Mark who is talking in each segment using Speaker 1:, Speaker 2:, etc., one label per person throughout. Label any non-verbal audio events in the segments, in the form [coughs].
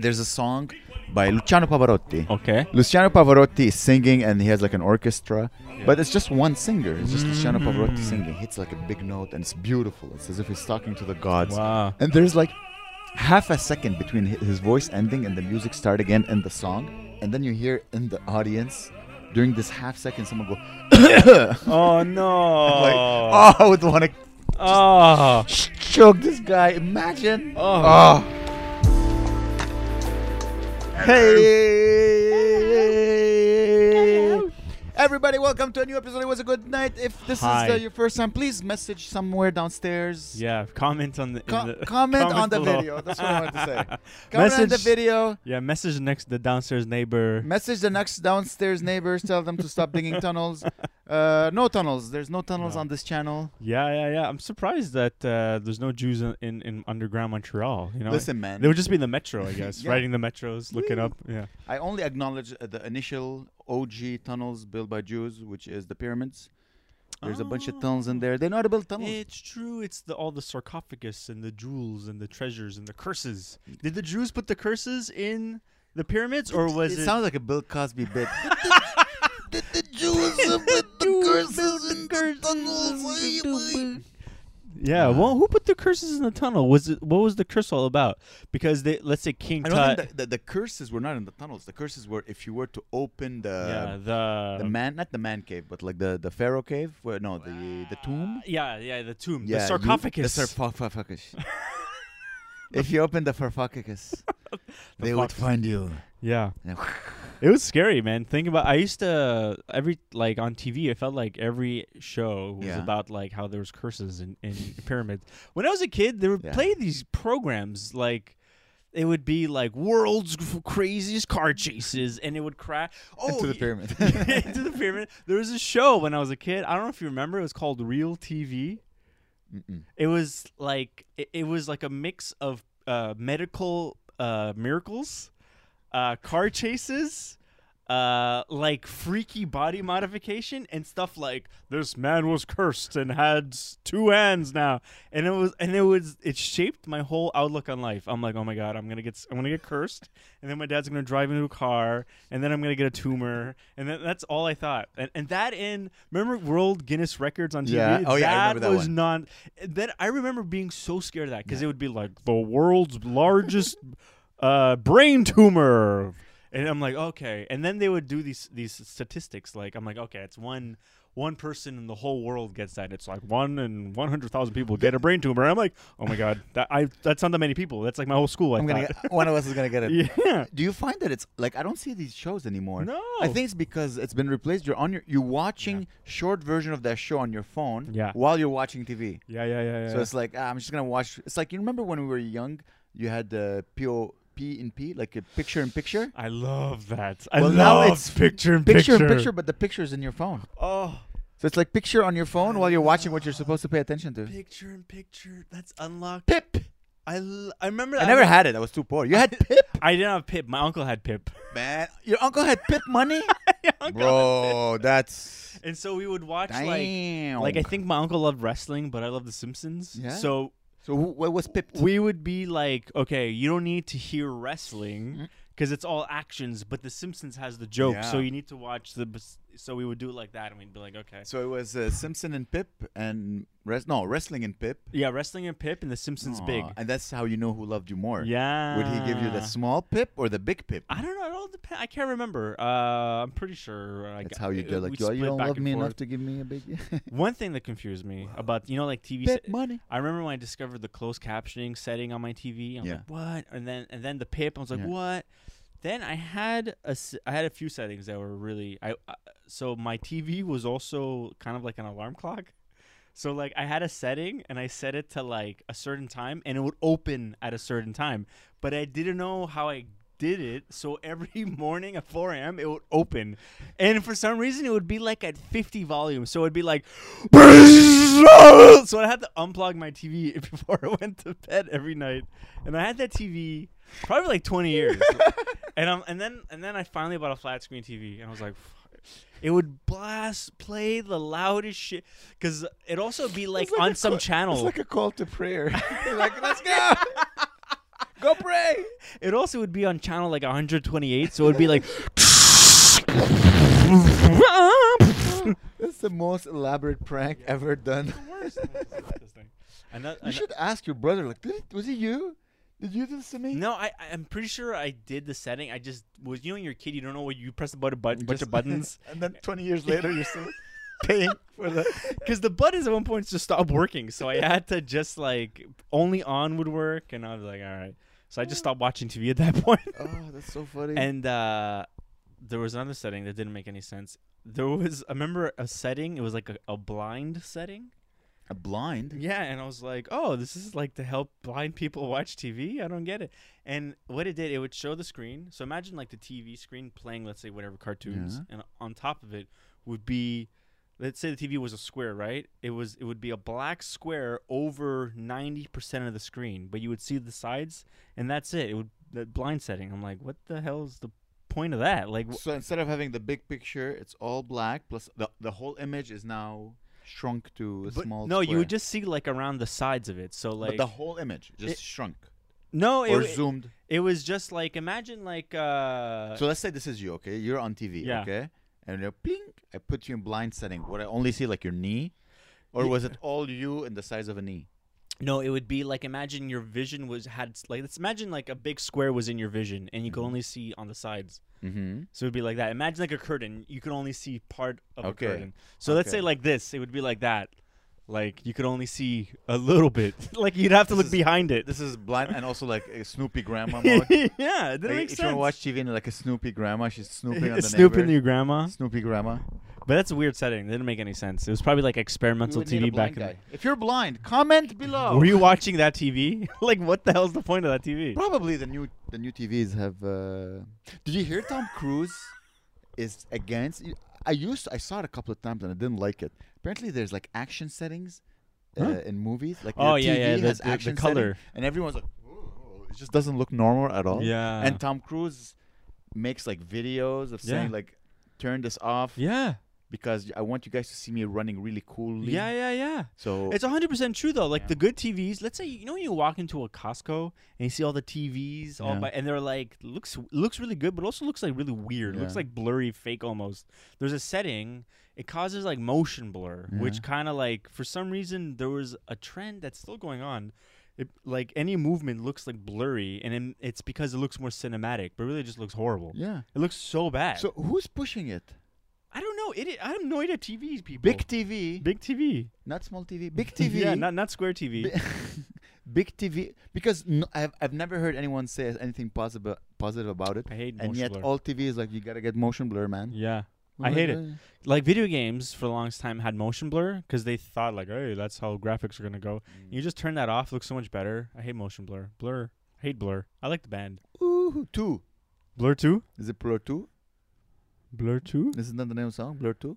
Speaker 1: There's a song by Luciano Pavarotti.
Speaker 2: Okay.
Speaker 1: Luciano Pavarotti is singing and he has like an orchestra, but it's just one singer. It's just Luciano
Speaker 2: Mm.
Speaker 1: Pavarotti singing. Hits like a big note and it's beautiful. It's as if he's talking to the gods.
Speaker 2: Wow.
Speaker 1: And there's like half a second between hi- his voice ending and the music start again in the song. And then you hear in the audience during this half second someone go,
Speaker 2: [laughs]
Speaker 1: [coughs]
Speaker 2: Oh no.
Speaker 1: like, oh, I would want to
Speaker 2: oh.
Speaker 1: choke this guy. Imagine. Ah.
Speaker 2: Oh.
Speaker 1: Hey. Everybody, welcome to a new episode. It was a good night. If this
Speaker 2: Hi.
Speaker 1: is uh, your first time, please message somewhere downstairs.
Speaker 2: Yeah. Comment on the, in
Speaker 1: Co- [laughs]
Speaker 2: the
Speaker 1: comment on the
Speaker 2: below.
Speaker 1: video. That's what I wanted to say.
Speaker 2: [laughs]
Speaker 1: Comment on the
Speaker 2: Message-
Speaker 1: video.
Speaker 2: Yeah. Message next the downstairs neighbor.
Speaker 1: Message the next downstairs neighbors. Tell them to stop digging tunnels. Uh, no tunnels. There's no tunnels
Speaker 2: No.
Speaker 1: on this channel.
Speaker 2: yeah, yeah, yeah. I'm surprised that uh, there's no Jews in, in, in underground Montreal. You know.
Speaker 1: Listen, man.
Speaker 2: They would just be in the metro, I [laughs] guess.
Speaker 1: Yeah.
Speaker 2: Riding the metros, looking up. Yeah.
Speaker 1: I only acknowledge uh, the initial OG tunnels built by Jews, which is the pyramids. There's a bunch of tunnels in there. They know how to build tunnels.
Speaker 2: It's true. It's the all the sarcophagus and the jewels and the treasures and the curses. Did the Jews put the curses in the pyramids, or was it?
Speaker 1: sounds like a Bill Cosby [laughs] bit. Did the Jews [laughs] put the curses in the tunnels? Uh,
Speaker 2: yeah. Well, who put the curses in the tunnel? Was it? What was the curse all about? Because they, let's say King
Speaker 1: I don't
Speaker 2: Tut.
Speaker 1: think the, the, the curses were not in the tunnels. The curses were if you were to open
Speaker 2: yeah.
Speaker 1: the
Speaker 2: The.
Speaker 1: uh, the man, not the man cave, but like the the pharaoh cave. Where, no, the the tomb.
Speaker 2: Uh, yeah, yeah, the tomb,
Speaker 1: Yeah,
Speaker 2: the
Speaker 1: you-
Speaker 2: sarcophagus.
Speaker 1: the
Speaker 2: [laughs]
Speaker 1: sarcophagus. if you open the sarcophagus, they would
Speaker 2: fox.
Speaker 1: find you.
Speaker 2: yeah,
Speaker 1: Yeah.
Speaker 2: it was scary, man. Think about. I used to every like on TV. I felt like every show was
Speaker 1: Yeah.
Speaker 2: about like how there was curses in, in pyramids. When I was a kid, they would
Speaker 1: Yeah.
Speaker 2: play these programs like. It would be like world's f- craziest car chases, and it would crash. Oh,
Speaker 1: Into the
Speaker 2: y-
Speaker 1: pyramid. [laughs]
Speaker 2: [laughs] into the pyramid. There was a show when I was a kid. I don't know if you remember. It was called Real TV.
Speaker 1: Mm-mm.
Speaker 2: It was like it, it was like a mix of uh, medical uh, miracles, uh, car chases, uh, like freaky body modification and stuff like this man was cursed and had s- two hands now, and it was and it was it shaped my whole outlook on life. I'm like, oh my god, I'm gonna get s- I'm gonna get cursed, and then my dad's gonna drive into a car, and then I'm gonna get a tumor, and then that's all I thought. And and that in remember World Guinness Records on TV.
Speaker 1: Yeah. Oh, yeah, I remember that
Speaker 2: was
Speaker 1: one.
Speaker 2: non. Then I remember being so scared of that because it would be like the world's largest [laughs] uh, brain tumor, and I'm like, okay. And then they would do these these statistics. Like I'm like, okay, it's one one person in the whole world gets that. It's like one in one hundred thousand people get a brain tumor. And I'm like, oh my god, that I that's not that many people. That's like my whole school. I
Speaker 1: I'm gonna
Speaker 2: thought.
Speaker 1: get, one of us is gonna get it.
Speaker 2: [laughs] yeah.
Speaker 1: Do you find that it's like I don't see these shows anymore?
Speaker 2: No.
Speaker 1: I think it's because it's been replaced. You're on your you're watching short version of that show on your phone
Speaker 2: Yeah.
Speaker 1: while you're watching TV.
Speaker 2: Yeah, yeah, yeah, yeah.
Speaker 1: So it's like ah, I'm just gonna watch. It's like you remember when we were young, you had the PO. P in P, like a picture in picture.
Speaker 2: I love that. I
Speaker 1: Well,
Speaker 2: love
Speaker 1: now it's
Speaker 2: picture in
Speaker 1: Picture
Speaker 2: picture.
Speaker 1: in picture, but the picture is in your phone.
Speaker 2: Oh,
Speaker 1: So it's like picture on your phone while you're watching what you're supposed to pay attention to.
Speaker 2: picture in picture. That's unlocked.
Speaker 1: Pip.
Speaker 2: I, l- I remember.
Speaker 1: I never had it. I was too poor. You had [laughs] Pip,
Speaker 2: I didn't have Pip. My uncle had Pip. [laughs]
Speaker 1: man. Your uncle had Pip [laughs] money,
Speaker 2: My uncle-
Speaker 1: bro. That's
Speaker 2: And so we would watch
Speaker 1: Damn.
Speaker 2: like like I think my uncle loved wrestling, but I love The Simpsons.
Speaker 1: Yeah?
Speaker 2: So
Speaker 1: So who, what was Pip?
Speaker 2: we would be like, okay, you don't need to hear
Speaker 1: Mm-hmm.
Speaker 2: wrestling because it's all actions, but The Simpsons has the jokes, so
Speaker 1: Yeah.
Speaker 2: you need to watch the. bes- So we would do it like that, and we'd be like, okay,
Speaker 1: [laughs] So it was uh, Simpson and Pip and res- no wrestling and Pip.
Speaker 2: yeah, wrestling and Pip and The Simpsons big.
Speaker 1: Aw, and that's how you know who loved you more.
Speaker 2: Yeah.
Speaker 1: Would he give you the small Pip or the big Pip?
Speaker 2: I don't know. It all depends. I can't remember. Uh, I'm pretty sure. I
Speaker 1: That's
Speaker 2: g-
Speaker 1: how you
Speaker 2: uh,
Speaker 1: do. it,
Speaker 2: we
Speaker 1: Like, you, you
Speaker 2: split
Speaker 1: don't
Speaker 2: back
Speaker 1: love
Speaker 2: and
Speaker 1: me
Speaker 2: forth.
Speaker 1: enough to give me a big [laughs]
Speaker 2: One thing that confused me about you know like TV.
Speaker 1: Pip
Speaker 2: se-
Speaker 1: [laughs] money.
Speaker 2: I remember when I discovered the closed captioning setting on my TV. I'm
Speaker 1: Yeah.
Speaker 2: like, what? And then and then the pip. I was like,
Speaker 1: Yeah.
Speaker 2: what? Then I had a s- I had a few settings that were really I, I so my TV was also kind of like an alarm clock. So like I had a setting and I set it to like a certain time and it would open at a certain time, but I didn't know how I did it. So every [laughs] morning at 4 a.m. it would open, and for some reason it would be like at 50 volume. So it'd be like,
Speaker 1: [laughs]
Speaker 2: so I had to unplug my TV [laughs] before I went to bed every night, and I had that TV probably like 20
Speaker 1: [laughs]
Speaker 2: years, and um and then and then I finally bought a flat screen TV, and I was like. "Fuck." It would blast, play the loudest shit, cause it also be like,
Speaker 1: like
Speaker 2: on
Speaker 1: a
Speaker 2: some
Speaker 1: co-
Speaker 2: channel.
Speaker 1: [laughs] It's like a call to prayer. like let's go.
Speaker 2: [laughs] Go pray. It also would be on channel like 128, so it would
Speaker 1: [laughs]
Speaker 2: be like. [laughs]
Speaker 1: That's the most elaborate prank ever done.
Speaker 2: And that-
Speaker 1: [laughs] you
Speaker 2: and-
Speaker 1: should ask your brother. Like, did it, was it you? Did you do this to me? [laughs]
Speaker 2: No, I I- I'm pretty sure I did the setting. I just was you and your kid. You don't know what you press about a button, bunch of
Speaker 1: [laughs]
Speaker 2: buttons.
Speaker 1: and then 20 years later, you're
Speaker 2: [laughs]
Speaker 1: still paying for the.
Speaker 2: Because the buttons at one point just stopped working, so I had to just like only on would work, and I was like, all right. So I just stopped watching TV at that [laughs] point.
Speaker 1: Oh, that's so funny.
Speaker 2: and uh, there was another setting that didn't make any sense. There was I remember a setting. It was like a, a blind setting.
Speaker 1: a blind.
Speaker 2: Yeah, and I was like, oh, this is like to help blind people [laughs] watch TV. I don't get it. And what it did, it would show the screen. So imagine like the TV screen playing, let's say, whatever cartoons, and on top of it would be, let's say the TV was a square, right? It was it would be a black square over ninety percent of the screen, but you would see the sides, and that's it. It would that blind setting. I'm like, what the hell's the point of that? Like, wh-
Speaker 1: So instead of having the big picture, it's all black. Plus, the the whole image is now shrunk to a
Speaker 2: but
Speaker 1: small.
Speaker 2: no, you
Speaker 1: square.
Speaker 2: would just see like around the sides of it. So
Speaker 1: But
Speaker 2: like,
Speaker 1: the whole image just
Speaker 2: It-
Speaker 1: shrunk
Speaker 2: no, it,
Speaker 1: or
Speaker 2: w-
Speaker 1: zoomed.
Speaker 2: it was just like imagine like uh.
Speaker 1: So let's say this is you, okay? You're on TV,
Speaker 2: Yeah.
Speaker 1: okay? And you're pling. I put you in blind setting. Would I only see like your knee, or was it all you and the size of a knee?
Speaker 2: No, it would be like imagine your vision was had like let's imagine like a big square was in your vision and you could only see on the sides.
Speaker 1: Mm-hmm.
Speaker 2: So it would be like that. Imagine like a curtain, you could only see part of
Speaker 1: Okay.
Speaker 2: a curtain. So let's say
Speaker 1: Okay.
Speaker 2: like this, it would be like that. Like you could only see a
Speaker 1: [laughs]
Speaker 2: little bit. like you'd have to
Speaker 1: This
Speaker 2: look
Speaker 1: is-
Speaker 2: behind [laughs] it.
Speaker 1: This is blind and also like a Snoopy
Speaker 2: [laughs]
Speaker 1: grandma
Speaker 2: yeah,
Speaker 1: mode.
Speaker 2: it
Speaker 1: Like,
Speaker 2: didn't make
Speaker 1: if you want
Speaker 2: sense.
Speaker 1: to watch TV and like a Snoopy grandma,
Speaker 2: [laughs]
Speaker 1: she's snooping on the
Speaker 2: Snooping
Speaker 1: neighbor.
Speaker 2: your grandma,
Speaker 1: Snoopy grandma.
Speaker 2: but that's a weird setting. It didn't make any sense. It was probably like experimental TV back in. the-
Speaker 1: If you're blind, comment below.
Speaker 2: [laughs] Were you watching that TV? [laughs] like, what the hell's the point of that TV?
Speaker 1: Probably the new the new TVs have. Uh... Did you hear Tom Cruise is against? I used I saw it a couple of times and I didn't like it. Apparently, there's like action settings uh,
Speaker 2: Huh?
Speaker 1: in movies. Like
Speaker 2: Oh,
Speaker 1: your
Speaker 2: yeah,
Speaker 1: TV
Speaker 2: yeah, the-
Speaker 1: has
Speaker 2: the- the
Speaker 1: action
Speaker 2: color.
Speaker 1: setting, and everyone's like, "Ooh," it just doesn't look normal at all.
Speaker 2: Yeah.
Speaker 1: And Tom Cruise makes like videos of saying
Speaker 2: Yeah.
Speaker 1: like, turn this off
Speaker 2: yeah.
Speaker 1: because I want you guys to see me running really coolly.
Speaker 2: Yeah, yeah, yeah.
Speaker 1: So
Speaker 2: It's 100% true though. Like
Speaker 1: Yeah.
Speaker 2: the good TVs, let's say you know when you walk into a Costco and you see all the TVs all
Speaker 1: Yeah.
Speaker 2: by and they're like looks looks really good but also looks like really weird. Looks
Speaker 1: Yeah.
Speaker 2: like blurry fake almost. There's a setting it causes like motion blur, which kind of like for some reason there was a trend that's still going on. It, like any movement looks like blurry and it, it's because it looks more cinematic, but really it just looks horrible.
Speaker 1: yeah.
Speaker 2: It looks so bad.
Speaker 1: So who's pushing it?
Speaker 2: Oh. I don't know. It I'm annoyed at TVs people.
Speaker 1: Big TV,
Speaker 2: big TV.
Speaker 1: not small TV. Big TV.
Speaker 2: [laughs] yeah, not not square TV.
Speaker 1: Bi- big TV because n I've, I've never heard anyone say anything positive positive about it,
Speaker 2: I hate
Speaker 1: [laughs] and
Speaker 2: motion
Speaker 1: yet
Speaker 2: blur.
Speaker 1: all TV is like you gotta get motion blur, man.
Speaker 2: yeah,
Speaker 1: I'm
Speaker 2: I
Speaker 1: like,
Speaker 2: hate it.
Speaker 1: "Uh,
Speaker 2: Like video games for the longest time had motion blur because they thought like, hey, that's how graphics are gonna go.
Speaker 1: Mm.
Speaker 2: You just turn that off, looks so much better. I hate motion blur. Blur. I hate blur. I like the band.
Speaker 1: Ooh, two
Speaker 2: Blur two.
Speaker 1: is it Blur two?
Speaker 2: Blur two.
Speaker 1: This is not the name of the song, Blur two.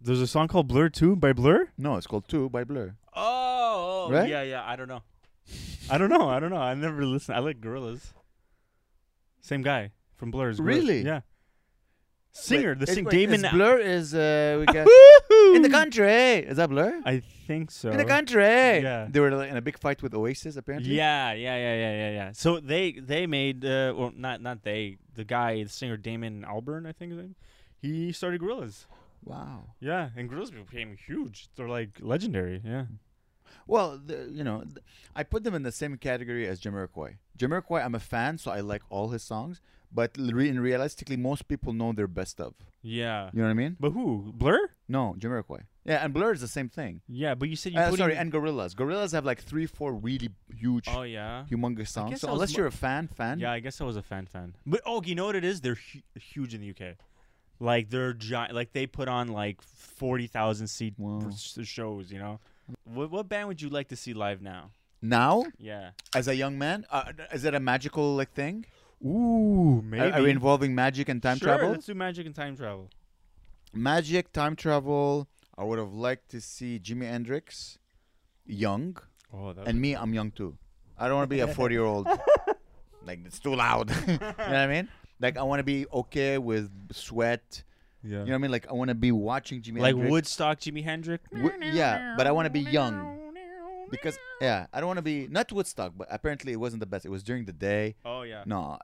Speaker 2: There's a song called Blur Two by Blur.
Speaker 1: No, it's called Two by Blur.
Speaker 2: Oh, oh,
Speaker 1: Right?
Speaker 2: yeah, yeah. I don't know. I don't know. I don't know. I never listened. I like Gorillas. Same guy from Blur. is Gorillaz.
Speaker 1: Really?
Speaker 2: Yeah. Singer,
Speaker 1: Wait,
Speaker 2: the
Speaker 1: it-
Speaker 2: sing
Speaker 1: wait,
Speaker 2: Damon.
Speaker 1: is Blur is uh,
Speaker 2: [laughs]
Speaker 1: we got in the country. Is that Blur?
Speaker 2: I think so.
Speaker 1: In the country.
Speaker 2: Yeah.
Speaker 1: They were like, in a big fight with Oasis apparently.
Speaker 2: Yeah, yeah, yeah, yeah, yeah, yeah. So they they made uh, well not not they the guy the singer Damon Albarn I think his name, he started Gorillas.
Speaker 1: Wow.
Speaker 2: Yeah, and Gorillas became huge. They're like legendary. Yeah.
Speaker 1: Well, the, you know, th- I put them in the same category as Jamiroquai. Jamiroquai, I'm a fan, so I like all his songs. But l- re- and realistically, most people know their best of.
Speaker 2: Yeah.
Speaker 1: You know what I mean?
Speaker 2: But who Blur?
Speaker 1: No, Jamiroquai. Yeah, and Blur is the same thing.
Speaker 2: Yeah, but you said you
Speaker 1: Uh,
Speaker 2: put
Speaker 1: sorry,
Speaker 2: in-
Speaker 1: and Gorillas. Gorillas have like three, four really huge,
Speaker 2: oh yeah.
Speaker 1: humongous songs.
Speaker 2: guess
Speaker 1: So
Speaker 2: I was
Speaker 1: unless
Speaker 2: mo-
Speaker 1: you're a fan, fan.
Speaker 2: Yeah, I guess I was a fan fan. But oh, you know what it is? They're hu- huge in the UK. Like they're giant. Like they put on like forty thousand seat
Speaker 1: Wow.
Speaker 2: r- s- shows. You know. What what band would you like to see live now?
Speaker 1: Now,
Speaker 2: Yeah.
Speaker 1: as a young man, uh, is it a magical like thing?
Speaker 2: Ooh, maybe.
Speaker 1: Are, are we involving magic and time
Speaker 2: sure,
Speaker 1: travel?
Speaker 2: Let's do magic and time travel.
Speaker 1: Magic, time travel. I would have liked to see Jimi Hendrix, young.
Speaker 2: Oh, that
Speaker 1: And me, I'm young too. I don't want to be a 40 year old. like, it's too loud. [laughs] you know what I mean? Like, I want to be okay with sweat.
Speaker 2: yeah.
Speaker 1: You know what I mean? Like, I want to be watching Jimmy
Speaker 2: like Woodstock, Jimi Hendrix.
Speaker 1: Wo- yeah, but I wanna be young. because yeah, I don't want to be not Woodstock, but apparently it wasn't the best. It was during the day.
Speaker 2: Oh yeah.
Speaker 1: No,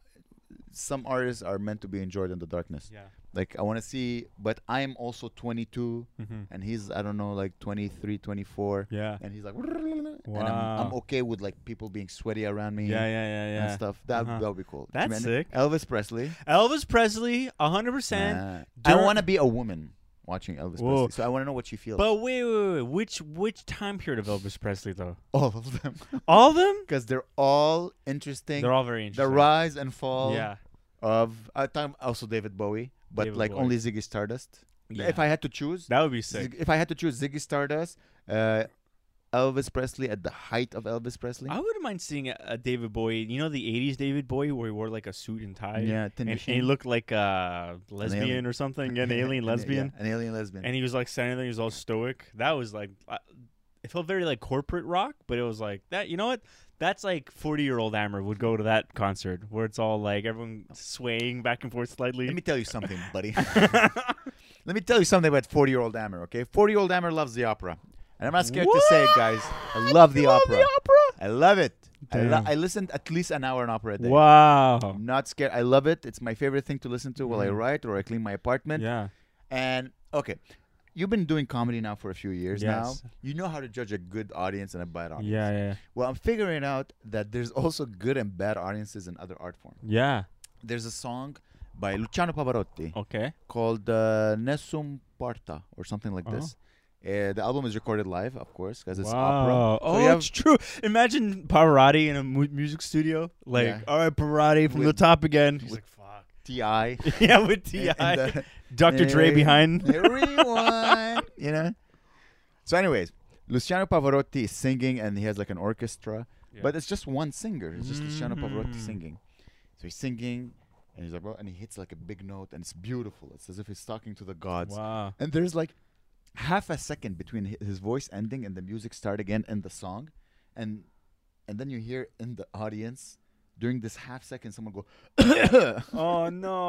Speaker 1: some artists are meant to be enjoyed in the darkness.
Speaker 2: Yeah.
Speaker 1: Like I want to see, but I'm also 22,
Speaker 2: Mhm.
Speaker 1: and he's I don't know like 23, 24.
Speaker 2: Yeah.
Speaker 1: And he's like, and I'm,
Speaker 2: Wow.
Speaker 1: I'm okay with like people being sweaty around me.
Speaker 2: Yeah, yeah, yeah,
Speaker 1: And
Speaker 2: yeah.
Speaker 1: stuff. That
Speaker 2: Uh-huh.
Speaker 1: that would be cool.
Speaker 2: That's sick.
Speaker 1: Elvis Presley.
Speaker 2: Elvis Presley, 100%.
Speaker 1: Uh, I
Speaker 2: during-
Speaker 1: want to be a woman watching Elvis
Speaker 2: Whoa.
Speaker 1: Presley, so I want to know what she feels.
Speaker 2: But wait, wait, wait. Which which time period of Elvis Presley though?
Speaker 1: all of them, [laughs]
Speaker 2: All of them?
Speaker 1: because they're all interesting.
Speaker 2: They're all very
Speaker 1: the
Speaker 2: interesting.
Speaker 1: rise and fall
Speaker 2: Yeah.
Speaker 1: of uh, time also David Bowie, but
Speaker 2: David
Speaker 1: like
Speaker 2: Bowie.
Speaker 1: only Ziggy Stardust.
Speaker 2: yeah.
Speaker 1: If I had to choose,
Speaker 2: that would be sick.
Speaker 1: Zig- if I had to choose Ziggy Stardust, uh, Elvis Presley at the height of Elvis Presley.
Speaker 2: I wouldn't mind seeing a, a David Bowie. You know the '80s David Bowie, where he wore like a suit and tie.
Speaker 1: yeah, Tin
Speaker 2: and, and he
Speaker 1: Machine.
Speaker 2: looked like a lesbian or something, an alien
Speaker 1: [laughs] An- yeah,
Speaker 2: lesbian.
Speaker 1: an alien lesbian.
Speaker 2: And he was like standing there, he was all stoic. That was like, I- it felt very like corporate rock, but it was like that. You know what? That's like forty-year-old Amber would go to that concert where it's all like everyone swaying back and forth slightly.
Speaker 1: Let me tell you something,
Speaker 2: [laughs]
Speaker 1: buddy. Let me tell you something about 40 year old Ammer, okay? 40 year old Ammer loves the opera. And I'm not scared to say it, guys. I
Speaker 2: What?
Speaker 1: love the
Speaker 2: You
Speaker 1: opera. I love it. I, lo-
Speaker 2: Damn.
Speaker 1: I listened at least an hour an opera a day.
Speaker 2: Wow.
Speaker 1: I'm not scared. I love it. It's my favorite thing to listen to while I write or I clean my apartment.
Speaker 2: Mm-hmm. Yeah.
Speaker 1: And okay, you've been doing comedy now for a few years
Speaker 2: Yes.
Speaker 1: now. You know how to judge a good audience and a bad audience.
Speaker 2: Yeah. Yeah.
Speaker 1: Well, I'm figuring out that there's also good and bad audiences in other art forms.
Speaker 2: Yeah.
Speaker 1: There's a song by Luciano Pavarotti
Speaker 2: Okay.
Speaker 1: called uh, Nessun Parta or something like
Speaker 2: Uh-huh.
Speaker 1: this. Uh, the album is recorded live, of course, because it's
Speaker 2: wow.
Speaker 1: opera.
Speaker 2: Oh,
Speaker 1: So you have-
Speaker 2: it's true. Imagine Pavarotti in a mu- music studio. Like,
Speaker 1: Yeah.
Speaker 2: all right, Pavarotti from
Speaker 1: With-
Speaker 2: the top again.
Speaker 1: with-
Speaker 2: fuck.
Speaker 1: Ti.
Speaker 2: [laughs] yeah, with Ti,
Speaker 1: and uh, the-
Speaker 2: Dr. Dre
Speaker 1: Hey,
Speaker 2: behind. [laughs]
Speaker 1: Everyone, you know. So, anyways, Luciano Pavarotti is singing, and he has like an orchestra,
Speaker 2: Yeah.
Speaker 1: but it's just one singer. It's just Luciano Pavarotti
Speaker 2: Mm.
Speaker 1: singing. So he's singing, and he's like, well, and he hits like a big note, and it's beautiful. It's as if he's talking to the gods.
Speaker 2: Wow.
Speaker 1: And there's like half a second between hi- his voice ending and the music start again in the song, and and then you hear in the audience during this half second someone go, [coughs]
Speaker 2: Oh no.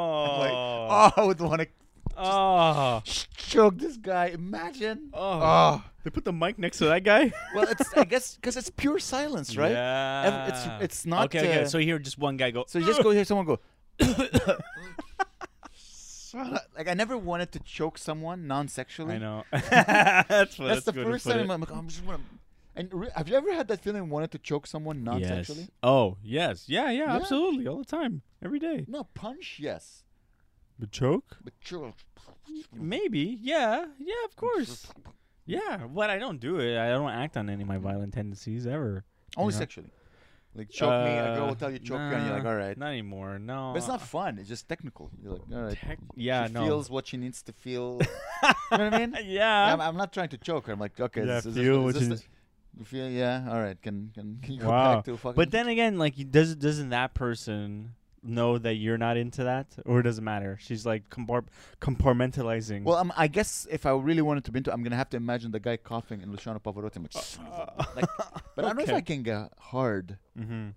Speaker 1: like, oh, I would want to
Speaker 2: oh.
Speaker 1: stroke this guy.
Speaker 2: [laughs]
Speaker 1: Imagine.
Speaker 2: Oh. They put the mic next to that [laughs] guy.
Speaker 1: Well, it's I guess because it's pure silence, right?
Speaker 2: Yeah.
Speaker 1: Ev- it's- it's not,
Speaker 2: Okay. okay.
Speaker 1: uh,
Speaker 2: so here, just one guy go.
Speaker 1: So you just go hear someone
Speaker 2: [laughs]
Speaker 1: go. [coughs] like I never wanted to choke someone [laughs] non-sexually.
Speaker 2: I know. [laughs] that's what
Speaker 1: That's, the
Speaker 2: a good way to
Speaker 1: first
Speaker 2: put
Speaker 1: time
Speaker 2: it.
Speaker 1: I'm like, I'm just want to. And re- have you ever had that feeling wanted to choke someone non-sexually?
Speaker 2: Yes. Oh yes. Yeah, yeah.
Speaker 1: Yeah.
Speaker 2: Absolutely. All the time. Every day.
Speaker 1: No, punch, yes,
Speaker 2: But choke.
Speaker 1: but choke.
Speaker 2: Maybe. Yeah. Yeah, of course. Yeah. But I don't do it. I don't act on any of my violent tendencies ever.
Speaker 1: Only
Speaker 2: Yeah.
Speaker 1: sexually. Like choke me, a girl
Speaker 2: Uh,
Speaker 1: will tell you choke you, and you're like,
Speaker 2: nah,
Speaker 1: all right.
Speaker 2: Not anymore. No.
Speaker 1: But it's not fun. It's just technical. You're like, all right.
Speaker 2: Tech-
Speaker 1: [laughs]
Speaker 2: yeah,
Speaker 1: she
Speaker 2: no.
Speaker 1: feels what she needs to feel. you know what I mean?
Speaker 2: [laughs] yeah.
Speaker 1: I'm, I'm not trying to choke her. I'm like, okay,
Speaker 2: Yeah,
Speaker 1: this, is
Speaker 2: feel
Speaker 1: this,
Speaker 2: what
Speaker 1: is
Speaker 2: you
Speaker 1: this
Speaker 2: need-
Speaker 1: the, you feel, yeah, all right, can can, can you go
Speaker 2: Wow.
Speaker 1: back to fucking?
Speaker 2: But then again, like, you- does doesn't that person know that you're not into that, or it doesn't matter? She's like compart- compartmentalizing. [laughs]
Speaker 1: well, um, I guess if I really wanted to be into, I'm gonna have to imagine the guy coughing in Luciano Pavarotti. I'm like, "Son of a bitch." Like, but I don't know if
Speaker 2: okay.
Speaker 1: I can get hard
Speaker 2: hmm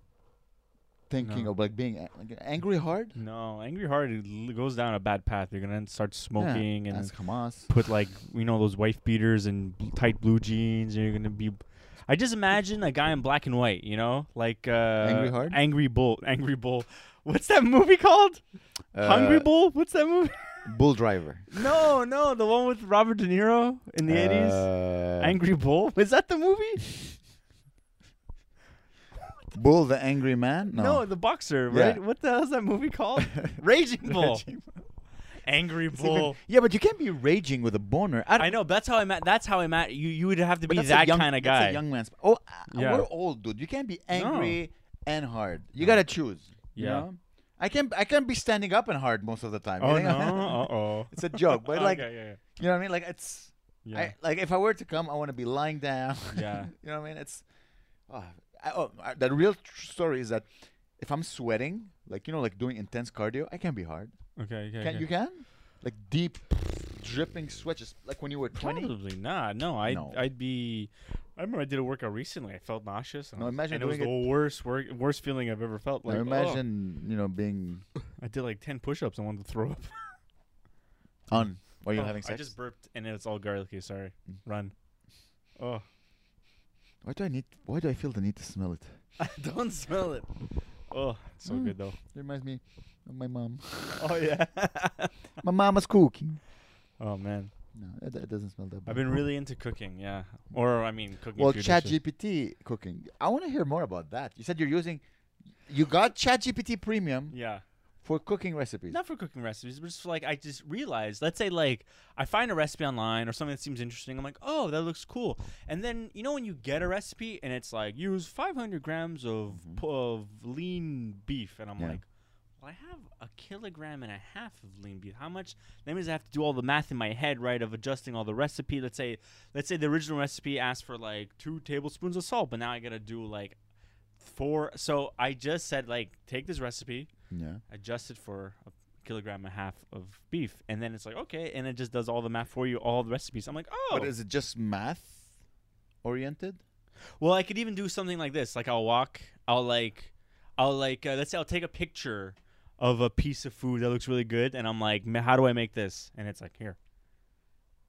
Speaker 1: thinking
Speaker 2: No.
Speaker 1: of like being a- like, angry hard.
Speaker 2: no, angry heart it l- goes down a bad path. You're gonna end- start smoking
Speaker 1: yeah,
Speaker 2: and
Speaker 1: that's Hamas.
Speaker 2: put like you know those wife beaters and bl- tight blue jeans. And you're gonna be. I just imagine a guy in black and white. You know, like uh,
Speaker 1: Angry Heart?
Speaker 2: Angry Bull, Angry Bull. What's that movie called? Hungry
Speaker 1: Uh,
Speaker 2: Bull. What's that movie?
Speaker 1: bull driver
Speaker 2: no, no, the one with Robert De Niro in the eighties.
Speaker 1: Uh,
Speaker 2: Angry Bull? [laughs] Is that the movie?
Speaker 1: bull the angry man. No,
Speaker 2: the boxer,
Speaker 1: Yeah.
Speaker 2: right? What the hell is that
Speaker 1: [laughs]
Speaker 2: movie called? Raging Bull.
Speaker 1: Raging
Speaker 2: Angry
Speaker 1: It's even-
Speaker 2: Bull.
Speaker 1: yeah, but you can't be raging with a boner. I, don't,
Speaker 2: I know. That's how I'm at. That's how I'm at. You you would have to
Speaker 1: But
Speaker 2: be
Speaker 1: that's a
Speaker 2: that
Speaker 1: young-
Speaker 2: kind of
Speaker 1: that's
Speaker 2: guy.
Speaker 1: a young man's. Oh, uh,
Speaker 2: Yeah.
Speaker 1: we're old, dude. You can't be angry and hard. You
Speaker 2: No.
Speaker 1: gotta choose. you
Speaker 2: Yeah.
Speaker 1: know? I can't. I can't be standing up and hard most of the time. you
Speaker 2: oh no.
Speaker 1: know? [laughs]
Speaker 2: Uh oh.
Speaker 1: it's a joke,
Speaker 2: [laughs]
Speaker 1: but like,
Speaker 2: Okay, yeah,
Speaker 1: you know what I mean? Like it's.
Speaker 2: yeah.
Speaker 1: I, like if I were to come, I want to be lying down. [laughs]
Speaker 2: Yeah.
Speaker 1: you know what I mean? It's. Oh, I, oh, I- the real tr- story is that if I'm sweating, like you know, like doing intense cardio, I can't be hard.
Speaker 2: Yeah. Okay. Okay.
Speaker 1: Can
Speaker 2: okay. [laughs]
Speaker 1: you can? Like deep, dripping sweat, just like when you were twenty.
Speaker 2: Probably not. No, I
Speaker 1: No.
Speaker 2: would I'd be. I remember I did a workout recently. I felt nauseous. And
Speaker 1: No,
Speaker 2: I was-
Speaker 1: imagine
Speaker 2: and it was
Speaker 1: doing
Speaker 2: the worst work, worst feeling I've ever felt. Like
Speaker 1: Now
Speaker 2: oh.
Speaker 1: imagine, you know, being
Speaker 2: I did like ten push-ups. I wanted to throw up.
Speaker 1: on
Speaker 2: [laughs]
Speaker 1: while you're
Speaker 2: Oh,
Speaker 1: having sex. Mm.
Speaker 2: I just burped and it's all garlicky. Sorry. Run. Oh.
Speaker 1: Why do I need? Why do I feel the need to smell it?
Speaker 2: [laughs] Don't smell it. Oh, it's so
Speaker 1: Mm.
Speaker 2: good [laughs] though.
Speaker 1: It reminds me of my mom.
Speaker 2: Oh yeah.
Speaker 1: [laughs] my mama's cooking.
Speaker 2: oh man,
Speaker 1: No, it, it doesn't smell that bad.
Speaker 2: I've been really into cooking. Yeah, or I mean, cooking.
Speaker 1: well,
Speaker 2: food
Speaker 1: Chat
Speaker 2: dishes.
Speaker 1: GPT cooking. I want to hear more about that. You said you're using. You got Chat GPT Premium
Speaker 2: Yeah.
Speaker 1: for cooking recipes.
Speaker 2: Not for cooking recipes, but just for, like I just realized. Let's say like I find a recipe online or something that seems interesting. I'm like, oh, that looks cool. And then you know when you get a recipe and it's like use 500 grams of
Speaker 1: Mhm.
Speaker 2: p- of lean beef, and I'm
Speaker 1: Yeah.
Speaker 2: like, well, I have a kilogram and a half of lean beef. How much? That means I have to do all the math in my head, right? Of adjusting all the recipe. Let's say let's say the original recipe asked for like two tablespoons of salt, but now I gotta do like four. So I just said like take this recipe
Speaker 1: Yeah.
Speaker 2: adjusted for a kilogram and a half of beef. And then it's like, okay, and it just does all the math for you, all the recipes. I'm like, oh.
Speaker 1: But is it just math oriented?
Speaker 2: well, I could even do something like this. Like I'll walk, I'll like, I'll like, uh, let's say I'll take a picture of a piece of food that looks really good. And I'm like, "Ma- how do I make this? And it's like, here.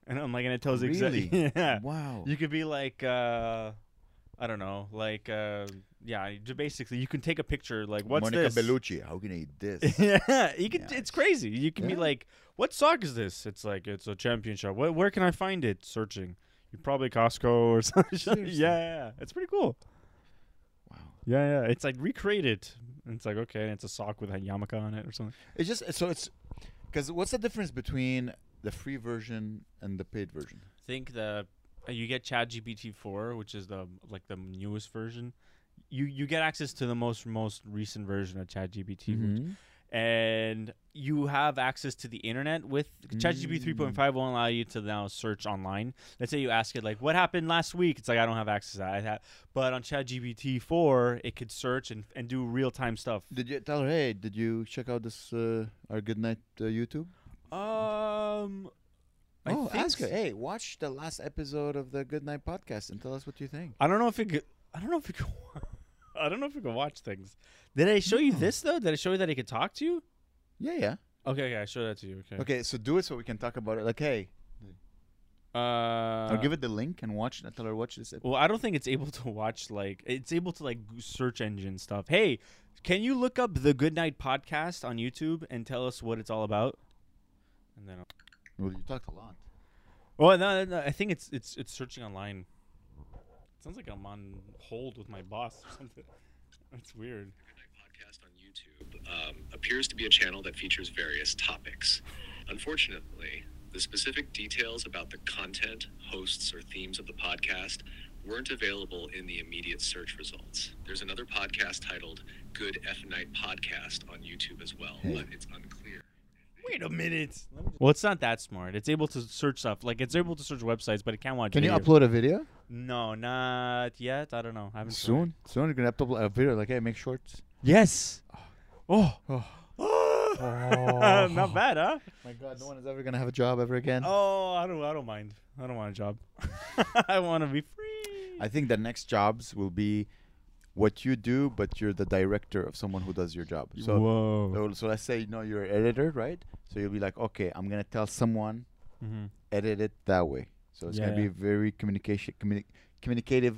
Speaker 2: And I'm like, and it tells you exactly.
Speaker 1: Really?
Speaker 2: [laughs] yeah.
Speaker 1: Wow.
Speaker 2: You could be like, uh, I don't know, like, uh, yeah, j- basically you can take a picture like what's
Speaker 1: Monica
Speaker 2: this?
Speaker 1: Bellucci. How can I eat
Speaker 2: [laughs]
Speaker 1: this?
Speaker 2: yeah, you can.
Speaker 1: Yeah,
Speaker 2: it's crazy. You can be
Speaker 1: yeah.
Speaker 2: like, "What sock is this?" It's like it's a championship. Where, where can I find it? Searching. You probably Costco or [laughs] something.
Speaker 1: Seriously.
Speaker 2: yeah, it's pretty cool.
Speaker 1: wow.
Speaker 2: Yeah, yeah. It's like recreated. And it's like okay, and it's a sock with a yarmulke on it or something.
Speaker 1: It's just so it's because what's the difference between the free version and the paid version?
Speaker 2: I think the uh, you get ChatGPT four, which is the like the newest version. You you get access to the most most recent version of ChatGPT,
Speaker 1: Mm-hmm.
Speaker 2: which and you have access to the internet with ChatGPT 3.5 won't allow you to now search online. Let's say you ask it like, "What happened last week?" It's like I don't have access to that. I have, but on ChatGPT 4, it could search and, and do real time stuff.
Speaker 1: Did you tell her? Hey, did you check out this uh, our Good Night uh, YouTube?
Speaker 2: Um, I
Speaker 1: oh,
Speaker 2: think
Speaker 1: ask her.
Speaker 2: s-
Speaker 1: Hey, watch the last episode of the Good Night podcast and tell us what you think.
Speaker 2: I don't know if it. Could, I don't know if it. Could, [laughs] I don't know if it can watch things. Did I show you
Speaker 1: No.
Speaker 2: this though? Did I show you that it could talk to you?
Speaker 1: Yeah, yeah.
Speaker 2: Okay, okay, I showed that to you. Okay.
Speaker 1: Okay, so do it so we can talk about it. Like, hey,
Speaker 2: Uh,
Speaker 1: I'll give it the link and watch. And tell her watch this. Episode.
Speaker 2: Well, I don't think it's able [laughs] to watch like it's able to like search engine stuff. Hey, can you look up the Goodnight podcast on YouTube and tell us what it's all about? And then,
Speaker 1: Well, you talked a lot.
Speaker 2: well, no, no, no, I think it's it's it's searching online. sounds like I'm on hold with my boss or [laughs] something. That's weird.
Speaker 3: podcast on YouTube um, appears to be a channel that features various topics. Unfortunately, the specific details about the content, hosts, or themes of the podcast weren't available in the immediate search results. There's another podcast titled Good F Night Podcast on YouTube as well, but it's unclear.
Speaker 2: Wait a minute. Well, it's not that smart. It's able to search stuff. Like it's able to search websites, but it can't watch.
Speaker 1: Can you
Speaker 2: videos.
Speaker 1: upload a video
Speaker 2: No, not yet. I don't know. I haven't tried.
Speaker 1: soon? Soon you're gonna upload a video. Like, hey, make shorts.
Speaker 2: Yes. Oh.
Speaker 1: Oh.
Speaker 2: [laughs] Not bad, huh?
Speaker 1: My God, no one is ever gonna have a job ever again.
Speaker 2: Oh, I don't. I don't mind. I don't want a job. [laughs] I want to be free.
Speaker 1: I think the next jobs will be what you do, but you're the director of someone who does your job. So,
Speaker 2: Whoa.
Speaker 1: so, so let's say you know you're an editor, right? So you'll be like, okay, I'm gonna tell someone
Speaker 2: Mm-hmm.
Speaker 1: edit it that way. So it's gonna
Speaker 2: Yeah.
Speaker 1: be very communication, communi- communicative,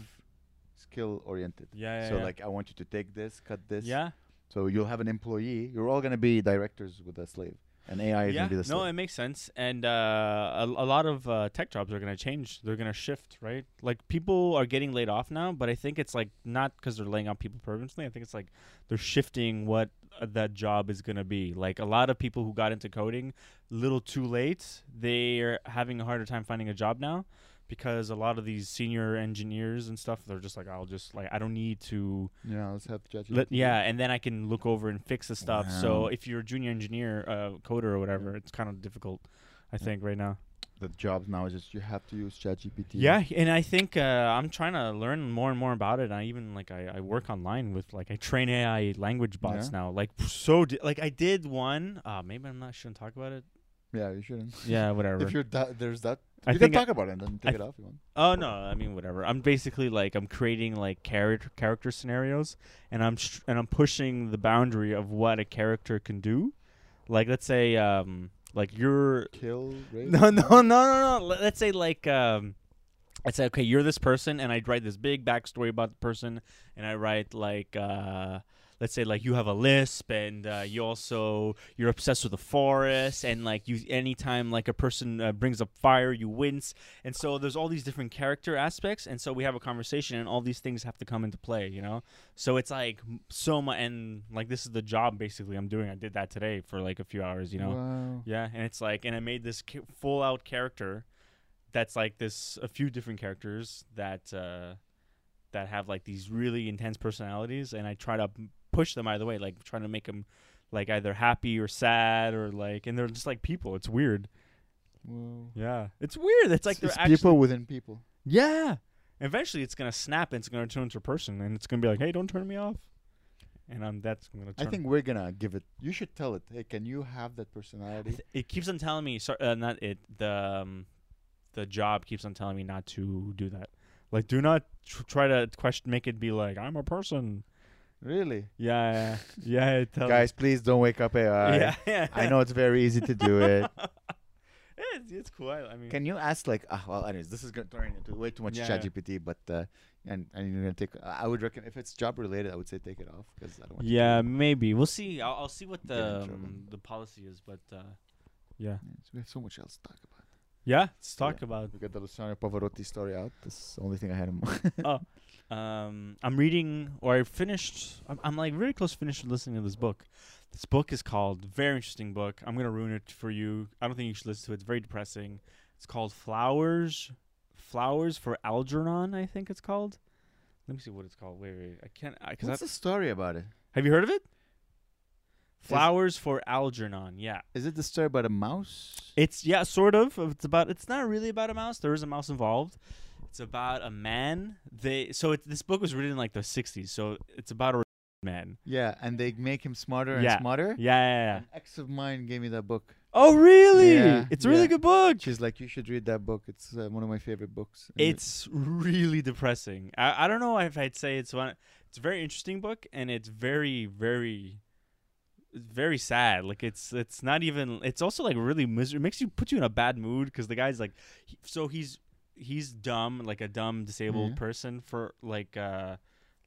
Speaker 1: skill oriented.
Speaker 2: Yeah. Yeah.
Speaker 1: so
Speaker 2: yeah.
Speaker 1: like, I want you to take this, cut this.
Speaker 2: Yeah.
Speaker 1: So you'll have an employee. You're all gonna be directors with a slave, and AI is
Speaker 2: yeah.
Speaker 1: gonna be the slave.
Speaker 2: No, it makes sense. And uh, a, a lot of uh, tech jobs are gonna change. They're gonna shift, right? Like people are getting laid off now, but I think it's like not because they're laying off people permanently. I think it's like they're shifting what uh, that job is gonna be. Like a lot of people who got into coding a little too late, they're having a harder time finding a job now. Because a lot of these senior engineers and stuff, they're just like, I'll just like, I don't need to
Speaker 1: yeah, let's have judge.
Speaker 2: let, yeah, and then I can look over and fix the stuff. So
Speaker 1: Wow.
Speaker 2: if you're a junior engineer, uh, coder or whatever, it's kind of difficult, I think, right now.
Speaker 1: The jobs now is just you have to use ChatGPT.
Speaker 2: Yeah, and I think uh, I'm trying to learn more and more about it. I even like I, I work online with like I train AI language bots
Speaker 1: Yeah.
Speaker 2: now. Like so, di- like I did one. Uh, maybe I'm not shouldn't talk about it.
Speaker 1: Yeah, you shouldn't.
Speaker 2: Yeah, [laughs] whatever.
Speaker 1: If you're that, there's that.
Speaker 2: I
Speaker 1: you can
Speaker 2: think I-
Speaker 1: talk about it and then take
Speaker 2: I
Speaker 1: it off. if You want.
Speaker 2: Oh no, I mean whatever. I'm basically like I'm creating like character character scenarios, and I'm sh- and I'm pushing the boundary of what a character can do. Like let's say um like you're
Speaker 1: Kill, rape.
Speaker 2: no no no no no. Let- Let's say like um I said, okay, you're this person, and I'd write this big backstory about the person, and I write like, uh, let's say like you have a lisp, and uh, you also you're obsessed with the forest, and like you anytime like a person uh, brings up fire, you wince, and so there's all these different character aspects, and so we have a conversation, and all these things have to come into play, you know. So it's like m- so much, and like this is the job basically I'm doing. I did that today for like a few hours, you know.
Speaker 1: Wow.
Speaker 2: Yeah, and it's like, and I made this ca- full out character that's like this a few different characters that uh, that have like these really intense personalities, and I try to m- push them either way, like trying to make them like either happy or sad or like, and they're just like people. It's weird.
Speaker 1: Wow.
Speaker 2: Yeah, it's weird. It's like
Speaker 1: It's-
Speaker 2: they're
Speaker 1: it's
Speaker 2: actually
Speaker 1: people within people.
Speaker 2: yeah. Eventually, it's gonna snap and it's gonna turn into a person, and it's gonna be like, hey, don't turn me off. And I'm that's gonna. Turn
Speaker 1: I think we're gonna give it. You should tell it. Hey, can you have that personality?
Speaker 2: Th- it keeps on telling me sorry uh, not it the um, the job keeps on telling me not to do that like do not tr- try to question make it be like i'm a person
Speaker 1: Really,
Speaker 2: yeah yeah, yeah it tells
Speaker 1: guys, please don't wake up AI.
Speaker 2: [laughs] yeah, yeah
Speaker 1: I know it's very easy to do it.
Speaker 2: [laughs] it's, it's cool i, I mean
Speaker 1: Can you ask like, ah, well, anyways, this is gonna turn into way too much
Speaker 2: Yeah,
Speaker 1: chat ChatGPT, but uh, and and you're gonna take. I would recommend if it's job related, I would say take it off because I don't want. you to-
Speaker 2: yeah maybe we'll see i'll, I'll see what
Speaker 1: Get in
Speaker 2: the
Speaker 1: trouble.
Speaker 2: um, the policy is but uh yeah
Speaker 1: we have so much else to talk about.
Speaker 2: yeah let's
Speaker 1: Yeah.
Speaker 2: talk about
Speaker 1: We got the Luciano Pavarotti story out. That's the only thing I had in mind.
Speaker 2: um, I'm reading or I finished. I'm, I'm like really close to finished listening to this book. This book is called very interesting book. I'm gonna ruin it for you. I don't think you should listen to it. It's very depressing. It's called Flowers, Flowers for Algernon. I think it's called. Let me see what it's called. Wait, wait, wait. I can't. I, cause
Speaker 1: What's
Speaker 2: I,
Speaker 1: the story about it?
Speaker 2: have you heard of it? Flowers for Algernon. Yeah.
Speaker 1: Is it the story about a mouse?
Speaker 2: It's yeah, sort of. It's about. It's not really about a mouse. There is a mouse involved. It's about a man. They so it, this book was written in like the '60s. So it's about a man.
Speaker 1: yeah, and they make him smarter and
Speaker 2: Yeah.
Speaker 1: smarter.
Speaker 2: Yeah,
Speaker 1: [laughs]
Speaker 2: yeah, yeah.
Speaker 1: An ex of mine gave me that book.
Speaker 2: Oh, really?
Speaker 1: Yeah,
Speaker 2: it's a really
Speaker 1: yeah.
Speaker 2: good book.
Speaker 1: She's like, you should read that book. It's uh, one of my favorite books. And
Speaker 2: It's really depressing. I, I don't know if I'd say it's one. It's a very interesting book, and it's very, very, it's very sad. Like it's it's not even. It's also like really miser. It makes you put you in a bad mood because the guy's like, he- so he's he's dumb, like a dumb disabled
Speaker 1: Yeah.
Speaker 2: person for like uh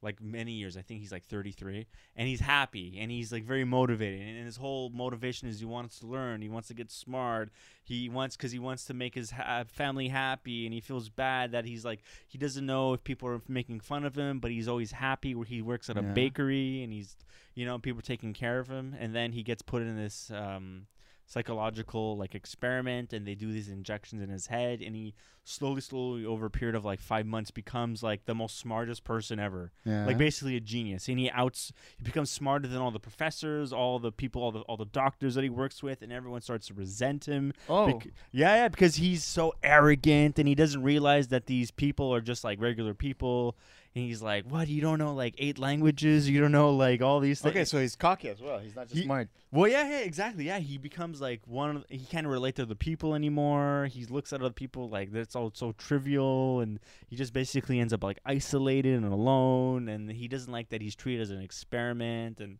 Speaker 2: like many years. I think he's like thirty three, and he's happy and he's like very motivated, and his whole motivation is he wants to learn, he wants to get smart, he wants because he wants to make his ha- family happy and he feels bad that he's like he doesn't know if people are making fun of him but he's always happy where he works at a
Speaker 1: Yeah.
Speaker 2: bakery and he's you know people are taking care of him and then he gets put in this um, psychological like experiment and they do these injections in his head and he slowly slowly over a period of like five months becomes like the most smartest person ever
Speaker 1: yeah.
Speaker 2: like basically a genius and he outs he becomes smarter than all the professors all the people all the all the doctors that he works with and everyone starts to resent him
Speaker 1: oh,
Speaker 2: Bec- yeah, yeah, because he's so arrogant and he doesn't realize that these people are just like regular people. And he's like, "What? You don't know like eight languages? You don't know like all these things?"
Speaker 1: okay. So he's cocky as well. He's not just
Speaker 2: He-
Speaker 1: smart.
Speaker 2: Well, yeah, yeah, exactly. Yeah, he becomes like one. Of, he can't relate to the people anymore. He looks at other people like that's all so trivial, and he just basically ends up like isolated and alone. And he doesn't like that he's treated as an experiment. And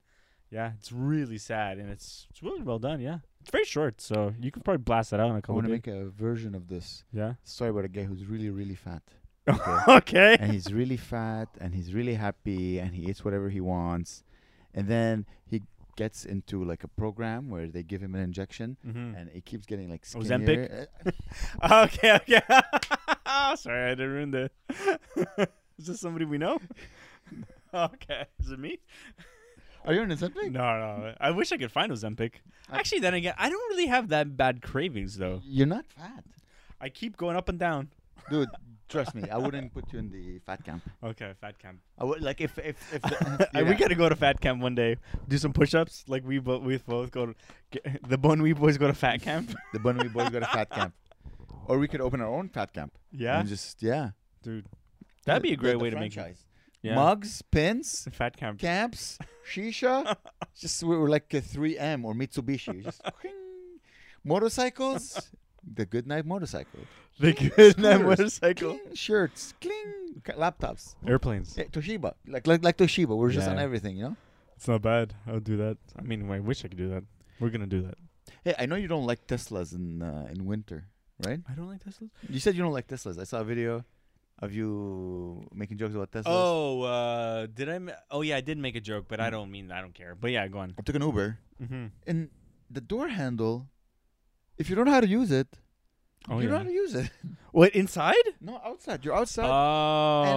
Speaker 2: yeah, it's really sad, and it's it's really well done. Yeah, it's very short, so you could probably blast that out in a
Speaker 1: I
Speaker 2: couple.
Speaker 1: want
Speaker 2: of
Speaker 1: to
Speaker 2: days.
Speaker 1: make a version of this
Speaker 2: yeah.
Speaker 1: story about a guy who's really, really fat,
Speaker 2: okay.
Speaker 1: and he's really fat, and he's really happy, and he eats whatever he wants, and then he gets into like a program where they give him an injection,
Speaker 2: Mm-hmm.
Speaker 1: and he keeps getting like skinnier.
Speaker 2: Hmm. Oh, Ozempic?
Speaker 1: Uh,
Speaker 2: Okay, okay. [laughs] Sorry, I didn't ruin the. [laughs] Is this somebody we know? [laughs] okay. Is it me?
Speaker 1: Are you on Ozempic?
Speaker 2: No, no. I wish I could find Ozempic.
Speaker 1: I-
Speaker 2: Actually, then again, I don't really have that bad cravings, though.
Speaker 1: You're not fat,
Speaker 2: I keep going up and down.
Speaker 1: dude. Trust me, I wouldn't put you in the fat camp.
Speaker 2: Okay, fat [laughs] camp.
Speaker 1: I would like if if if [laughs]
Speaker 2: We gotta go to fat camp one day. Do some push-ups. Like we both, we both go. To, get, the bone we boys go to fat camp. [laughs]
Speaker 1: the Bunbury boys go to fat camp, or we could open our own fat camp.
Speaker 2: Yeah,
Speaker 1: and just yeah.
Speaker 2: dude, that'd be a
Speaker 1: The-
Speaker 2: great
Speaker 1: the
Speaker 2: way to make
Speaker 1: franchise.
Speaker 2: it. Yeah.
Speaker 1: Mugs, pins,
Speaker 2: fat camp.
Speaker 1: camps, shisha. just we were like a 3M or Mitsubishi.
Speaker 2: [laughs]
Speaker 1: Just whing. motorcycles, the good night motorcycle.
Speaker 2: [laughs] The good
Speaker 1: Scooters,
Speaker 2: motorcycle.
Speaker 1: cling, shirts, cling, ca- laptops.
Speaker 2: Airplanes.
Speaker 1: Yeah, Toshiba, like like like Toshiba. We're just on
Speaker 2: Yeah.
Speaker 1: everything, you know.
Speaker 2: It's not bad. I'll do that. I mean, I wish I could do that. We're gonna do that.
Speaker 1: Hey, I know you don't like Teslas in uh, in winter, right?
Speaker 2: I don't like Teslas.
Speaker 1: You said you don't like Teslas. I saw a video. of you making jokes about Teslas.
Speaker 2: Oh, uh, did I? Ma- oh yeah, I did make a joke, but I don't mean I don't care. But yeah, go on.
Speaker 1: I took an Uber
Speaker 2: Mm. Mm-hmm.
Speaker 1: and the door handle. If you don't know how to use it,
Speaker 2: Oh
Speaker 1: you
Speaker 2: yeah.
Speaker 1: don't know how to use it. [laughs]
Speaker 2: What inside?
Speaker 1: no, outside. You're outside. And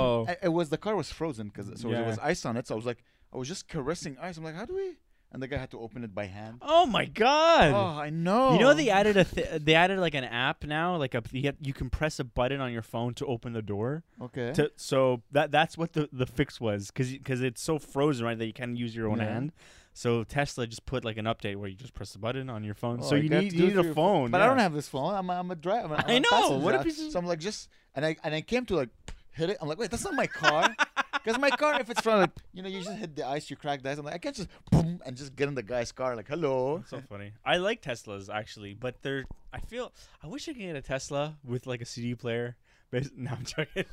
Speaker 2: Oh.
Speaker 1: I- it was the car was frozen because so
Speaker 2: Yeah.
Speaker 1: there was ice on it. So I was like, I was just caressing ice. I'm like, how do we? And the guy had to open it by hand.
Speaker 2: oh my god.
Speaker 1: Oh, I know.
Speaker 2: You know they added a th- they added like an app now like a you, you can press a button on your phone to open the door.
Speaker 1: okay.
Speaker 2: To, so that that's what the, the fix was because because it's so frozen right that you can't use your own
Speaker 1: Yeah.
Speaker 2: hand. So Tesla just put like an update where you just press the button on your phone.
Speaker 1: Oh,
Speaker 2: so
Speaker 1: I
Speaker 2: you
Speaker 1: got
Speaker 2: need
Speaker 1: to
Speaker 2: you
Speaker 1: do
Speaker 2: need
Speaker 1: it
Speaker 2: a
Speaker 1: through your
Speaker 2: phone.
Speaker 1: But I
Speaker 2: yeah.
Speaker 1: don't have this phone. I'm a, I'm a driver. I'm
Speaker 2: I
Speaker 1: a
Speaker 2: know,
Speaker 1: passenger.
Speaker 2: what a
Speaker 1: I-
Speaker 2: piece of-
Speaker 1: So I'm like just and I and I came to like hit it. I'm like, wait, that's not my
Speaker 2: [laughs]
Speaker 1: car. Because my car, if it's from like, you know, you just hit the ice, you crack the ice. I'm like, I can't just boom and just get in the guy's car. Like, hello.
Speaker 2: So funny. I like Teslas actually, but they're. I feel. I wish I could get a Tesla with like a CD player. Bas- [laughs] No, I'm joking.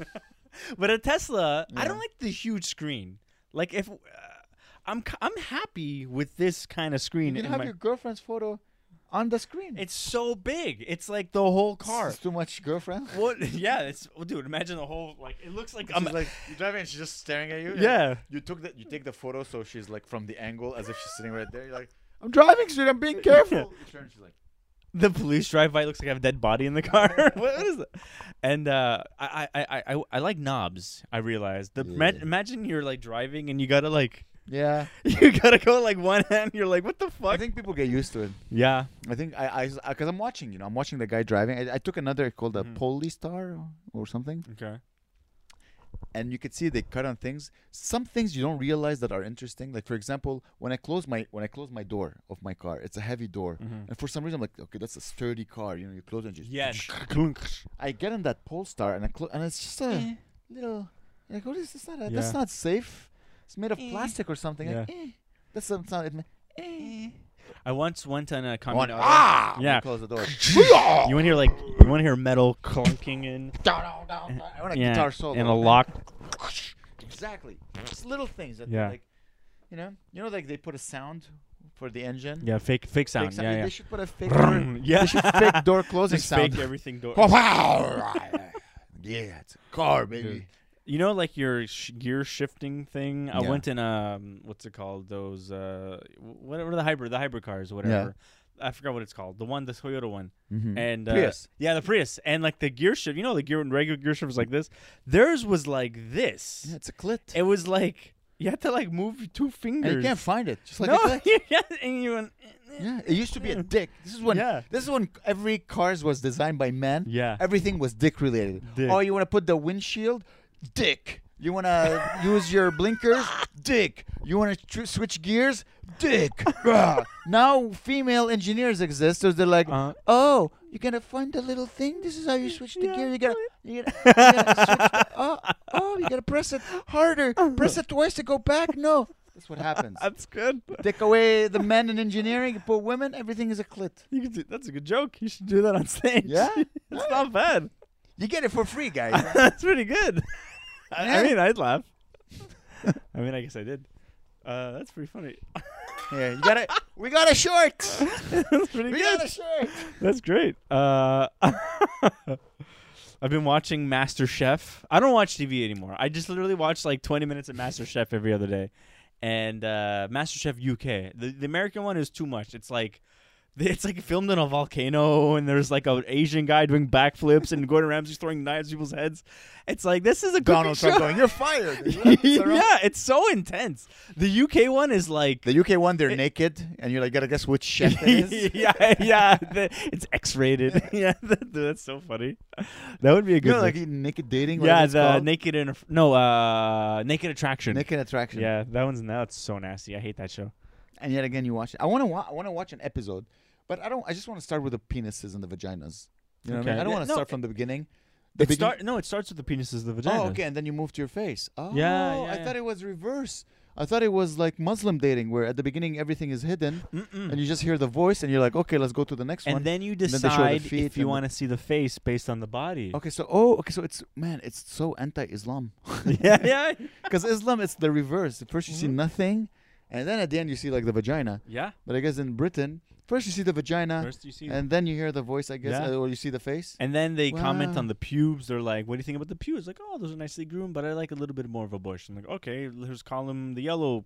Speaker 2: but a Tesla, I
Speaker 1: Yeah.
Speaker 2: don't like the huge screen. Like if uh, I'm, c- I'm happy with this kind of
Speaker 1: You
Speaker 2: screen.
Speaker 1: can
Speaker 2: in
Speaker 1: have
Speaker 2: my-
Speaker 1: your girlfriend's photo on the screen.
Speaker 2: it's so big. It's like the whole car.
Speaker 1: It's too much [laughs] girlfriend.
Speaker 2: what? [laughs] Yeah, it's well, dude. Imagine the whole like. It looks like um, I'm.
Speaker 1: she's like you're driving and she's just staring at you. and
Speaker 2: Yeah.
Speaker 1: You took the you take the photo so she's like from the angle as if she's sitting right there. You're like, I'm driving, sweet, I'm [laughs] being careful. You turn, she's like,
Speaker 2: the police drive by it looks like I have a dead body in the car. [laughs] what, what is that? And uh, I, I, I, I, I like knobs. I realized the ma-
Speaker 1: Yeah.
Speaker 2: imagine you're like driving and you gotta like [laughs]
Speaker 1: Yeah.
Speaker 2: you gotta go like one hand. You're like, what the
Speaker 1: I
Speaker 2: fuck?
Speaker 1: think people get used to it.
Speaker 2: yeah.
Speaker 1: I think I I because I'm watching, you know, I'm watching the guy driving. I, I took another called a
Speaker 2: Mhm.
Speaker 1: Police Star or, or something,
Speaker 2: Okay.
Speaker 1: and you could see they cut on things. Some things you don't realize that are interesting. Like for example, when I close my when I close my door of my car, it's a heavy door, and for some reason I'm like, okay, that's a sturdy car. You know, you close it and just
Speaker 2: Mm-hmm. Yes.
Speaker 1: I get in that Polestar and I clo- and it's just a little like what is this? Not a,
Speaker 2: Eh. Yeah.
Speaker 1: That's not safe. It's made of
Speaker 2: Eh.
Speaker 1: plastic or something. Like, eh. That's some sound. It ma- eh.
Speaker 2: I once went on a
Speaker 1: One,
Speaker 2: comedy.
Speaker 1: ah!
Speaker 2: Yeah.
Speaker 1: You close
Speaker 2: [laughs]
Speaker 1: the door.
Speaker 2: You want to hear like you want to hear metal clunking in
Speaker 1: I want a
Speaker 2: yeah,
Speaker 1: guitar solo.
Speaker 2: and a lock.
Speaker 1: Exactly. Just little things that
Speaker 2: Yeah.
Speaker 1: like, you know, you know, like they put a sound for the engine.
Speaker 2: Yeah, fake fake
Speaker 1: Fake
Speaker 2: sound.
Speaker 1: sound.
Speaker 2: Yeah,
Speaker 1: They
Speaker 2: yeah.
Speaker 1: should put a fake door,
Speaker 2: [laughs] Yeah.
Speaker 1: they should fake door closing
Speaker 2: [laughs] Just
Speaker 1: sound.
Speaker 2: fake everything door.
Speaker 1: [laughs] yeah, it's a car, baby.
Speaker 2: You know, like your sh- gear shifting thing. I
Speaker 1: Yeah.
Speaker 2: went in um, what's it called? Those uh, wh- whatever the hybrid, the hybrid cars, whatever. I forgot what it's called. The one, the Toyota one,
Speaker 1: Mhm.
Speaker 2: and uh,
Speaker 1: Prius.
Speaker 2: Yeah, the Prius, and like the gear shift. You know, the gear regular gear shift was like this. Theirs was like this.
Speaker 1: Yeah, it's a clit.
Speaker 2: It was like you had to like move your two fingers.
Speaker 1: and you can't find it. Just [laughs] like
Speaker 2: [laughs]
Speaker 1: a
Speaker 2: no,
Speaker 1: clit.
Speaker 2: yeah, and you went, eh, eh.
Speaker 1: Yeah, it used to
Speaker 2: [laughs]
Speaker 1: be a dick. This is when
Speaker 2: Yeah.
Speaker 1: this is when every cars was designed by men.
Speaker 2: Yeah.
Speaker 1: [laughs] everything was dick related.
Speaker 2: Dick.
Speaker 1: Oh, you want to put the windshield? Dick. You want [laughs] to use your blinkers? Dick. You want to tr- switch gears? Dick. [laughs] Rah. now female engineers exist, so they're like,
Speaker 2: Uh.
Speaker 1: oh, you gotta find the little thing. This is how you switch the
Speaker 2: Yeah,
Speaker 1: gear. You gotta, you gotta, you gotta switch [laughs] the- oh, oh, you gotta press it harder. Press it twice to go back. No, that's what [laughs] happens.
Speaker 2: That's good.
Speaker 1: Take away the men in engineering, put women, everything is a clit.
Speaker 2: You can do, that's a good joke. You should do that on stage.
Speaker 1: Yeah?
Speaker 2: [laughs] it's not bad.
Speaker 1: You get it for free, [laughs] guys.
Speaker 2: [laughs] That's pretty good. I, I
Speaker 1: Yeah.
Speaker 2: mean, I'd laugh. [laughs] I mean, I guess I did. Uh, that's pretty funny. [laughs]
Speaker 1: yeah, you got it. We got a short.
Speaker 2: that's pretty
Speaker 1: We
Speaker 2: good.
Speaker 1: got a short.
Speaker 2: That's great. Uh, [laughs] I've been watching Master Chef. I don't watch TV anymore. I just literally watch like 20 minutes of Master Chef every other day. And uh, Master Chef UK. The, the American one is too much. It's like [laughs] it's like filmed in a volcano and there's like an Asian guy doing backflips and Gordon Ramsay's throwing knives at people's heads. It's like this is a cooking
Speaker 1: Donald Trump
Speaker 2: show.
Speaker 1: going, you're
Speaker 2: [laughs]
Speaker 1: fired.
Speaker 2: yeah, it's so intense. The UK one is like [laughs]
Speaker 1: The UK one, they're naked, and you're like, gotta guess which chef it is. [laughs]
Speaker 2: [laughs] yeah, yeah, the- it's X-rated. [laughs] yeah, that- that's so funny. That would be a
Speaker 1: You
Speaker 2: good.
Speaker 1: know,
Speaker 2: one.
Speaker 1: like naked dating. whatever
Speaker 2: yeah,
Speaker 1: it's
Speaker 2: the
Speaker 1: called?
Speaker 2: naked in no, uh, naked attraction.
Speaker 1: naked attraction.
Speaker 2: Yeah, that one's now it's so nasty. I hate that show.
Speaker 1: And yet again, you watch it. I want to. Wa- I want to watch an episode, but I don't. I just want to start with the penises and the vaginas. You know what I
Speaker 2: Okay.
Speaker 1: mean? I don't
Speaker 2: Yeah,
Speaker 1: want to
Speaker 2: no,
Speaker 1: start from the beginning. The
Speaker 2: It
Speaker 1: begin-
Speaker 2: start no, it starts with the penises, the vagina.
Speaker 1: Oh, okay, and then you move to your face. Oh,
Speaker 2: yeah,
Speaker 1: I
Speaker 2: yeah.
Speaker 1: thought it was reverse. I thought it was like Muslim dating, where at the beginning everything is hidden,
Speaker 2: Mm-mm.
Speaker 1: and you just hear the voice, and you're like, okay, let's go to the next one.
Speaker 2: Hmm. And then you
Speaker 1: then they show the
Speaker 2: decide
Speaker 1: feet
Speaker 2: if you
Speaker 1: and the-
Speaker 2: want to see the face based on the body.
Speaker 1: okay, so oh, okay, so it's man, it's so anti-Islam, [laughs]
Speaker 2: yeah, [laughs] yeah,
Speaker 1: because Islam it's the reverse. First you see nothing, and then at the end you see like the vagina.
Speaker 2: yeah.
Speaker 1: But I guess in Britain First you see the vagina,
Speaker 4: First you see-
Speaker 1: and then you hear the voice, I guess,
Speaker 2: Yeah.
Speaker 1: uh, or you see the face.
Speaker 2: And then they comment
Speaker 1: Wow.
Speaker 2: on the pubes. They're like, "What do you think about the pubes?" Like, "Oh, those are nicely groomed, but I like a little bit more of a bush." I'm like, "Okay, here's column the yellow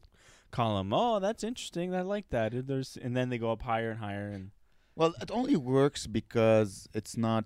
Speaker 2: column. Oh, that's interesting. I like that." And There's and then they go up higher and higher and
Speaker 1: Well, it only works because it's not.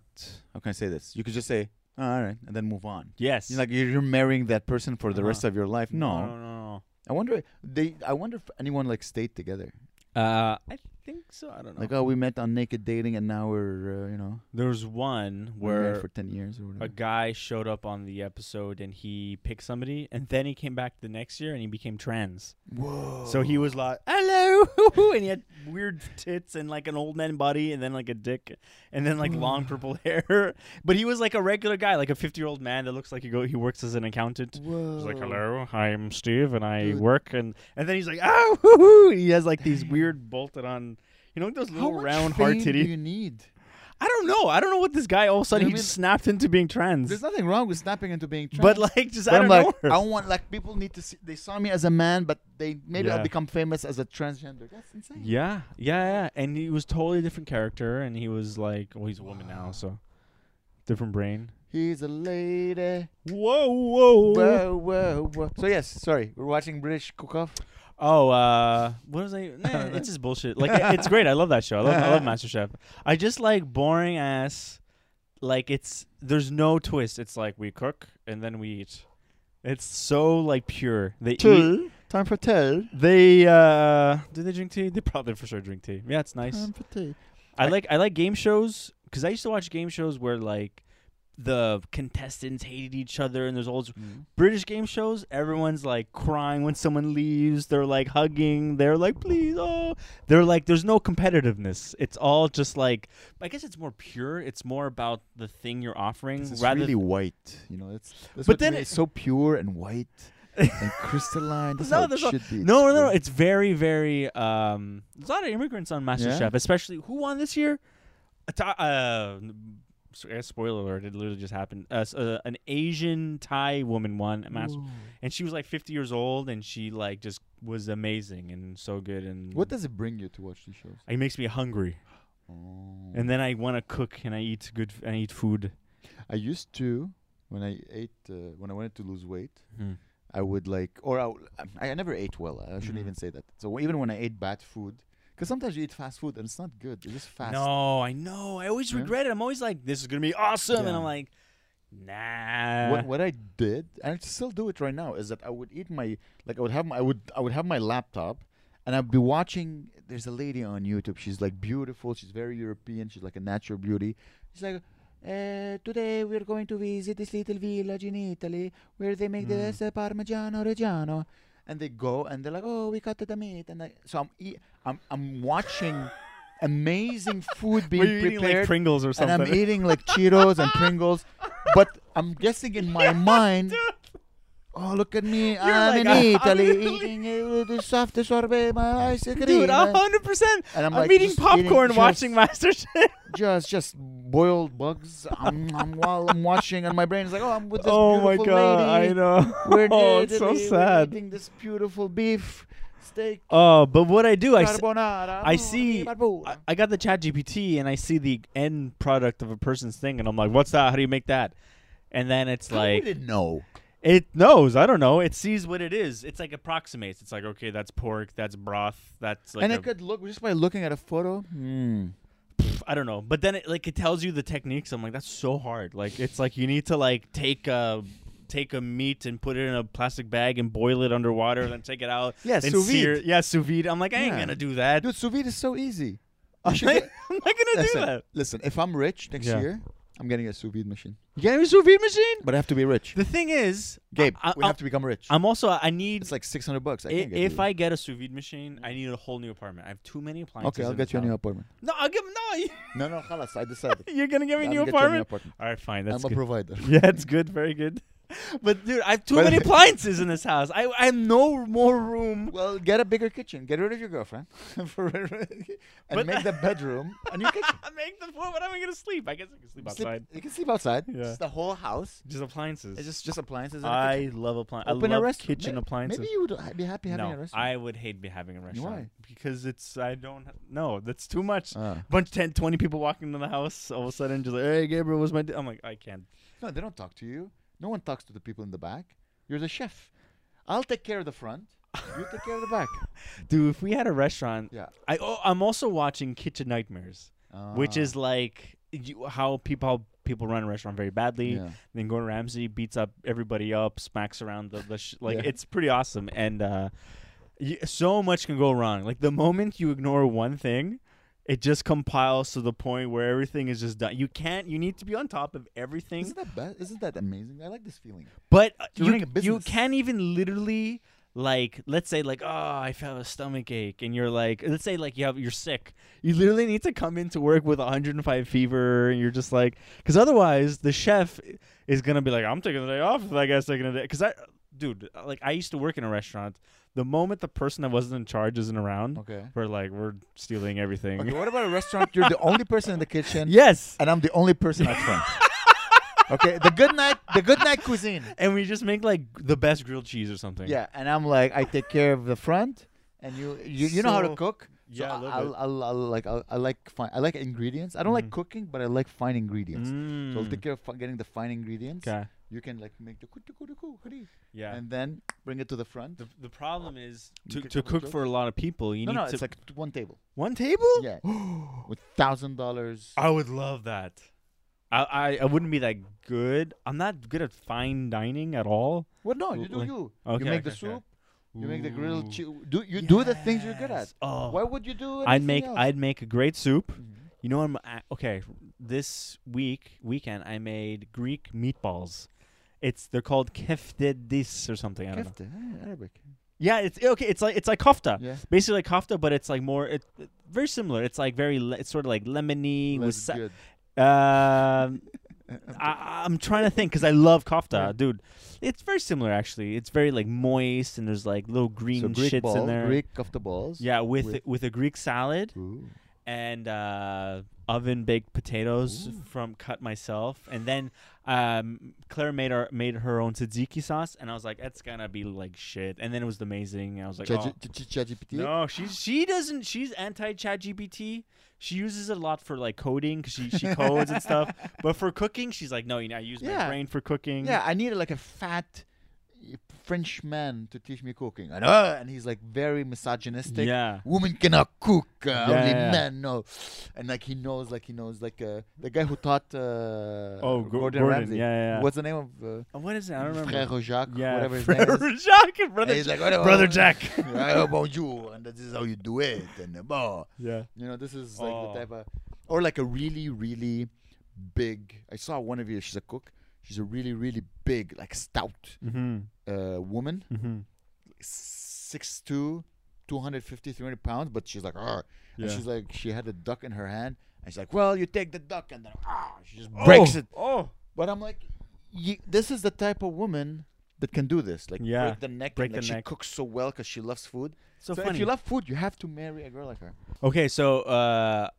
Speaker 1: How can I say this? You could just say, "Oh, "All right," and then move on.
Speaker 2: yes,
Speaker 1: You're like you're you're marrying that person for the
Speaker 2: Uh-huh.
Speaker 1: rest of your life.
Speaker 2: no,
Speaker 1: No,
Speaker 2: no, no.
Speaker 1: I wonder. They. I wonder if anyone like stayed together.
Speaker 2: no. Uh, I think so. I don't know.
Speaker 1: Like, oh, we met on naked dating, and now we're, uh, you know,
Speaker 2: There's one
Speaker 1: we're married
Speaker 2: where
Speaker 1: for ten years or
Speaker 2: a
Speaker 1: whatever.
Speaker 2: guy showed up on the episode and he picked somebody, and then he came back the next year and he became trans.
Speaker 1: Whoa.
Speaker 2: So he was like, "Hello," [laughs] and he had weird tits and like an old man body, and then like a dick, and then like [sighs] long purple hair. [laughs] But he was like a regular guy, like a fifty-year-old man that looks like he go he works as an accountant.
Speaker 1: Whoa.
Speaker 2: He's like, "Hello, I'm Steve, and I
Speaker 1: Dude.
Speaker 2: work," and and then he's like, "Oh," hoo-hoo," and [laughs] he has like these weird bolted on. You know like those
Speaker 1: How
Speaker 2: little
Speaker 1: much
Speaker 2: round hard
Speaker 1: fame
Speaker 2: titty.
Speaker 1: do you need?
Speaker 2: I don't know. I don't know what this guy all of a sudden
Speaker 1: You know what
Speaker 2: he
Speaker 1: I
Speaker 2: just snapped into being trans.
Speaker 1: There's nothing wrong with snapping into being trans.
Speaker 2: but like, just
Speaker 1: But
Speaker 2: I
Speaker 1: I'm
Speaker 2: don't
Speaker 1: like,
Speaker 2: know.
Speaker 1: I want like people need to see. They saw me as a man, but they maybe
Speaker 2: Yeah.
Speaker 1: I'll become famous as a transgender. That's insane.
Speaker 2: Yeah, yeah, yeah. And he was totally different character, and he was like, well, he's a woman now, so different brain.
Speaker 1: He's a lady.
Speaker 2: Whoa, whoa.
Speaker 1: Whoa, whoa, whoa. So yes, sorry, we're watching British Cook Off.
Speaker 2: Oh, uh, what was [laughs] I? Nah, it's just bullshit. Like, it- it's great. I love that show. I love, I love MasterChef. I just like boring ass. Like, it's there's no twist. It's like we cook and then we eat. It's so like pure. They eat.
Speaker 1: Time for tell.
Speaker 2: They uh, do they drink tea? They probably for sure drink tea. Yeah, it's nice. Mm,
Speaker 1: Time for tea.
Speaker 2: I
Speaker 1: I-
Speaker 2: like I like game shows because I used to watch game shows where like the contestants hated each other and there's all this-
Speaker 1: Mm-hmm.
Speaker 2: British game shows. Everyone's like crying when someone leaves. They're like hugging. They're like please oh. They're like there's no competitiveness. It's all just like I guess it's more pure. It's more about the thing you're offering
Speaker 1: This is
Speaker 2: rather. [laughs]
Speaker 1: really white, you know. It's that's
Speaker 2: But
Speaker 1: what
Speaker 2: then
Speaker 1: made
Speaker 2: it-
Speaker 1: it, so pure and white and crystalline. That's
Speaker 2: No,
Speaker 1: how it
Speaker 2: there's a-
Speaker 1: should be.
Speaker 2: no, no, no.
Speaker 1: It's,
Speaker 2: It's very, very. Um, there's a lot of immigrants on MasterChef,
Speaker 1: Yeah?
Speaker 2: especially who won this year. A Tha- uh, n- s- uh, spoiler alert! It literally just happened. Uh, s- uh, an Asian Thai woman won Master, and she was like 50 years old, and she like just was amazing and so good. And
Speaker 1: what does it bring you to watch these shows?
Speaker 2: It makes me hungry,
Speaker 1: Oh.
Speaker 2: and then I want to cook and I eat good. f- I eat food.
Speaker 1: I used to when I ate uh, when I wanted to lose weight.
Speaker 2: Mhm.
Speaker 1: I would like, or I, would- um, I never ate well. I shouldn't
Speaker 2: Mhm.
Speaker 1: even say that. So even when I ate bad food, because sometimes you eat fast food and it's not good. It's just fast.
Speaker 2: No, I know. I always
Speaker 1: Yeah?
Speaker 2: regret it. I'm always like, this is gonna be awesome, and
Speaker 1: Yeah.
Speaker 2: I'm like, nah.
Speaker 1: What, what I did, and I still do it right now, is that I would eat my like I would have my I would I would have my laptop, and I'd be watching. There's a lady on YouTube. She's like beautiful. She's very European. She's like a natural beauty. She's like. Uh, today we're going to visit this little village in Italy where they make the
Speaker 2: Hmm.
Speaker 1: best uh, Parmigiano Reggiano, and they go and they're like, "Oh, we cut the meat," and I, so I'm eat, I'm I'm
Speaker 2: [laughs]
Speaker 1: watching amazing food being
Speaker 2: Were you eating like
Speaker 1: prepared
Speaker 2: Pringles or
Speaker 1: and
Speaker 2: something?
Speaker 1: I'm eating like Cheetos and Pringles, but I'm guessing in
Speaker 2: [laughs]
Speaker 1: my mind. Oh, look at me! I'm
Speaker 2: like,
Speaker 1: in
Speaker 2: "I'm in
Speaker 1: Italy
Speaker 2: Italy."
Speaker 1: eating uh, the soft sorbet, my ice cream,
Speaker 2: Dude,
Speaker 1: uh,
Speaker 2: hundred percent.
Speaker 1: And
Speaker 2: I'm, [laughs]
Speaker 1: I'm like,
Speaker 2: eating
Speaker 1: just eating-
Speaker 2: popcorn,
Speaker 1: just-
Speaker 2: watching [laughs] MasterChef.
Speaker 1: just just boiled bugs. I'm, I'm while I'm watching, and my brain is like, oh, I'm with this beautiful lady.
Speaker 2: know.
Speaker 1: We're in
Speaker 2: [laughs] oh, it's so
Speaker 1: Italy, we're
Speaker 2: sad.
Speaker 1: Eating this beautiful beef steak
Speaker 2: Oh, but what I do, I, s-
Speaker 1: carbonara.
Speaker 2: I see.
Speaker 1: Barbara.
Speaker 2: I, I got the Chat GPT and I see the end product of a person's thing, and I'm like, "What's that? How do you make that?" And then it's
Speaker 1: How
Speaker 2: like
Speaker 1: would it know?
Speaker 2: it knows. I don't know. It sees what it is. It's like approximates. It's like, okay, that's pork. That's broth. That's like
Speaker 1: and
Speaker 2: a-
Speaker 1: it could look just by looking at a photo. Hmm.
Speaker 2: I don't know. But then it like it tells you the techniques. I'm like, that's so hard. Like it's like you need to like take a take a meat and put it in a plastic bag and boil it underwater and then take it out.
Speaker 1: Yeah,
Speaker 2: then
Speaker 1: sous vide.
Speaker 2: sear it. Yeah, sous vide. I'm like, I ain't
Speaker 1: Yeah.
Speaker 2: gonna do [laughs] that.
Speaker 1: Dude, sous vide is so
Speaker 2: [laughs]
Speaker 1: easy.
Speaker 2: I'm
Speaker 1: You should
Speaker 2: not
Speaker 1: get-
Speaker 2: I'm not gonna
Speaker 1: listen,
Speaker 2: do that.
Speaker 1: Listen, if I'm rich next
Speaker 2: Yeah.
Speaker 1: year, I'm getting a sous vide machine.
Speaker 2: You can't have a sous vide machine.
Speaker 1: But I have to be rich.
Speaker 2: The thing is,
Speaker 1: Gabe,
Speaker 2: I, I,
Speaker 1: we have to become rich.
Speaker 2: I'm also I need.
Speaker 1: it's like 600 bucks. I
Speaker 2: i-
Speaker 1: can't get
Speaker 2: if
Speaker 1: you.
Speaker 2: I get a sous vide machine, I need a whole new apartment. I have too many appliances.
Speaker 1: okay, I'll
Speaker 2: in this
Speaker 1: get you a
Speaker 2: house.
Speaker 1: new apartment.
Speaker 2: No, I'll give no. [laughs] you-
Speaker 1: No, no, halas, I decided. [laughs]
Speaker 2: You're gonna give me a
Speaker 1: I'll
Speaker 2: new
Speaker 1: get you a new
Speaker 2: apartment.
Speaker 1: apartment.
Speaker 2: All right, fine. That's
Speaker 1: I'm a
Speaker 2: [laughs] good.
Speaker 1: provider.
Speaker 2: yeah, it's good. Very good. But dude, I have too
Speaker 1: But-
Speaker 2: [laughs] many appliances in this house. I I have no more room.
Speaker 1: Well, get a bigger kitchen. Get rid of your girlfriend, [laughs] For- and
Speaker 2: But-
Speaker 1: make the
Speaker 2: [laughs]
Speaker 1: bedroom a new kitchen.
Speaker 2: [laughs] I make the floor. What am I gonna sleep? I guess I can sleep
Speaker 1: Sleep-
Speaker 2: outside.
Speaker 1: you can sleep outside.
Speaker 2: Yeah.
Speaker 1: Just the whole house.
Speaker 2: Just appliances.
Speaker 1: It's just just appliances. And a kitchen.
Speaker 2: I love appliances. I
Speaker 1: Open
Speaker 2: love
Speaker 1: a restaurant.
Speaker 2: kitchen
Speaker 1: May-
Speaker 2: appliances.
Speaker 1: Maybe you would ha- be happy having
Speaker 2: no,
Speaker 1: a restaurant.
Speaker 2: I would hate be having a restaurant
Speaker 1: Why?
Speaker 2: because it's I don't no that's too much.
Speaker 1: Ah.
Speaker 2: Bunch 10, 20 people walking into the house all of a sudden just like hey Gabriel was my di-" I'm like I can't.
Speaker 1: No, they don't talk to you. No one talks to the people in the back. You're the chef. I'll take care of the front. You take care of the
Speaker 2: [laughs]
Speaker 1: back.
Speaker 2: Dude, if we had a restaurant,
Speaker 1: Yeah.
Speaker 2: I oh, I'm also watching Kitchen Nightmares, which
Speaker 1: Ah.
Speaker 2: is like you, how people how people run a restaurant very badly.
Speaker 1: Yeah.
Speaker 2: Then Gordon Ramsay beats up everybody up, smacks around the, the
Speaker 1: [laughs]
Speaker 2: sh- like
Speaker 1: Yeah.
Speaker 2: it's pretty awesome and uh y so much can go wrong. Like the moment you ignore one thing, it just compiles to the point where everything is just done. You can't you need to be on top of everything.
Speaker 1: Isn't that bad? Isn't that amazing? I like this feeling.
Speaker 2: But uh,
Speaker 1: It's
Speaker 2: you,
Speaker 1: running a
Speaker 2: you
Speaker 1: business.
Speaker 2: can't even literally like let's say like oh I felt a stomach ache and you're like let's say like you have you're sick. You literally need to come into work with 105 fever and you're just like because otherwise the chef is gonna be like I'm taking the day off if that guy's taking a day because I dude like I used to work in a restaurant. The moment the person that wasn't in charge isn't around,
Speaker 1: Okay.
Speaker 2: we're like we're stealing everything.
Speaker 1: Okay. What about a restaurant? You're the only person in the kitchen.
Speaker 2: [laughs] Yes,
Speaker 1: And I'm the only person out
Speaker 2: [laughs]
Speaker 1: front. okay. The good night. The good night cuisine.
Speaker 2: and we just make like the best grilled cheese or something.
Speaker 1: Yeah. And I'm like, I take care of the front, and you you, you know how
Speaker 2: So-
Speaker 1: to cook. So
Speaker 2: yeah, a
Speaker 1: I,
Speaker 2: little
Speaker 1: I'll,
Speaker 2: bit.
Speaker 1: I'll, I'll like I'll, I like fine. I like ingredients. I don't like cooking, but I like fine ingredients. So I'll
Speaker 2: Mm.
Speaker 1: take care of fi- getting the fine ingredients.
Speaker 2: Okay.
Speaker 1: You can like make the kutukutuku,
Speaker 2: Yeah.
Speaker 1: and then bring it to the front.
Speaker 2: The, the problem
Speaker 1: Uh,
Speaker 2: is
Speaker 1: You
Speaker 2: to,
Speaker 1: could
Speaker 2: to
Speaker 1: double
Speaker 2: cook
Speaker 1: dip.
Speaker 2: for a lot of people. You
Speaker 1: no,
Speaker 2: need
Speaker 1: no,
Speaker 2: to
Speaker 1: it's like t- one
Speaker 2: [gasps]
Speaker 1: table.
Speaker 2: one table.
Speaker 1: Yeah, with thousand
Speaker 2: [gasps]
Speaker 1: dollars.
Speaker 2: I would love that. I, I I wouldn't be that good. I'm not good at fine dining at all.
Speaker 1: Well, no, you do
Speaker 2: Like-
Speaker 1: you.
Speaker 2: okay,
Speaker 1: you make
Speaker 2: okay,
Speaker 1: the
Speaker 2: okay.
Speaker 1: soup. You make the grilled.
Speaker 2: Ooh.
Speaker 1: Chi- do you do the things you're good at?
Speaker 2: Yes. Oh,
Speaker 1: Why would you do?
Speaker 2: I'd
Speaker 1: anything
Speaker 2: make
Speaker 1: else?
Speaker 2: I'd make a great soup.
Speaker 1: Mhm.
Speaker 2: You know I'm I- okay. This week weekend I made Greek meatballs. It's they're called keftedis or something. I don't know.
Speaker 1: Kefta, ah, Arabic.
Speaker 2: Yeah, it's okay. It's like it's like kofta.
Speaker 1: Yeah.
Speaker 2: Basically like kofta, but it's like more it, it- very similar. It's like very le- it's sort of like lemony with
Speaker 1: That's
Speaker 2: sa-
Speaker 1: good.
Speaker 2: [laughs]
Speaker 1: [laughs]
Speaker 2: Um, I, I'm trying to think because I love kofta, dude. It's very similar, actually. It's very like moist, and there's like little green
Speaker 1: So Greek
Speaker 2: shits
Speaker 1: ball,
Speaker 2: in there.
Speaker 1: Greek of the balls.
Speaker 2: yeah, with
Speaker 1: with-
Speaker 2: with, a Greek salad
Speaker 1: Ooh.
Speaker 2: and uh, oven baked potatoes from cut myself, and then um, Claire made our made her own tzatziki sauce, and I was like, that's gonna be like shit, and then it was amazing. and I was like, oh.
Speaker 1: Chat- Ch- Ch- ChatGPT?
Speaker 2: No, she's she doesn't. She's anti ChatGPT. She uses it a lot for like coding 'cause she [laughs] she codes and stuff. But for cooking, she's like, no, you know, I use my
Speaker 1: Yeah.
Speaker 2: brain for cooking.
Speaker 1: Yeah, I needed like a fat uh, French man to teach me cooking. And, uh, and he's like very misogynistic.
Speaker 2: Yeah.
Speaker 1: Women cannot cook. Uh, Only
Speaker 2: Yeah.
Speaker 1: men know. And like he knows, like he knows, like uh, the guy who taught uh,
Speaker 2: Oh, Go-
Speaker 1: Gordon,
Speaker 2: Gordon,
Speaker 1: Ramsay.
Speaker 2: yeah, yeah, yeah.
Speaker 1: What's the name of uh,
Speaker 2: Uh, What is it? I don't remember.
Speaker 1: Frère Jacques?
Speaker 2: yeah,
Speaker 1: whatever his
Speaker 2: Frere
Speaker 1: name is.
Speaker 2: Jacques,
Speaker 1: And
Speaker 2: brother,
Speaker 1: he's
Speaker 2: Jack.
Speaker 1: like, "Oh,
Speaker 2: brother
Speaker 1: [laughs]
Speaker 2: Jack.
Speaker 1: oh, bonjour, and this is how you do it, and uh, bah."
Speaker 2: yeah.
Speaker 1: You know, this is like
Speaker 2: Oh.
Speaker 1: the type of, or like a really, really big. I saw one of you. She's a cook. She's a really, really big, like stout
Speaker 2: Mm-hmm.
Speaker 1: uh, woman,
Speaker 2: Mm-hmm.
Speaker 1: six two, 250, 300 pounds. But she's like, "Arr." and
Speaker 2: Yeah.
Speaker 1: she's like, she had a duck in her hand, and she's like, well, you take the duck, and then ah, she just breaks it.
Speaker 2: Oh.
Speaker 1: But I'm like, ye- this is the type of woman that can do this. Like,
Speaker 2: Yeah.
Speaker 1: break the neck.
Speaker 2: Break
Speaker 1: and, like,
Speaker 2: the
Speaker 1: she
Speaker 2: neck.
Speaker 1: cooks so well because she loves food.
Speaker 2: So,
Speaker 1: So,
Speaker 2: funny.
Speaker 1: if you love food, you have to marry a girl like her.
Speaker 2: Okay, so uh,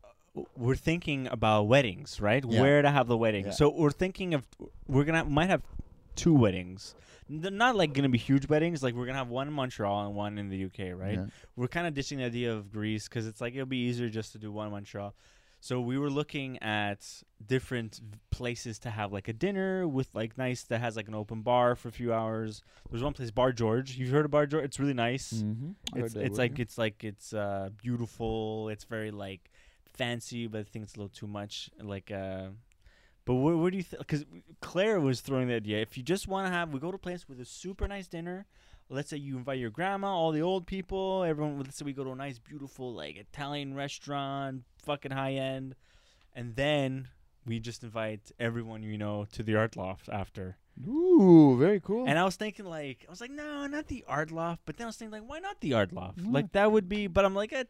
Speaker 2: we're thinking about weddings, right?
Speaker 1: Yeah.
Speaker 2: Where to have the wedding.
Speaker 1: Yeah.
Speaker 2: So we're thinking of we're gonna might have two weddings. They're not like gonna be huge weddings. Like we're gonna have one in Montreal and one in the UK, right?
Speaker 1: Yeah.
Speaker 2: We're kind of ditching the idea of Greece because it's like it'll be easier just to do one in Montreal. So we were looking at different v- places to have like a dinner with like nice that has like an open bar for a few hours. There's one place, Bar George. You've heard of Bar George? It's really nice
Speaker 1: Mm-hmm.
Speaker 2: it's it's like it's like it's uh beautiful it's very like fancy but i think it's a little too much like uh but where, where do you think because claire was throwing the idea if you just want to have we go to a place with a super nice dinner let's say you invite your grandma all the old people everyone let's say we go to a nice beautiful like italian restaurant fucking high end and then we just invite everyone you know to the art loft after
Speaker 1: Ooh, very cool.
Speaker 2: and I was thinking like I was like, no, not the Ardloff. But then I was thinking like, why not the Ardloff? Like that would be. But I'm like, I,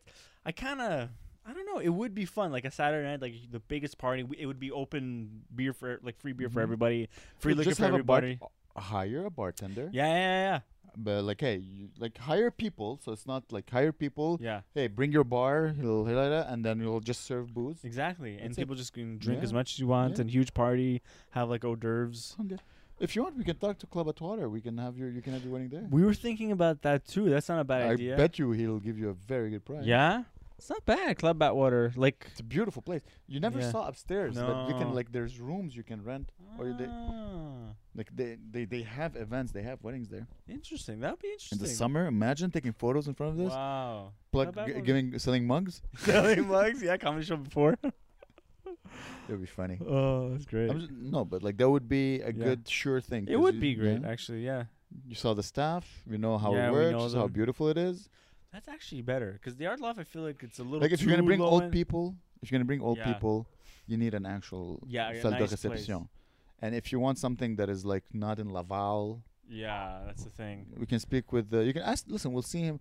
Speaker 2: I kind of, I don't know. It would be fun, like a Saturday night, like the biggest party. It would be open beer for like free beer for everybody, free
Speaker 1: So Mm-hmm.
Speaker 2: liquor
Speaker 1: just
Speaker 2: for
Speaker 1: have a bar-
Speaker 2: everybody.
Speaker 1: hire a bartender.
Speaker 2: Yeah, yeah,
Speaker 1: But like, hey, you, like hire people. So it's not like hire people.
Speaker 2: yeah. Yeah,
Speaker 1: Hey, bring your bar, he'll- he'll- he'll- and then you'll just serve booze.
Speaker 2: exactly. and
Speaker 1: That's it.
Speaker 2: people just can drink
Speaker 1: Yeah.
Speaker 2: as much as you want
Speaker 1: Yeah.
Speaker 2: and huge party, have like hors d'oeuvres.
Speaker 1: Okay. If you want, we can talk to Club at Water. We can have your, you can have your wedding there.
Speaker 2: We were thinking about that too. That's not a bad
Speaker 1: I
Speaker 2: idea.
Speaker 1: bet you he'll give you a very good price.
Speaker 2: Yeah, it's not bad. Club Atwater, like
Speaker 1: It's a beautiful place. You never
Speaker 2: Yeah.
Speaker 1: saw upstairs, but you can
Speaker 2: No.
Speaker 1: like there's rooms you can rent or they
Speaker 2: Ah,
Speaker 1: like they, they they have events, they have weddings there.
Speaker 2: interesting. That would be
Speaker 1: In
Speaker 2: interesting.
Speaker 1: the summer, imagine taking photos in front of this,
Speaker 2: Wow.
Speaker 1: plug
Speaker 2: Club
Speaker 1: g-
Speaker 2: Atwater.
Speaker 1: giving selling mugs. [laughs]
Speaker 2: Selling mugs. Yeah, comedy show before.
Speaker 1: It would be funny.
Speaker 2: [laughs] oh, that's [laughs] great.
Speaker 1: I'm just, no, but like that would be a
Speaker 2: Yeah.
Speaker 1: good sure thing.
Speaker 2: It
Speaker 1: 'cause
Speaker 2: would
Speaker 1: you-
Speaker 2: be great,
Speaker 1: yeah.
Speaker 2: actually. Yeah,
Speaker 1: You saw the staff, you know how
Speaker 2: Yeah,
Speaker 1: it
Speaker 2: we
Speaker 1: works,
Speaker 2: know
Speaker 1: you saw how
Speaker 2: them.
Speaker 1: beautiful it is.
Speaker 2: that's actually better because the art loft. I feel like it's a little.
Speaker 1: Like if you're gonna
Speaker 2: too
Speaker 1: bring
Speaker 2: low
Speaker 1: old
Speaker 2: end.
Speaker 1: people, if you're gonna bring old
Speaker 2: Yeah.
Speaker 1: people, you need an actual
Speaker 2: Yeah, a
Speaker 1: salle de
Speaker 2: nice place.
Speaker 1: réception. And if you want something that is like not in Laval,
Speaker 2: Yeah, that's the thing.
Speaker 1: we can speak with. Uh, you can ask. Listen, we'll see him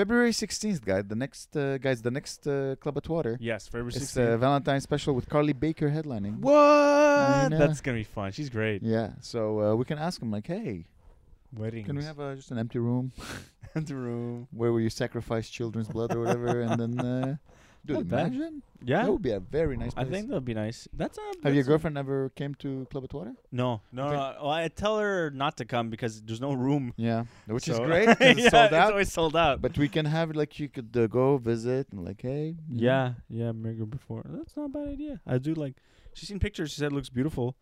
Speaker 1: February sixteenth, guy. The next uh, guys, the next uh, Club at Water.
Speaker 2: Yes, February
Speaker 1: It's uh, a
Speaker 2: sixteenth.
Speaker 1: Valentine's special with Carly Baker headlining.
Speaker 2: what?
Speaker 1: know.
Speaker 2: That's gonna be fun. She's great.
Speaker 1: Yeah, so uh, we can ask him like, hey,
Speaker 2: Weddings.
Speaker 1: can we have uh, just an empty room
Speaker 2: the room?
Speaker 1: where will you sacrifice children's blood or whatever, and then,
Speaker 2: [laughs]
Speaker 1: uh, dude,
Speaker 2: Not bad.
Speaker 1: imagine
Speaker 2: Yeah,
Speaker 1: that would be a very nice.
Speaker 2: I
Speaker 1: Place.
Speaker 2: think that'll be nice. That's a.
Speaker 1: Have your
Speaker 2: that's a-
Speaker 1: girlfriend ever came to Club at Water?
Speaker 2: No, no,
Speaker 1: Okay.
Speaker 2: no. Well, I tell her not to come because there's no room.
Speaker 1: Yeah, which is
Speaker 2: So- [laughs]
Speaker 1: great. 'cause it's
Speaker 2: yeah,
Speaker 1: sold out.
Speaker 2: always sold out.
Speaker 1: but we can have like you could uh, go visit and like, hey, you know.
Speaker 2: yeah, yeah, Mirror before. That's not a bad idea. I do like. She's seen pictures. She said it looks beautiful.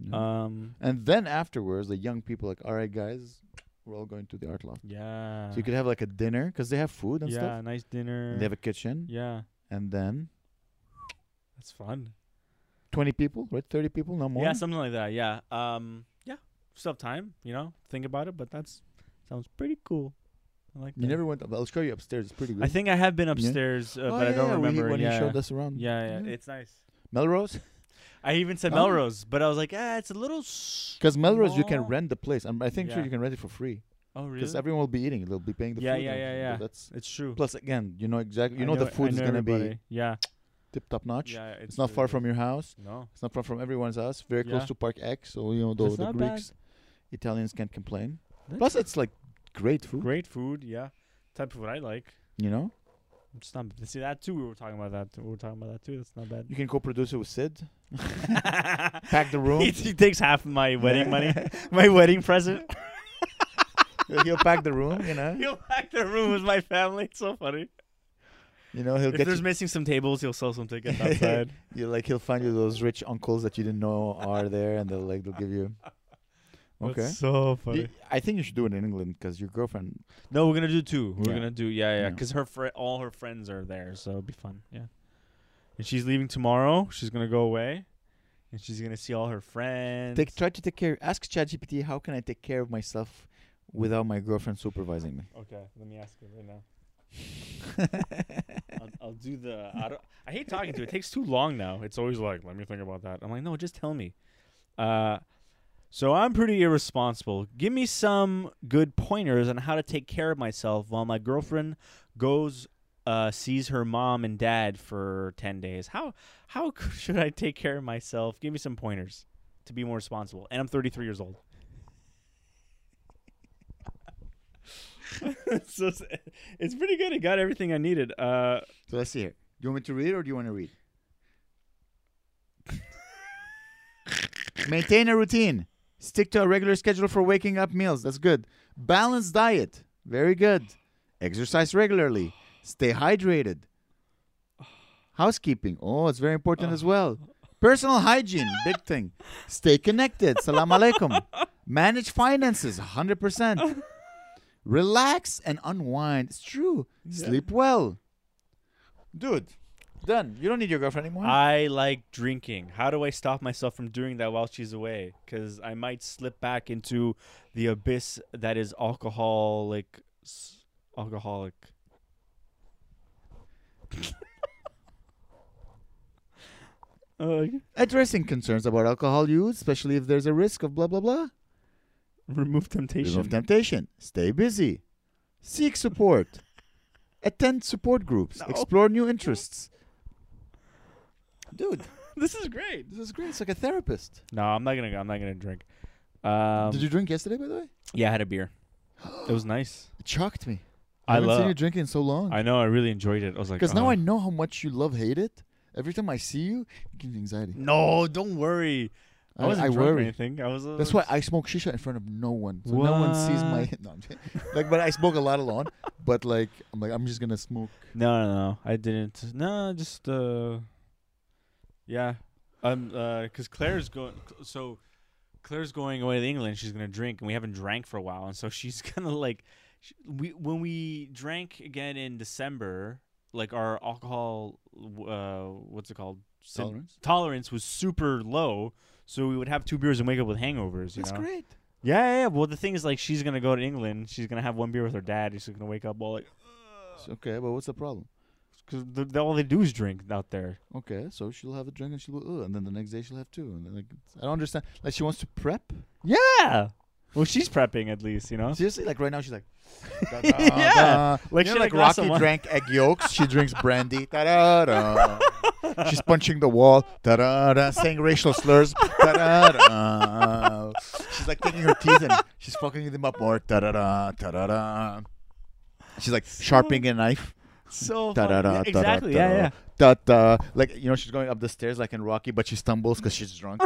Speaker 1: Yeah.
Speaker 2: Um,
Speaker 1: And then afterwards, the young people like, all right, guys, we're all going to the art loft.
Speaker 2: yeah.
Speaker 1: So you could have like a dinner because they have food and
Speaker 2: yeah,
Speaker 1: stuff.
Speaker 2: nice dinner.
Speaker 1: And they have a kitchen,
Speaker 2: yeah,
Speaker 1: and then
Speaker 2: that's fun.
Speaker 1: twenty people, right? Thirty people, no more.
Speaker 2: Yeah, something like that. Yeah. Um, yeah. Still have time, you know. Think about it, but that's sounds pretty cool. I like.
Speaker 1: you
Speaker 2: that.
Speaker 1: never went. Up. I'll show you upstairs. It's pretty good.
Speaker 2: I think I have been
Speaker 1: Yeah.
Speaker 2: upstairs, uh,
Speaker 1: Oh,
Speaker 2: but I
Speaker 1: yeah,
Speaker 2: don't
Speaker 1: yeah, we-
Speaker 2: remember.
Speaker 1: when
Speaker 2: yeah.
Speaker 1: you showed us around.
Speaker 2: yeah, yeah,
Speaker 1: Yeah.
Speaker 2: it's nice.
Speaker 1: Melrose,
Speaker 2: I even said
Speaker 1: Oh.
Speaker 2: Melrose, but I was like, ah, it's a little. s-
Speaker 1: because Melrose, you can
Speaker 2: small."
Speaker 1: rent the place. I'm, I think sure
Speaker 2: Yeah.
Speaker 1: you can rent it for free
Speaker 2: Oh, really?
Speaker 1: because everyone will be eating. They'll be paying the
Speaker 2: Yeah,
Speaker 1: food.
Speaker 2: yeah,
Speaker 1: and
Speaker 2: yeah,
Speaker 1: everything, but
Speaker 2: yeah.
Speaker 1: That's
Speaker 2: it's true.
Speaker 1: plus again, you know exactly. You
Speaker 2: I
Speaker 1: know, the
Speaker 2: it- I
Speaker 1: food is
Speaker 2: know
Speaker 1: gonna be
Speaker 2: everybody. Yeah.
Speaker 1: tip top notch.
Speaker 2: Yeah.
Speaker 1: It's, not far from your house.
Speaker 2: No.
Speaker 1: It's not far from everyone's house. Very close
Speaker 2: Yeah.
Speaker 1: to Park X, so you know the,
Speaker 2: That's
Speaker 1: the
Speaker 2: not bad.
Speaker 1: Greeks, Italians can't complain.
Speaker 2: That's
Speaker 1: Plus, it's like great food.
Speaker 2: Great food. Yeah. Type of what I like.
Speaker 1: You know,
Speaker 2: It's not. See that too. We were talking about that. Too. We were talking about that too. That's not [laughs]
Speaker 1: you can co-produce it with Sid.
Speaker 2: bad.
Speaker 1: Pack the room.
Speaker 2: he, [laughs] he takes half of my wedding [laughs] money, my wedding [laughs] present.
Speaker 1: he'll pack the room. You
Speaker 2: [laughs]
Speaker 1: know,
Speaker 2: He'll pack the room with my family. It's so funny.
Speaker 1: you know he'll
Speaker 2: if
Speaker 1: get
Speaker 2: there's
Speaker 1: you,
Speaker 2: missing some tables, he'll sell some [laughs] tickets outside.
Speaker 1: you. Like he'll find you those rich uncles that you didn't know are there, and they'll like they'll give you. Okay.
Speaker 2: [laughs] That's so funny.
Speaker 1: You- I think you should do it in England because your girlfriend.
Speaker 2: No, we're gonna do two. We're
Speaker 1: Yeah.
Speaker 2: gonna do yeah, yeah,
Speaker 1: Yeah.
Speaker 2: because her fri all her friends are there, so it'll be fun. Yeah, and she's leaving tomorrow. She's gonna go away, and she's gonna see all her friends.
Speaker 1: Take, try to take care. Ask ChatGPT how can I take care of myself without my girlfriend supervising me.
Speaker 2: okay, let me ask her right now. I'll, I'll do the. I, don't, I hate talking to it. It takes too long now. It's always like, let me think about that. I'm like, no, just tell me. Uh, so I'm pretty irresponsible. Give me some good pointers on how to take care of myself while my girlfriend goes uh, sees her mom and dad for ten days. How how [laughs] c- should I take care of myself? Give me some pointers to be more responsible. And I'm 33 years old. [laughs] so it's, it's pretty good. It got everything I needed. Uh,
Speaker 1: So let's see here. Do you want me to read or do you want to read? Maintain a routine. Stick to a regular schedule for waking up meals. That's good. Balanced diet. Very good. Exercise regularly. Stay hydrated. Housekeeping. Oh, it's very important as well. Personal hygiene. Big thing. Stay connected. Salam alaikum. Manage finances. 100%. Relax and unwind. It's true. Sleep well. Dude, done. You don't need your girlfriend anymore.
Speaker 2: I like drinking. How do I stop myself from doing that while she's away? Because I might slip back into the abyss that is alcoholic. s- Alcoholic. [laughs] uh,
Speaker 1: Addressing concerns about alcohol use, especially if there's a risk of blah, blah, blah.
Speaker 2: remove temptation.
Speaker 1: Remove temptation. Stay busy. Seek support. Attend support groups.
Speaker 2: No.
Speaker 1: Explore new interests. Dude,
Speaker 2: this is great.
Speaker 1: this is great. It's like a therapist.
Speaker 2: No, I'm not gonna. I'm not gonna drink. Um,
Speaker 1: Did you drink yesterday, by the way?
Speaker 2: Yeah, I had a beer. It was nice.
Speaker 1: It shocked me.
Speaker 2: I
Speaker 1: haven't
Speaker 2: love-
Speaker 1: seen you drinking so long.
Speaker 2: I know. I really enjoyed it. I was like,
Speaker 1: Because now
Speaker 2: "Oh."
Speaker 1: I know how much you love hate it. Every time I see you, it gives me anxiety.
Speaker 2: No, don't worry. I,
Speaker 1: I-
Speaker 2: wasn't
Speaker 1: I
Speaker 2: drunk or
Speaker 1: worry.
Speaker 2: anything. I was. uh,
Speaker 1: That's why I smoke shisha in front of no one. So no one sees my
Speaker 2: What?
Speaker 1: [laughs] no, I'm kidding. like but I smoke a lot alone. But like I'm like I'm just gonna smoke
Speaker 2: No, no, no. I didn't. No, just uh, yeah. Um, uh, cause Claire's going. So Claire's going away to England. She's gonna drink, and we haven't drank for a while, and so [laughs] she's gonna like, sh- we when we drank again in December, like our alcohol, uh, what's it called? Sin-
Speaker 1: tolerance.
Speaker 2: tolerance was super low, so we would have two beers and wake up with hangovers. You
Speaker 1: That's
Speaker 2: know?
Speaker 1: great.
Speaker 2: Yeah, yeah, yeah. Well, the thing is, like, she's gonna go to England. She's gonna have one beer with her dad. and She's gonna wake up all like,
Speaker 1: So- okay, but what's the problem?
Speaker 2: because all they do is drink out there.
Speaker 1: Okay, so she'll have a drink and she'll go, Ugh, and then the next day she'll have two. And then, like, I don't understand. Like she wants to prep.
Speaker 2: Yeah. Well, she's prepping at least, you know. [laughs]
Speaker 1: Seriously, like right now she's like, da,
Speaker 2: Yeah. Like,
Speaker 1: like
Speaker 2: she
Speaker 1: you know,
Speaker 2: had a
Speaker 1: like
Speaker 2: glass of
Speaker 1: Rocky
Speaker 2: wine.
Speaker 1: drank egg yolks. She drinks brandy. Da da da. She's punching the wall. Da da da. Saying racial slurs. Da da da. She's like taking her teeth and she's fucking them up more. Da da da. Da da da. She's like sharpening a knife.
Speaker 2: So
Speaker 1: Da da
Speaker 2: fun-
Speaker 1: da.
Speaker 2: Yeah, exactly. Yeah, yeah.
Speaker 1: Da da. Like you know, she's going up the stairs like in Rocky, but she stumbles because she's [laughs] drunk.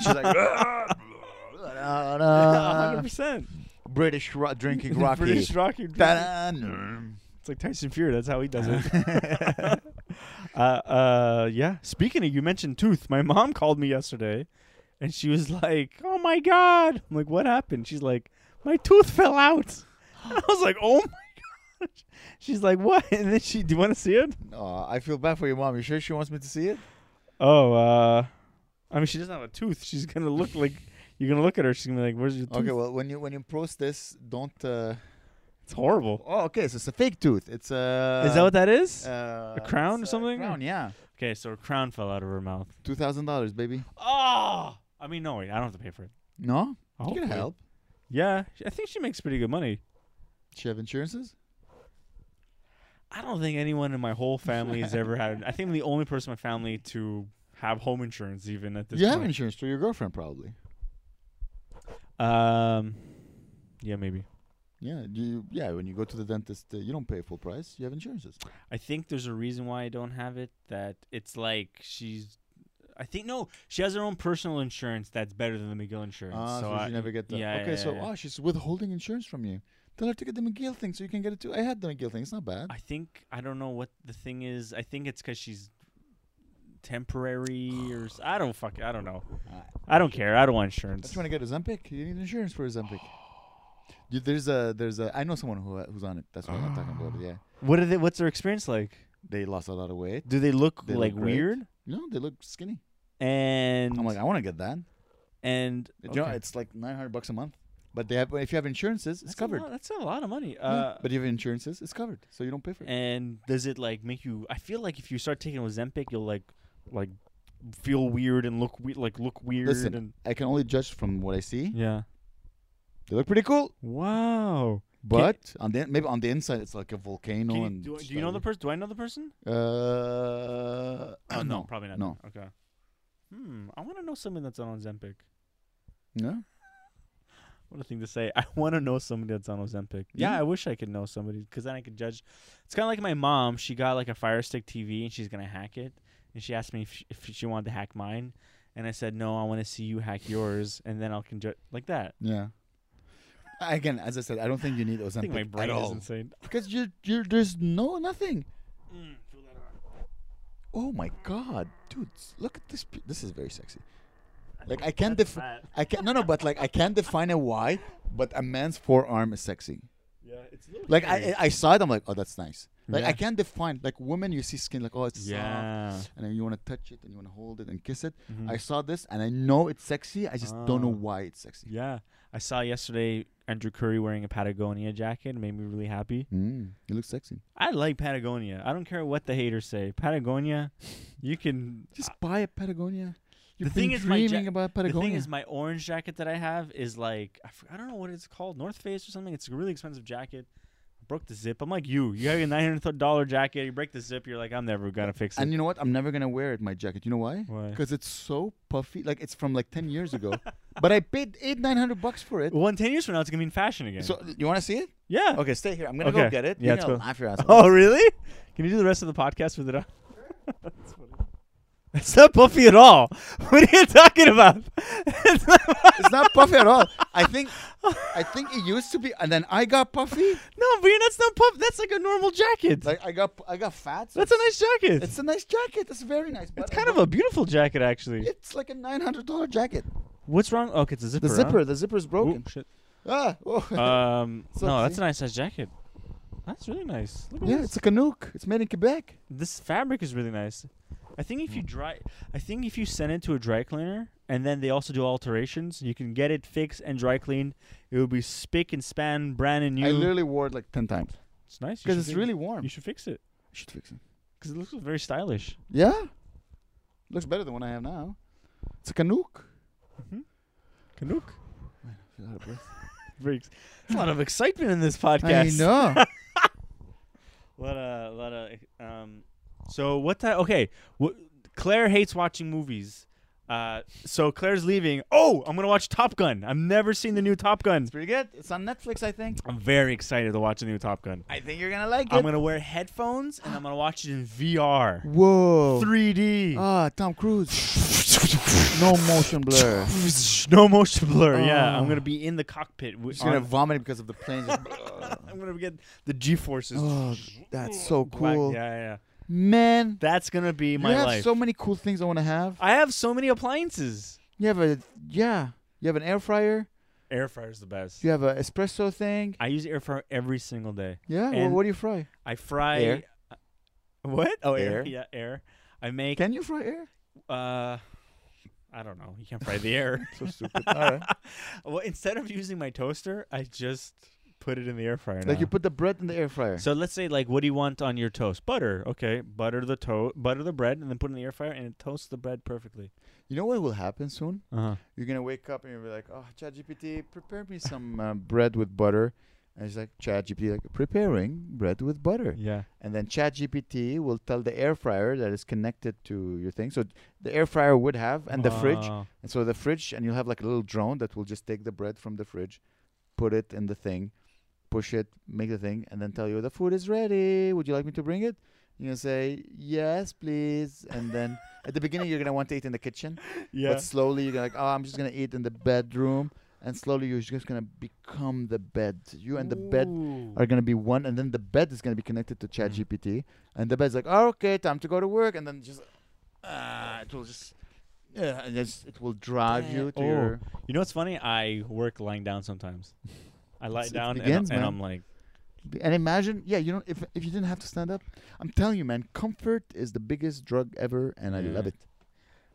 Speaker 1: she's like. da, da, da.
Speaker 2: hundred percent.
Speaker 1: [laughs] British ro- [laughs] drinking Rocky.
Speaker 2: British Rocky.
Speaker 1: Ta-da.
Speaker 2: It's like Tyson Fury. That's how he does [laughs] it. uh, uh, yeah. Speaking of, you mentioned tooth. My mom called me yesterday, and she was like, "Oh my god!" I'm like, "What happened?" She's like, "My tooth fell out." [laughs] I was like, "Oh my [laughs] gosh!" She's like, "What?" And then she, "Do you want to see it?"
Speaker 1: [laughs] Aw, I feel bad for your mom. You sure she wants me to see it?
Speaker 2: Oh, uh, I mean, she doesn't have a tooth. She's gonna
Speaker 1: [laughs]
Speaker 2: look like you're gonna look at her. She's gonna be like, "Where's your tooth?"
Speaker 1: Okay, well, when you when you post this, don't. Uh...
Speaker 2: it's horrible.
Speaker 1: Oh, okay, so it's a fake tooth. It's a.
Speaker 2: is that what that is?
Speaker 1: Uh,
Speaker 2: A crown
Speaker 1: it's
Speaker 2: or something?
Speaker 1: A crown, yeah.
Speaker 2: okay, so her crown fell out of her mouth.
Speaker 1: Two thousand dollars, baby.
Speaker 2: Oh, I mean, no, wait, I don't have to pay for it.
Speaker 1: No, you
Speaker 2: Hopefully.
Speaker 1: can help.
Speaker 2: Oh, Yeah, sh- I think she makes pretty good money.
Speaker 1: Does She have insurances.
Speaker 2: I don't think anyone in my whole family has ever had. I think I'm the only person in my family to have home insurance, even at this.
Speaker 1: you
Speaker 2: point.
Speaker 1: have insurance through your girlfriend, probably.
Speaker 2: Um, yeah, maybe.
Speaker 1: Yeah, you, yeah. When you go to the dentist, uh, you don't pay full price. You have insurances.
Speaker 2: I think there's a reason why I don't have it. That it's like she's. I think no, she has her own personal insurance that's better than the McGill insurance.
Speaker 1: Ah, so,
Speaker 2: so I,
Speaker 1: she never get that.
Speaker 2: Yeah.
Speaker 1: okay,
Speaker 2: yeah,
Speaker 1: so
Speaker 2: yeah.
Speaker 1: oh, she's withholding insurance from you. Tell her to get the McGill thing so you can get it too. I had the McGill thing. It's not bad.
Speaker 2: I think I don't know what the thing is. I think it's because she's temporary or s- I don't fuck. I
Speaker 1: [sighs]
Speaker 2: don't know. I don't care. I don't want
Speaker 1: I
Speaker 2: insurance.
Speaker 1: just want to get Ozempic. You need insurance for
Speaker 2: [gasps]
Speaker 1: Ozempic. You- there's a there's a I know someone who uh, who's on it. That's what I'm talking
Speaker 2: [gasps]
Speaker 1: about. Yeah,
Speaker 2: What are they? What's their experience like?
Speaker 1: they lost a lot of weight.
Speaker 2: Do they look
Speaker 1: They look
Speaker 2: like
Speaker 1: great.
Speaker 2: weird?
Speaker 1: No, they look skinny.
Speaker 2: And
Speaker 1: I'm like, I want to get that.
Speaker 2: and
Speaker 1: You know, it's like 900 bucks a month. But they have, if you have insurances, it's
Speaker 2: That's a
Speaker 1: covered. Hmm.
Speaker 2: lot- that's a lot of money.
Speaker 1: Yeah,
Speaker 2: Uh,
Speaker 1: but if you have insurances, it's covered, so you don't pay for it.
Speaker 2: and does it like make you? I feel like if you start taking Ozempic, you'll like like feel weird and look we- like look weird.
Speaker 1: Listen,
Speaker 2: and,
Speaker 1: I can only judge from what I see.
Speaker 2: yeah.
Speaker 1: They look pretty cool,
Speaker 2: Wow.
Speaker 1: but on the maybe on the inside it's like a volcano.
Speaker 2: Can you-
Speaker 1: and
Speaker 2: do, do you know the person? Do I know the person?
Speaker 1: Uh, [clears throat]
Speaker 2: Oh, no, probably not.
Speaker 1: No.
Speaker 2: then. Okay. Hmm. I want to know someone that's on Ozempic.
Speaker 1: No.
Speaker 2: What a thing to say. [laughs] I want to know somebody that's on Ozempic. Yeah,
Speaker 1: Yeah.
Speaker 2: I wish I could know somebody because then I could judge. It's kind of like my mom. She got like a Fire Stick TV and she's going to hack it. And she asked me if she, if she wanted to hack mine. And I said, no, I want to see you hack yours. And then I'll can judge like that.
Speaker 1: Yeah. Again, as I said, I don't think you need Ozempic
Speaker 2: I think my brain
Speaker 1: at
Speaker 2: is
Speaker 1: all.
Speaker 2: insane.
Speaker 1: Because you you there's no nothing.
Speaker 2: Mm,
Speaker 1: Oh my god, dude! s- Look at this. pi- This is very sexy. Like I can't
Speaker 2: that's
Speaker 1: def-
Speaker 2: fat.
Speaker 1: I can not no no, but like I can't define a why. But a man's forearm is sexy.
Speaker 2: Yeah, it's
Speaker 1: Like I I saw it. I'm like, oh, that's nice. Like
Speaker 2: Yeah.
Speaker 1: I can't define. Like women, you see skin like, oh, it's soft,
Speaker 2: Yeah.
Speaker 1: and then you want to touch it and you want to hold it and kiss it.
Speaker 2: Mhm.
Speaker 1: I saw this and I know it's sexy. I just don't know
Speaker 2: Ah.
Speaker 1: why it's sexy.
Speaker 2: Yeah. I saw yesterday Andrew Curry wearing a Patagonia jacket. It made me really happy.
Speaker 1: Mm, it looks sexy.
Speaker 2: I like Patagonia. I don't care what the haters say. Patagonia, you can.
Speaker 1: Just buy a Patagonia. You've
Speaker 2: Ah. thing
Speaker 1: been
Speaker 2: is my ja-
Speaker 1: dreaming about
Speaker 2: the
Speaker 1: Patagonia.
Speaker 2: thing is, my orange jacket that I have is like I, f- I don't know what it's called, North Face or something. It's a really expensive jacket. I broke the zip. I'm like you. You have a nine hundred dollar jacket. You break the zip. You're like, I'm never gonna fix it.
Speaker 1: And you know what? I'm never gonna wear it. My jacket. You know why?
Speaker 2: Why? [laughs]
Speaker 1: Because it's so puffy. Like it's from like ten years ago. but I paid eight nine hundred bucks for it.
Speaker 2: Well, in 10 years from now, it's going to be in fashion again.
Speaker 1: So you want to see it?
Speaker 2: yeah.
Speaker 1: Okay, stay here. I'm gonna go
Speaker 2: Okay.
Speaker 1: get it.
Speaker 2: Yeah,
Speaker 1: You're
Speaker 2: it's
Speaker 1: gonna
Speaker 2: cool.
Speaker 1: laugh your ass
Speaker 2: [laughs]
Speaker 1: off.
Speaker 2: Oh, really? Can you do the rest of the podcast with it on? That's funny. [laughs] It's not puffy at all. [laughs] What are you talking about? [laughs] It's not-
Speaker 1: It's not puffy at all. I think,
Speaker 2: [laughs]
Speaker 1: I think it used to be, and then I got puffy.
Speaker 2: no, but that's not puff. That's like a normal jacket.
Speaker 1: Like I got, I got fat. so
Speaker 2: that's a
Speaker 1: it's-
Speaker 2: nice jacket.
Speaker 1: It's a nice jacket. It's very nice. but
Speaker 2: It's
Speaker 1: I
Speaker 2: kind of
Speaker 1: don't-
Speaker 2: a beautiful jacket, actually.
Speaker 1: It's like a nine hundred dollar jacket.
Speaker 2: What's wrong? Oh, okay, it's a zipper.
Speaker 1: The
Speaker 2: huh?
Speaker 1: zipper, the zipper's
Speaker 2: Ooh,
Speaker 1: broken.
Speaker 2: shit.
Speaker 1: Ah, oh.
Speaker 2: Um,
Speaker 1: It's
Speaker 2: no,
Speaker 1: okay.
Speaker 2: that's a nice size jacket. That's really nice. Look at
Speaker 1: [laughs] yeah,
Speaker 2: this.
Speaker 1: it's a Canuck. It's made in Quebec.
Speaker 2: this fabric is really nice. I think
Speaker 1: Hmm.
Speaker 2: if you dry, I think if you send it to a dry cleaner and then they also do alterations, you can get it fixed and dry cleaned. It will be spick and span, brand and new.
Speaker 1: I literally wore it like ten times
Speaker 2: it's nice
Speaker 1: because
Speaker 2: you should
Speaker 1: it's
Speaker 2: fix-
Speaker 1: really warm.
Speaker 2: You should fix it
Speaker 1: should fix it.
Speaker 2: because it looks very stylish.
Speaker 1: Yeah, looks better than what I have now. It's a
Speaker 2: [laughs]
Speaker 1: Canuck.
Speaker 2: Canuck.
Speaker 1: I feel out of breath. [laughs]
Speaker 2: There's a lot of excitement in this podcast.
Speaker 1: I
Speaker 2: [laughs]
Speaker 1: know.
Speaker 2: Lot of, lot of, um, so what that? Okay, wh- Claire hates watching movies. Uh, so Claire's leaving. Oh, I'm gonna watch Top Gun. I've never seen the new Top Gun.
Speaker 1: pretty good. It's on Netflix, I think.
Speaker 2: I'm very excited to watch the new Top Gun.
Speaker 1: I think you're gonna like
Speaker 2: I'm gonna wear headphones and I'm gonna watch it in VR,
Speaker 1: Whoa.
Speaker 2: 3D,
Speaker 1: Ah, Tom Cruise. no motion
Speaker 2: [laughs]
Speaker 1: blur.
Speaker 2: no motion blur. Yeah,
Speaker 1: Oh.
Speaker 2: I'm gonna be in the cockpit. wi-
Speaker 1: She's gonna
Speaker 2: on-
Speaker 1: vomit because of the
Speaker 2: [laughs]
Speaker 1: planes.
Speaker 2: I'm gonna get the G forces.
Speaker 1: oh, that's so cool,
Speaker 2: Yeah, yeah, yeah.
Speaker 1: man.
Speaker 2: That's gonna be
Speaker 1: You
Speaker 2: my
Speaker 1: have
Speaker 2: life.
Speaker 1: so many cool things I want to have.
Speaker 2: I have so many appliances.
Speaker 1: You have a yeah. You have an air fryer.
Speaker 2: Air fryer's the best.
Speaker 1: You have a espresso thing.
Speaker 2: I use air fryer every single day.
Speaker 1: Yeah. wha-
Speaker 2: And-
Speaker 1: what do you fry?
Speaker 2: I fry.
Speaker 1: Air?
Speaker 2: What? Oh, air.
Speaker 1: Air?
Speaker 2: Yeah, air. I make.
Speaker 1: Can you fry air?
Speaker 2: uh, I don't know. You can't fry the air. [laughs]
Speaker 1: So stupid. All right.
Speaker 2: well, instead of using my toaster, I just put it in the air fryer.
Speaker 1: Like you
Speaker 2: now.
Speaker 1: put the bread in the air fryer.
Speaker 2: so let's say like, what do you want on your toast? Butter. Okay, butter the toast, butter the bread, and then put it in the air fryer, and it toasts the bread perfectly.
Speaker 1: you know what will happen soon?
Speaker 2: Uh-huh.
Speaker 1: You're gonna wake up and you'll be like, "Oh, ChatGPT, prepare me some uh, bread with butter." And it's like, "ChatGPT, like preparing bread with butter."
Speaker 2: Yeah.
Speaker 1: and then ChatGPT will tell the air fryer that is connected to your thing. So the air fryer would have, and the fridge,
Speaker 2: Wow.
Speaker 1: and so the fridge, and you'll have like a little drone that will just take the bread from the fridge, put it in the thing, push it, make the thing, and then tell you the food is ready. Would you like me to bring it? You're gonna say yes, please, and then at the beginning you're gonna want to eat in the kitchen,
Speaker 2: Yeah.
Speaker 1: but slowly you're gonna like, oh, I'm just gonna eat in the bedroom, and slowly you're just gonna become the bed. You and the bed
Speaker 2: Ooh.
Speaker 1: are going to be one, and then the bed is going to be connected to
Speaker 2: Mm-hmm.
Speaker 1: ChatGPT, and the bed's like, "Oh, okay, time to go to work," and then just uh, it will just yeah, and it's, it will drive you to
Speaker 2: Oh.
Speaker 1: your.
Speaker 2: You know what's funny? I work lying down sometimes. I lie
Speaker 1: It's- it
Speaker 2: down
Speaker 1: begins,
Speaker 2: and, I- and
Speaker 1: man.
Speaker 2: I'm like, Oh.
Speaker 1: And imagine, yeah, you know, if if you didn't have to stand up, I'm telling you, man, comfort is the biggest drug ever, and I
Speaker 2: Yeah.
Speaker 1: love it.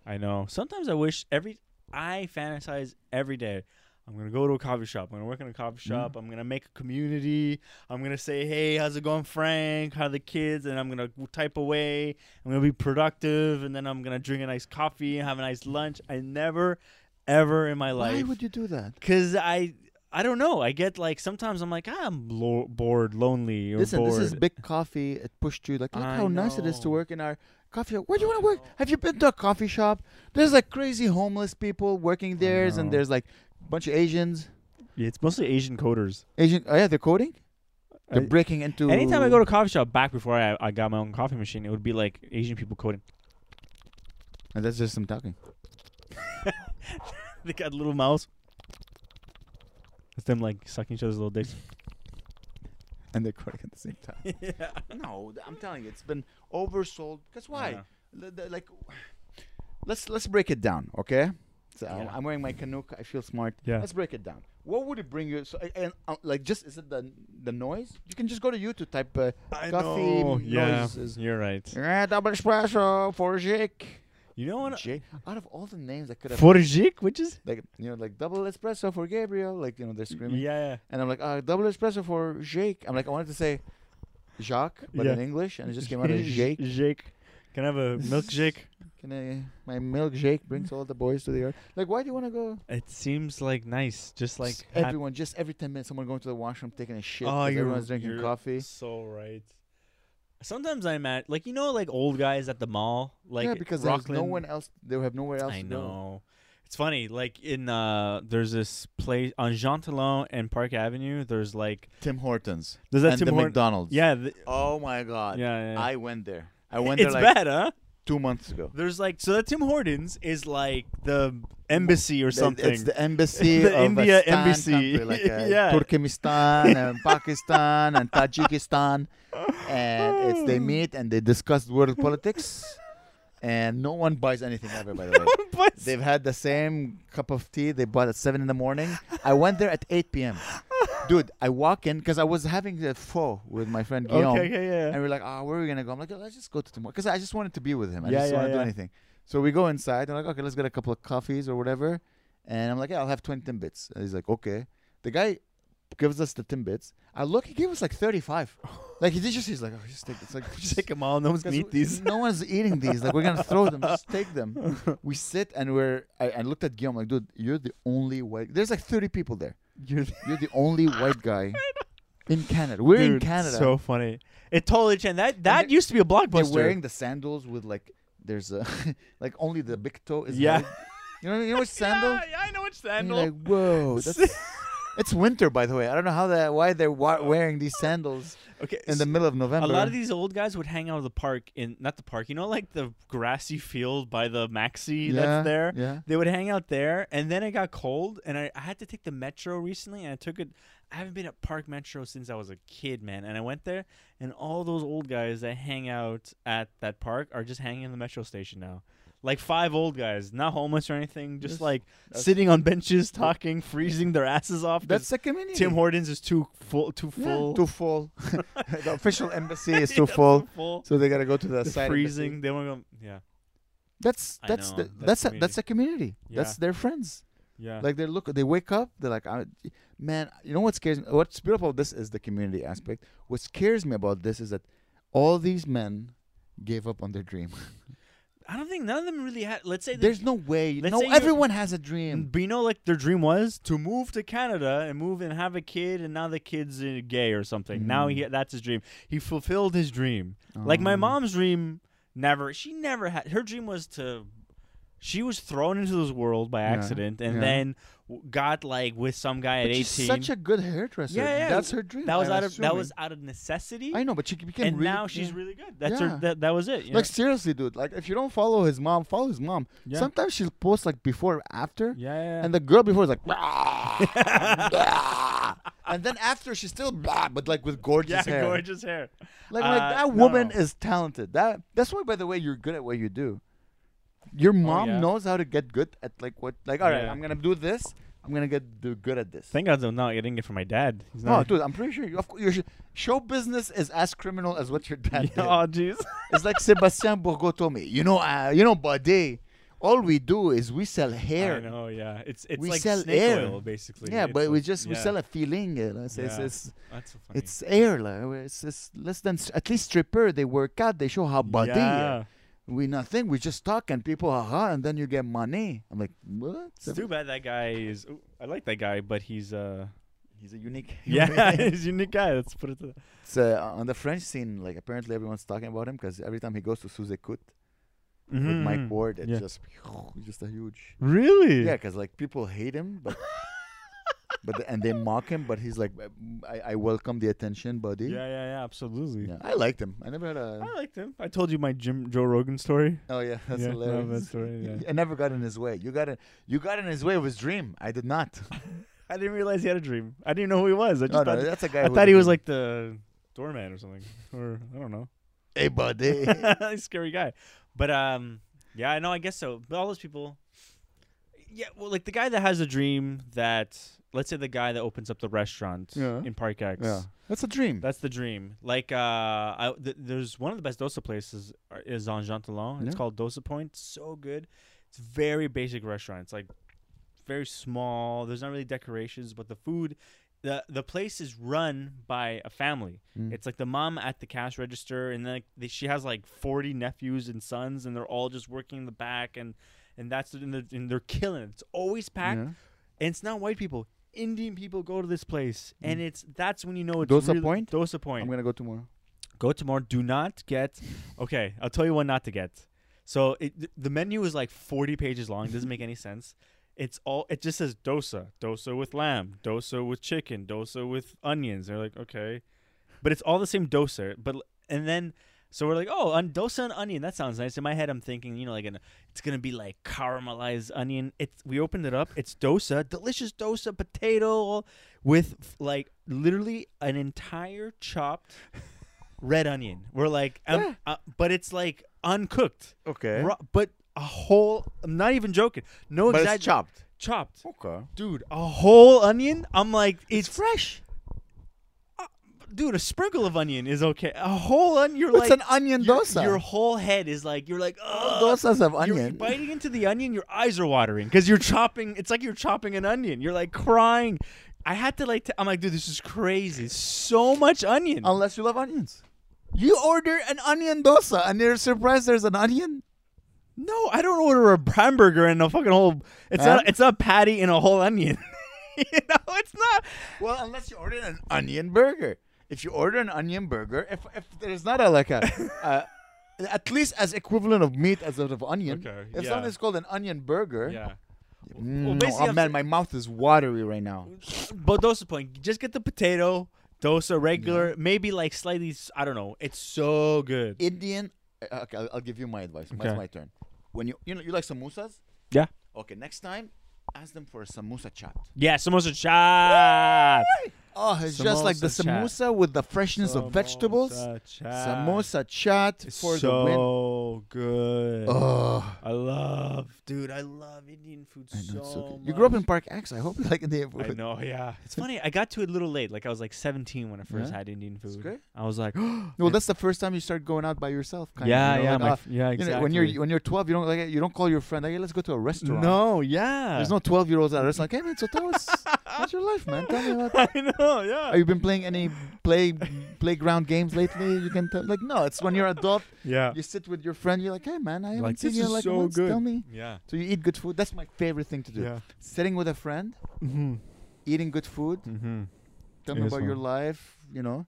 Speaker 2: I know. Sometimes I wish every I fantasize every day. I'm gonna go to a coffee shop. I'm gonna work in a coffee
Speaker 1: Mm-hmm.
Speaker 2: shop. I'm gonna make a community. I'm gonna say, "Hey, how's it going, Frank? How are the kids?" And I'm gonna type away. I'm gonna be productive, and then I'm gonna drink a nice coffee and have a nice lunch. I never, ever in my
Speaker 1: Why
Speaker 2: life,
Speaker 1: would you do that?
Speaker 2: because I, I don't know. I get like sometimes I'm like, ah, I'm lo- bored, lonely, or
Speaker 1: Listen,
Speaker 2: bored.
Speaker 1: this is big coffee. It pushed you like, look
Speaker 2: I
Speaker 1: how nice it is to
Speaker 2: know.
Speaker 1: work in our coffee shop. Where do you want to work? Have you been to a coffee shop? There's like crazy homeless people working theirs, and
Speaker 2: know.
Speaker 1: there's like a bunch of Asians.
Speaker 2: Yeah, it's mostly Asian coders.
Speaker 1: Asian, oh yeah, they're coding. They're
Speaker 2: I-
Speaker 1: breaking into.
Speaker 2: Anytime I go to a coffee shop back before I, I got my own coffee machine, it would be like Asian people coding.
Speaker 1: And that's just them talking. [laughs]
Speaker 2: [laughs] they got little mouths. It's them like sucking each other's little dicks.
Speaker 1: And they're coding at the same time.
Speaker 2: [laughs] yeah. Uh-huh.
Speaker 1: no, th- I'm telling you, it's been oversold. Because why?
Speaker 2: Yeah.
Speaker 1: L- the- like, let's let's break it down, okay? So I'm-
Speaker 2: Yeah.
Speaker 1: I'm wearing my Canuck. I feel smart.
Speaker 2: Yeah.
Speaker 1: Let's break it down. What would it bring you? So, a- and uh, like, just is it the the noise? You can just go to YouTube, type uh, coffee noises.
Speaker 2: You're right.
Speaker 1: Yeah, double espresso for Jake.
Speaker 2: You know what?
Speaker 1: Jake. Out of all the names I could have,
Speaker 2: Forjik, which is
Speaker 1: like you know, like double espresso for Gabriel. Like you know, they're screaming.
Speaker 2: yeah.
Speaker 1: And I'm like, uh, double espresso for Jake. I'm like, I wanted to say Jacques, but
Speaker 2: Yeah.
Speaker 1: in English, and it just came
Speaker 2: [laughs]
Speaker 1: out as Jake.
Speaker 2: Jake. Can I
Speaker 1: [laughs]
Speaker 2: have a milkshake?
Speaker 1: Can I, my milkshake brings all the boys to the yard. Like, why do you want to go?
Speaker 2: It seems like nice, just like
Speaker 1: Just
Speaker 2: hap-
Speaker 1: everyone, just every 10 minutes, someone going to the washroom, taking a shit.
Speaker 2: Oh,
Speaker 1: 'cause
Speaker 2: you're-
Speaker 1: everyone's drinking
Speaker 2: you're
Speaker 1: coffee.
Speaker 2: So right. Sometimes I'm at like you know like old guys at the mall like
Speaker 1: yeah, because there's
Speaker 2: Rockland.
Speaker 1: no one else. They have nowhere else
Speaker 2: I
Speaker 1: to go.
Speaker 2: know. It's funny, like in uh, there's this place on Jean Talon and Park Avenue. There's like
Speaker 1: Tim Hortons.
Speaker 2: there's that
Speaker 1: and
Speaker 2: Tim
Speaker 1: the
Speaker 2: Hortons.
Speaker 1: McDonald's.
Speaker 2: Yeah, th-
Speaker 1: Oh my god.
Speaker 2: Yeah, yeah, yeah.
Speaker 1: I went there.
Speaker 2: [laughs]
Speaker 1: I went
Speaker 2: it's
Speaker 1: there like
Speaker 2: bad, huh?
Speaker 1: two months ago.
Speaker 2: There's like so that Tim Hortons is like the embassy or something.
Speaker 1: [laughs] It's the embassy
Speaker 2: [laughs] The
Speaker 1: of
Speaker 2: India
Speaker 1: a stan
Speaker 2: embassy.
Speaker 1: country,
Speaker 2: [laughs]
Speaker 1: like uh,
Speaker 2: Yeah. [laughs]
Speaker 1: Turkmenistan and Pakistan and Tajikistan, and it's
Speaker 2: [laughs]
Speaker 1: they meet and they discuss world politics, and no one buys anything ever. By
Speaker 2: [laughs]
Speaker 1: the way,
Speaker 2: But-
Speaker 1: they've had the same cup of tea they bought at seven in the morning. I went there at eight p.m. Dude, I walk in because I was having a faux with my friend
Speaker 2: [laughs] okay,
Speaker 1: Guillaume.
Speaker 2: okay, yeah.
Speaker 1: And we're like, oh, where are we gonna go? I'm like, let's just go to tomorrow because I just wanted to be with him. I
Speaker 2: Yeah,
Speaker 1: just
Speaker 2: yeah,
Speaker 1: want to do
Speaker 2: yeah.
Speaker 1: anything. So we go inside. and like, okay, let's get a couple of coffees or whatever. And I'm like, yeah, I'll have 20 timbits. And he's like, okay. The guy gives us the timbits. I look, he gave us like
Speaker 2: [laughs]
Speaker 1: 35. Like he did just, he's like, oh, just take. It's like just [laughs]
Speaker 2: Take them all. No one's gonna
Speaker 1: because
Speaker 2: eat these.
Speaker 1: No one's eating these. Like we're gonna throw them. Just take them. We sit and we're. I, I looked at Guillaume like, dude, you're the only white. There's like 30 people there.
Speaker 2: [laughs] You're
Speaker 1: You're the only white
Speaker 2: [laughs]
Speaker 1: guy in Canada. [laughs] We're in
Speaker 2: Dude,
Speaker 1: Canada.
Speaker 2: So funny. It totally changed. That that
Speaker 1: they-
Speaker 2: used to be a
Speaker 1: They're
Speaker 2: blockbuster.
Speaker 1: wearing the sandals with like there's a [laughs] like only the big toe is
Speaker 2: [laughs] [laughs] Yeah.
Speaker 1: held. You know you know what sandal?
Speaker 2: [laughs] Yeah, yeah, I know which
Speaker 1: And
Speaker 2: sandal.
Speaker 1: you're like
Speaker 2: [laughs]
Speaker 1: whoa, that's, it's winter by the way. I don't know how that why they're wa- wearing these sandals
Speaker 2: okay.
Speaker 1: in
Speaker 2: so
Speaker 1: the middle of
Speaker 2: a
Speaker 1: November.
Speaker 2: lot of these old guys would hang out at the park in not the park, you know, like the grassy field by the maxi
Speaker 1: Yeah,
Speaker 2: that's there.
Speaker 1: yeah.
Speaker 2: They would hang out there, and then it got cold, and I, I had to take the metro recently, and I took it. I haven't been at Park Metro since I was a kid, man. And I went there, and all those old guys that hang out at that park are just hanging in the metro station now. Like five old guys, not homeless or anything, just
Speaker 1: Yes,
Speaker 2: like
Speaker 1: that's-
Speaker 2: sitting on benches, talking, freezing their asses off. 'cause
Speaker 1: that's a community.
Speaker 2: Tim Hortons is too full, too full.
Speaker 1: Too
Speaker 2: [laughs]
Speaker 1: full. [laughs] the official embassy is
Speaker 2: Yeah,
Speaker 1: too full.
Speaker 2: full.
Speaker 1: So they gotta go to the,
Speaker 2: The
Speaker 1: side.
Speaker 2: freezing.
Speaker 1: embassy.
Speaker 2: They want to go. Yeah,
Speaker 1: That's
Speaker 2: I
Speaker 1: that's
Speaker 2: know,
Speaker 1: the,
Speaker 2: that's
Speaker 1: that's a,
Speaker 2: community.
Speaker 1: that's a community. That's
Speaker 2: Yeah.
Speaker 1: their friends.
Speaker 2: yeah.
Speaker 1: Like they look, they wake up, they're like, I, man, you know what scares me? What's beautiful about this is the community aspect. What scares me about this is that all these men gave up on their dream.
Speaker 2: I don't think none of them really had. Let's say they
Speaker 1: There's no way.
Speaker 2: Let's
Speaker 1: no,
Speaker 2: say Mm, you-
Speaker 1: everyone has a
Speaker 2: And
Speaker 1: dream.
Speaker 2: but you know, like their dream was to move to Canada and move and have a kid, and now the kid's uh, gay or something. Now
Speaker 1: Mm.
Speaker 2: he that's his dream. He fulfilled his dream. Like
Speaker 1: Oh.
Speaker 2: my mom's dream, never. She never had. Her dream was to. She was thrown into this world by accident, and
Speaker 1: yeah.
Speaker 2: then w- got like with some guy at
Speaker 1: But
Speaker 2: eighteen.
Speaker 1: she's such a good hairdresser.
Speaker 2: yeah, yeah,
Speaker 1: that's her dream.
Speaker 2: That was
Speaker 1: I'm
Speaker 2: out of that
Speaker 1: assuming.
Speaker 2: was out of necessity.
Speaker 1: I know, but she became.
Speaker 2: and
Speaker 1: really,
Speaker 2: now she's
Speaker 1: yeah.
Speaker 2: really good. That's
Speaker 1: Yeah.
Speaker 2: her. That, that was it. you know?
Speaker 1: Like seriously, dude. Like if you don't follow his mom, follow his mom.
Speaker 2: Yeah.
Speaker 1: Sometimes she'll post like before, or after.
Speaker 2: yeah, yeah, yeah.
Speaker 1: And the girl before is like,
Speaker 2: [laughs]
Speaker 1: "Blah, blah." and then after she's still, blah, but like with gorgeous
Speaker 2: yeah, [laughs]
Speaker 1: hair.
Speaker 2: gorgeous hair.
Speaker 1: Like, like
Speaker 2: Uh,
Speaker 1: that woman
Speaker 2: no.
Speaker 1: is talented. That that's why, by the way, you're good at what you do. Your mom
Speaker 2: Oh, yeah.
Speaker 1: knows how to get good at like what like. All right,
Speaker 2: Yeah.
Speaker 1: I'm gonna do this. I'm gonna get do good at this.
Speaker 2: Thank God, though, no, I didn't get it from my dad. He's
Speaker 1: no,
Speaker 2: not-
Speaker 1: Oh, dude, I'm pretty sure you. Of course, your sh- show business is as criminal as what your dad did.
Speaker 2: [laughs] oh, jeez.
Speaker 1: It's like Sebastian Bourgo told me. You know, uh, you know, buddy. All we do is we sell hair.
Speaker 2: I know, yeah. It's it's
Speaker 1: We
Speaker 2: like
Speaker 1: sell
Speaker 2: snake
Speaker 1: air.
Speaker 2: oil, basically.
Speaker 1: Yeah,
Speaker 2: It's
Speaker 1: but we
Speaker 2: like-
Speaker 1: just we
Speaker 2: yeah.
Speaker 1: sell a feeling. You know? it's, it's,
Speaker 2: Yeah.
Speaker 1: it's
Speaker 2: That's so funny.
Speaker 1: it's air. Like, it's, it's less than at least stripper. They work out. They show how body.
Speaker 2: Yeah.
Speaker 1: we nothing. We just talk and people, haha, and then you get money. I'm like, what?
Speaker 2: It's too bad that guy is. ooh, I like that guy, but he's
Speaker 1: [laughs]
Speaker 2: uh.
Speaker 1: He's a unique.
Speaker 2: [laughs] Yeah, he's a unique guy. Let's put it. To
Speaker 1: it's, uh, on the French scene, like apparently everyone's talking about him because every time he goes to Suze Coute with Mike Ward, it's
Speaker 2: Mm. Yeah.
Speaker 1: just [laughs] just a huge.
Speaker 2: Really?
Speaker 1: Yeah, because like people hate him,
Speaker 2: [laughs]
Speaker 1: but but and they mock him, but he's like, "Uh, mm, I, I welcome the attention, buddy.
Speaker 2: Yeah, yeah, yeah. Absolutely.
Speaker 1: Yeah, I liked him. I never had a.
Speaker 2: I liked him. I told you my Jim Joe Rogan story.
Speaker 1: Oh yeah, [laughs] that's
Speaker 2: Yeah, no,
Speaker 1: hilarious.
Speaker 2: that's right,
Speaker 1: [laughs]
Speaker 2: yeah.
Speaker 1: I never got in his way. You got in. You got in his way of his dream. I did [laughs] not.
Speaker 2: I didn't realize he had a dream. I didn't know who he was. I just
Speaker 1: No,
Speaker 2: thought,
Speaker 1: no, that's a guy.
Speaker 2: I
Speaker 1: who
Speaker 2: thought
Speaker 1: did
Speaker 2: he
Speaker 1: it.
Speaker 2: was like the doorman or something, or I don't know.
Speaker 1: hey, [laughs] buddy.
Speaker 2: [laughs] scary guy. But um, yeah, I know. I guess so. But all those people, yeah. Well, like the guy that has a dream that, let's say, the guy that opens up the restaurant
Speaker 1: Yeah.
Speaker 2: in Park X.
Speaker 1: yeah, that's a dream.
Speaker 2: That's the dream. Like, uh, I, th- there's one of the best dosa places are- is on Jean Talon. It's
Speaker 1: Yeah.
Speaker 2: called Dosa Point. So good. It's very basic restaurant. It's like very small. There's not really decorations, but the food, the the place is run by a family.
Speaker 1: Mm.
Speaker 2: It's like the mom at the cash register, and then like, they, she has like 40 nephews and sons, and they're all just working in the back, and and that's and they're, and they're killing it. It's always packed,
Speaker 1: Yeah.
Speaker 2: and it's not white people. Indian people go to this place, and it's that's when you know it's
Speaker 1: Dosa
Speaker 2: really-
Speaker 1: Point?
Speaker 2: Dosa Mm. Point
Speaker 1: I'm gonna go tomorrow.
Speaker 2: go tomorrow. Do not get. Okay,
Speaker 1: [laughs]
Speaker 2: I'll tell you what not to get. So it, th- the menu is like 40 pages long. Doesn't make any sense. It's all it just says dosa, dosa with lamb, dosa with chicken, dosa with onions. They're like, okay, but it's all the same dosa. But l- and then so we're like, oh, on dosa and onion. That sounds nice. In my head, I'm thinking, you know, like an it's gonna be like caramelized onion. It's we opened it up. It's dosa, delicious dosa potato all- with f- like literally an entire
Speaker 1: [laughs]
Speaker 2: chopped red onion. We're like, um,
Speaker 1: Yeah.
Speaker 2: uh, but it's like uncooked.
Speaker 1: Okay.
Speaker 2: Raw- but a whole. I'm not even joking. No,
Speaker 1: But
Speaker 2: exagger-
Speaker 1: it's chopped.
Speaker 2: Chopped,
Speaker 1: Okay.
Speaker 2: dude. A whole onion. I'm like, it's, Uh,
Speaker 1: fresh.
Speaker 2: dude. A sprinkle of onion is okay. A whole onion. You're
Speaker 1: it's
Speaker 2: like
Speaker 1: an onion
Speaker 2: your,
Speaker 1: dosa.
Speaker 2: Your whole head is like you're like Ugh.
Speaker 1: Dosas have
Speaker 2: You're
Speaker 1: onion.
Speaker 2: biting into the onion. Your eyes are watering because you're chopping. It's like you're chopping an onion. You're like crying. I had to like. i I'm like, dude, this is crazy. So much onion.
Speaker 1: Unless you love onions. You order an onion dosa and you're surprised there's an onion?
Speaker 2: No, I don't order a hamburger and a fucking whole. It's
Speaker 1: Huh?
Speaker 2: not. It's not patty and a whole onion. [laughs] you know, it's not.
Speaker 1: Well, unless you order an onion burger. If you order an onion burger, if, if there's not a like a, uh, [laughs] at least as equivalent of meat as out of onion.
Speaker 2: Okay,
Speaker 1: if
Speaker 2: yeah.
Speaker 1: something's called an onion burger, mm,
Speaker 2: Well, basically,
Speaker 1: oh
Speaker 2: I'm
Speaker 1: man,
Speaker 2: sa-
Speaker 1: my mouth is watery right now.
Speaker 2: But dosa point. Just get the potato dosa regular, maybe like slightly. s- I don't know. It's so good.
Speaker 1: Indian. uh, Okay, I'll, I'll give you my advice. It's
Speaker 2: Okay.
Speaker 1: my turn. When you you know you like samosas?
Speaker 2: Yeah.
Speaker 1: Okay, next time, ask them for a samosa chopped.
Speaker 2: Yeah, samosa chat.
Speaker 1: Oh, it's just like the
Speaker 2: Samosa chat.
Speaker 1: samosa with the freshness of vegetables. Samosa chat for the win.
Speaker 2: so good.
Speaker 1: Oh,
Speaker 2: I love, dude. I love Indian food
Speaker 1: I know, it's so
Speaker 2: so
Speaker 1: good. You grew up
Speaker 2: much.
Speaker 1: in Park X. I hope [laughs] you like Indian food.
Speaker 2: I know, yeah. It's funny. I got to it a little late. Like I was like 17 when I first
Speaker 1: Yeah.
Speaker 2: had Indian food.
Speaker 1: great.
Speaker 2: I
Speaker 1: [gasps]
Speaker 2: was like, [gasps]
Speaker 1: Well, that's the first time you start going out by yourself. Kind
Speaker 2: yeah,
Speaker 1: of, you know,
Speaker 2: yeah,
Speaker 1: like,
Speaker 2: my
Speaker 1: ah,
Speaker 2: f- yeah,
Speaker 1: you
Speaker 2: exactly.
Speaker 1: know, when you're when you're 12, you don't like you don't call your friend. Hey, let's go to a restaurant.
Speaker 2: no,
Speaker 1: [laughs]
Speaker 2: yeah.
Speaker 1: There's no 12 year olds at a restaurant. Like, hey man, so tell
Speaker 2: [laughs]
Speaker 1: us, how's your life, man? Tell me about
Speaker 2: I know, yeah.
Speaker 1: Have you been playing any play playground games lately? You can tell. Like, no, it's when you're adult.
Speaker 2: [laughs] yeah.
Speaker 1: You sit with your friend. You're like, hey man, I haven't
Speaker 2: Like,
Speaker 1: seen
Speaker 2: this
Speaker 1: you in
Speaker 2: is
Speaker 1: like
Speaker 2: so
Speaker 1: months.
Speaker 2: good.
Speaker 1: Tell me.
Speaker 2: Yeah.
Speaker 1: So you eat good food. That's my favorite thing to do.
Speaker 2: Yeah.
Speaker 1: Sitting with a friend,
Speaker 2: Mm-hmm.
Speaker 1: eating good food.
Speaker 2: Mm-hmm.
Speaker 1: Tell
Speaker 2: It
Speaker 1: me
Speaker 2: is
Speaker 1: about your
Speaker 2: fun.
Speaker 1: life. You know,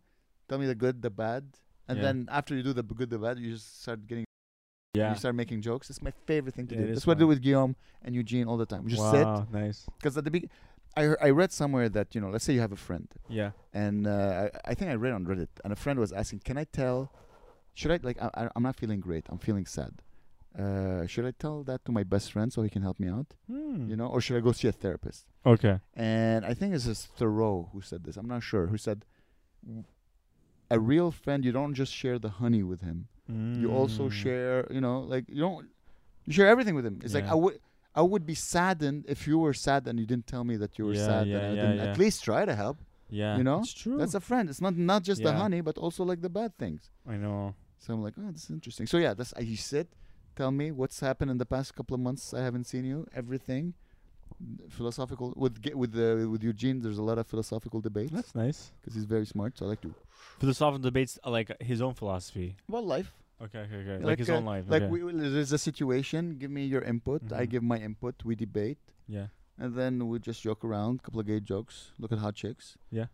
Speaker 1: tell me the good, the bad, and
Speaker 2: Yeah.
Speaker 1: then after you do the b- good, the bad, you just start getting.
Speaker 2: Yeah.
Speaker 1: You start making jokes. It's my favorite thing to
Speaker 2: It
Speaker 1: do.
Speaker 2: is
Speaker 1: That's what I do
Speaker 2: fun.
Speaker 1: with Guillaume and Eugene all the time. We just sit.
Speaker 2: wow, Nice.
Speaker 1: 'Cause at the beginning, I hear- I read somewhere that you know, let's say you have a friend,
Speaker 2: Yeah.
Speaker 1: and uh, I, I think I read on Reddit, and a friend was asking, "Can I tell? Should I like? I, I- I'm not feeling great. I'm feeling sad. Uh, should I tell that to my best friend so he can help me out? Hmm.
Speaker 2: Hmm.
Speaker 1: You know, or should I go see a therapist?"
Speaker 2: Okay.
Speaker 1: And I think this is Thoreau who said this. I'm not sure who said, "W- "A real friend, you don't just share the honey with him.
Speaker 2: Mm.
Speaker 1: You
Speaker 2: Hmm.
Speaker 1: also share, you know, like you don't you share everything with him. It's like
Speaker 2: Yeah.
Speaker 1: I would." I would be saddened if you were sad and you didn't tell me that you were
Speaker 2: Yeah,
Speaker 1: sad.
Speaker 2: yeah,
Speaker 1: and I
Speaker 2: yeah,
Speaker 1: didn't
Speaker 2: yeah.
Speaker 1: at least try to help.
Speaker 2: Yeah.
Speaker 1: you know?
Speaker 2: It's true.
Speaker 1: That's a friend. It's not not just the
Speaker 2: Hmm. Yeah.
Speaker 1: honey, but also like the bad things.
Speaker 2: I know.
Speaker 1: So I'm like, oh, this is interesting. So yeah, that's you sit, tell me what's happened in the past couple of months. I haven't seen you. Everything philosophical with Ge- with uh, with Eugene. There's a lot of philosophical debates
Speaker 2: That's nice.
Speaker 1: because he's very smart. So I like to
Speaker 2: Philosophical debates uh, like his own philosophy.
Speaker 1: well life
Speaker 2: Okay, okay, okay. Like,
Speaker 1: Like,
Speaker 2: his
Speaker 1: uh,
Speaker 2: own life.
Speaker 1: like
Speaker 2: okay.
Speaker 1: we, we- there's a situation. Give me your input. I
Speaker 2: Mhm.
Speaker 1: give my input. We debate,
Speaker 2: yeah.
Speaker 1: and then we just joke around. Couple of gay jokes. Look at hot chicks.
Speaker 2: Yeah.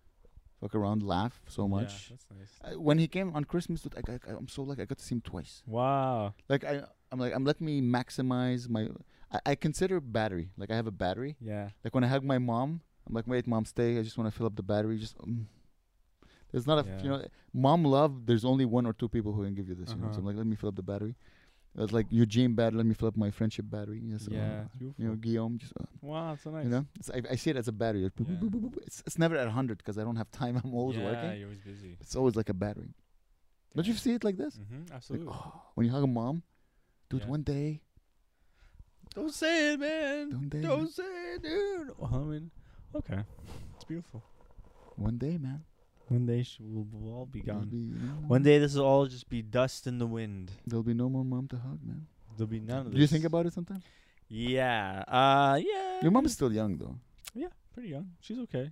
Speaker 1: Fuck around, laugh so much.
Speaker 2: Yeah, that's nice.
Speaker 1: Uh, when he came on Christmas, dude, I, I, I'm so like I got to see him twice.
Speaker 2: Wow.
Speaker 1: like I, I'm like I'm let me maximize my. I, I consider battery. Like I have a battery.
Speaker 2: Yeah.
Speaker 1: Like when I hug my mom, I'm like, wait, mom, stay. I just want to fill up the battery. Just um. there's not a
Speaker 2: Yeah.
Speaker 1: you know, mom love. There's only one or two people who can give you this. You know? So
Speaker 2: Uh-huh.
Speaker 1: I'm like, let me fill up the battery. It's like Eugene battery. Let me fill up my friendship battery. Yes. uh,
Speaker 2: yeah.
Speaker 1: you know, Guillaume, just uh,
Speaker 2: Wow, that's so nice.
Speaker 1: you know, it's, I, I see it as a battery. Like, boop, boop,
Speaker 2: Yeah.
Speaker 1: boop, boop, boop. It's, it's never at hundred because I don't have time. [laughs] I'm always
Speaker 2: yeah,
Speaker 1: working.
Speaker 2: you're always busy.
Speaker 1: It's always like a battery. Don't you see it like this?
Speaker 2: Mm-hmm,
Speaker 1: Like,
Speaker 2: absolutely.
Speaker 1: oh, when you hug a mom, dude,
Speaker 2: Yeah.
Speaker 1: one day
Speaker 2: Don't say it, man.
Speaker 1: Don't dare.
Speaker 2: say it, dude. Well, I mean, okay. It's beautiful.
Speaker 1: One day, man.
Speaker 2: One day sh- we'll, we'll all be
Speaker 1: There'll
Speaker 2: gone.
Speaker 1: be, no-
Speaker 2: One day this will all just be dust in the wind.
Speaker 1: There'll be no more mom to hug, man.
Speaker 2: There'll be none of this.
Speaker 1: Do you think about it sometimes?
Speaker 2: Yeah. Uh, yeah.
Speaker 1: Your mom is still young, though.
Speaker 2: Yeah, pretty young. She's okay.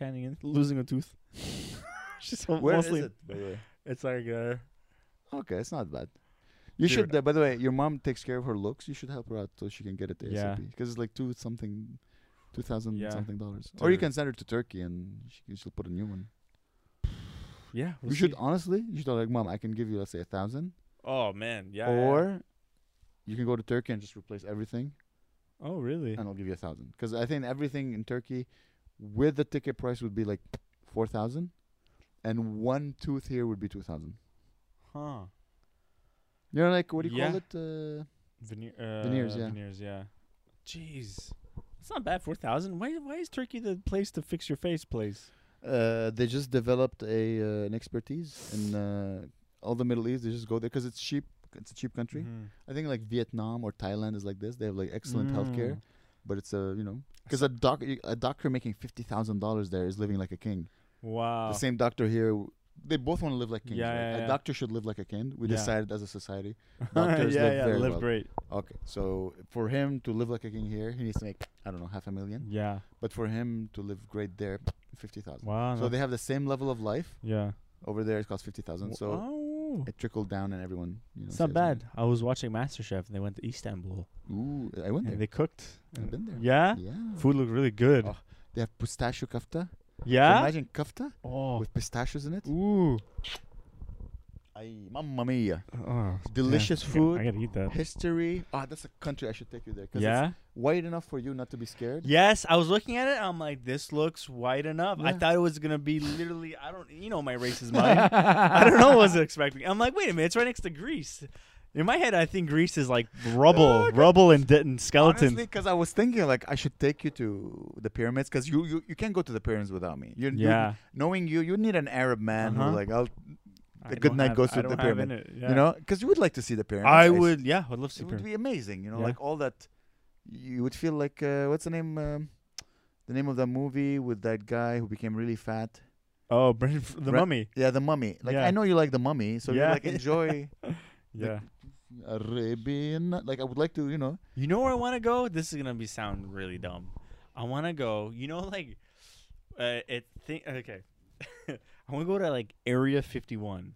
Speaker 2: Shining
Speaker 1: [laughs]
Speaker 2: in, losing a tooth. [laughs] She's so
Speaker 1: Where is
Speaker 2: mostly.
Speaker 1: it, by the way?
Speaker 2: It's like uh,
Speaker 1: Okay, it's not bad. You should, uh, by the way, your mom takes care of her looks. You should help her out so she can get it
Speaker 2: Yeah.
Speaker 1: ASAP. Because it's like two something, two thousand
Speaker 2: Yeah.
Speaker 1: something dollars. Or you
Speaker 2: Dude.
Speaker 1: can send her to Turkey and she can, she'll put a new one.
Speaker 2: yeah.
Speaker 1: You
Speaker 2: we'll
Speaker 1: should
Speaker 2: see.
Speaker 1: honestly, you should tell her, like, mom, I can give you let's say a thousand,
Speaker 2: Oh man, yeah. yeah, yeah.
Speaker 1: or you can go to Turkey and just replace everything.
Speaker 2: Oh, really?
Speaker 1: and I'll give you a thousand because I think everything in Turkey with the ticket price would be like four thousand, and one tooth here would be two thousand.
Speaker 2: Huh.
Speaker 1: You know, like what do you
Speaker 2: Yeah.
Speaker 1: call it? Uh,
Speaker 2: Veneer, uh,
Speaker 1: Veneers, yeah.
Speaker 2: Veneers, yeah. Jeez.
Speaker 4: It's not bad. Four thousand. Why? Why is Turkey the place to fix your face? Place.
Speaker 1: Uh, they just developed a uh, an expertise in uh, all the Middle East. They just go there because it's cheap. It's a cheap country.
Speaker 2: Mhm.
Speaker 1: I think like Vietnam or Thailand is like this. They have like excellent healthcare,
Speaker 4: Mm.
Speaker 1: but it's a you know because a doc a doctor making fifty thousand dollars there is living like a king.
Speaker 2: Wow.
Speaker 1: The same doctor here. w- They both want to live like kings.
Speaker 2: Oh. Yeah,
Speaker 1: right?
Speaker 2: yeah, yeah.
Speaker 1: A doctor should live like a king. We
Speaker 2: Yeah.
Speaker 1: decided as a society.
Speaker 2: [laughs] yeah,
Speaker 1: [laughs] Doctors live
Speaker 2: yeah,
Speaker 1: very
Speaker 2: live
Speaker 1: well.
Speaker 2: great.
Speaker 1: Okay, so for him to live like a king here, he needs to make I don't know half a million.
Speaker 2: Yeah.
Speaker 1: But for him to live great there, fifty thousand.
Speaker 2: Wow.
Speaker 1: So they have the same level of life.
Speaker 2: yeah.
Speaker 1: Over there, it costs fifty thousand. So
Speaker 4: oh.
Speaker 1: it trickled down, and everyone. You know,
Speaker 4: It's not
Speaker 1: saves money.
Speaker 4: bad. I was watching MasterChef and they went to Istanbul
Speaker 1: Ooh, I went
Speaker 4: and
Speaker 1: there.
Speaker 4: they cooked.
Speaker 1: I've been there.
Speaker 2: Yeah.
Speaker 1: Yeah.
Speaker 2: Food looked really good.
Speaker 1: Oh, They have pistachio kafta.
Speaker 2: yeah.
Speaker 1: Imagine kafta
Speaker 2: oh.
Speaker 1: with pistachios in it.
Speaker 2: Ooh.
Speaker 1: Ay, mamma mia.
Speaker 2: Oh.
Speaker 1: Delicious
Speaker 4: I gotta-
Speaker 1: food.
Speaker 4: I gotta eat that.
Speaker 1: History. Ah, that's a country I should take you there. 'cause
Speaker 2: Yeah.
Speaker 1: It's wide enough for you not to be scared.
Speaker 2: Yes, I was looking at it. I'm like, this looks white enough. I
Speaker 1: Yeah.
Speaker 2: thought it was gonna be literally. I don't. You know my
Speaker 1: [laughs]
Speaker 2: racist mind. I don't know what I was expecting. I'm like, wait a minute, it's right next to Greece. In my head, I think Greece is like rubble, rubble, and, de- and skeletons.
Speaker 1: Honestly, because I was thinking like I should take you to the pyramids because you, you you can't go to the pyramids without me. You, you-
Speaker 2: Yeah.
Speaker 1: knowing you, you need an Arab man who
Speaker 2: Uh-huh.
Speaker 1: like I'll
Speaker 4: I
Speaker 1: the
Speaker 4: don't
Speaker 1: good night
Speaker 4: have-
Speaker 1: goes
Speaker 4: I
Speaker 1: to the
Speaker 4: don't have in
Speaker 1: pyramid.
Speaker 4: it, yeah.
Speaker 1: You know, because you would like to see the pyramids.
Speaker 2: I
Speaker 1: s-
Speaker 2: would. Yeah, I'd love to. see
Speaker 1: It
Speaker 2: pyramid.
Speaker 1: would be amazing. You know,
Speaker 4: Yeah.
Speaker 1: like all that. You would feel like uh, what's the name? Um, the name of that movie with that guy who became really fat.
Speaker 4: Oh, Brendan, F- the
Speaker 1: Bre-
Speaker 4: mummy.
Speaker 1: Yeah, the mummy. Like
Speaker 4: Yeah.
Speaker 1: I know you like the mummy, so
Speaker 4: Yeah.
Speaker 2: [laughs]
Speaker 1: you like enjoy
Speaker 4: Yeah.
Speaker 1: Arabian. Like I would like to, you know.
Speaker 2: You know where I want to go? This is gonna be sound really dumb. I want to go. You know, like, uh, it. Think, okay, [laughs] I want to go to like Area Fifty One,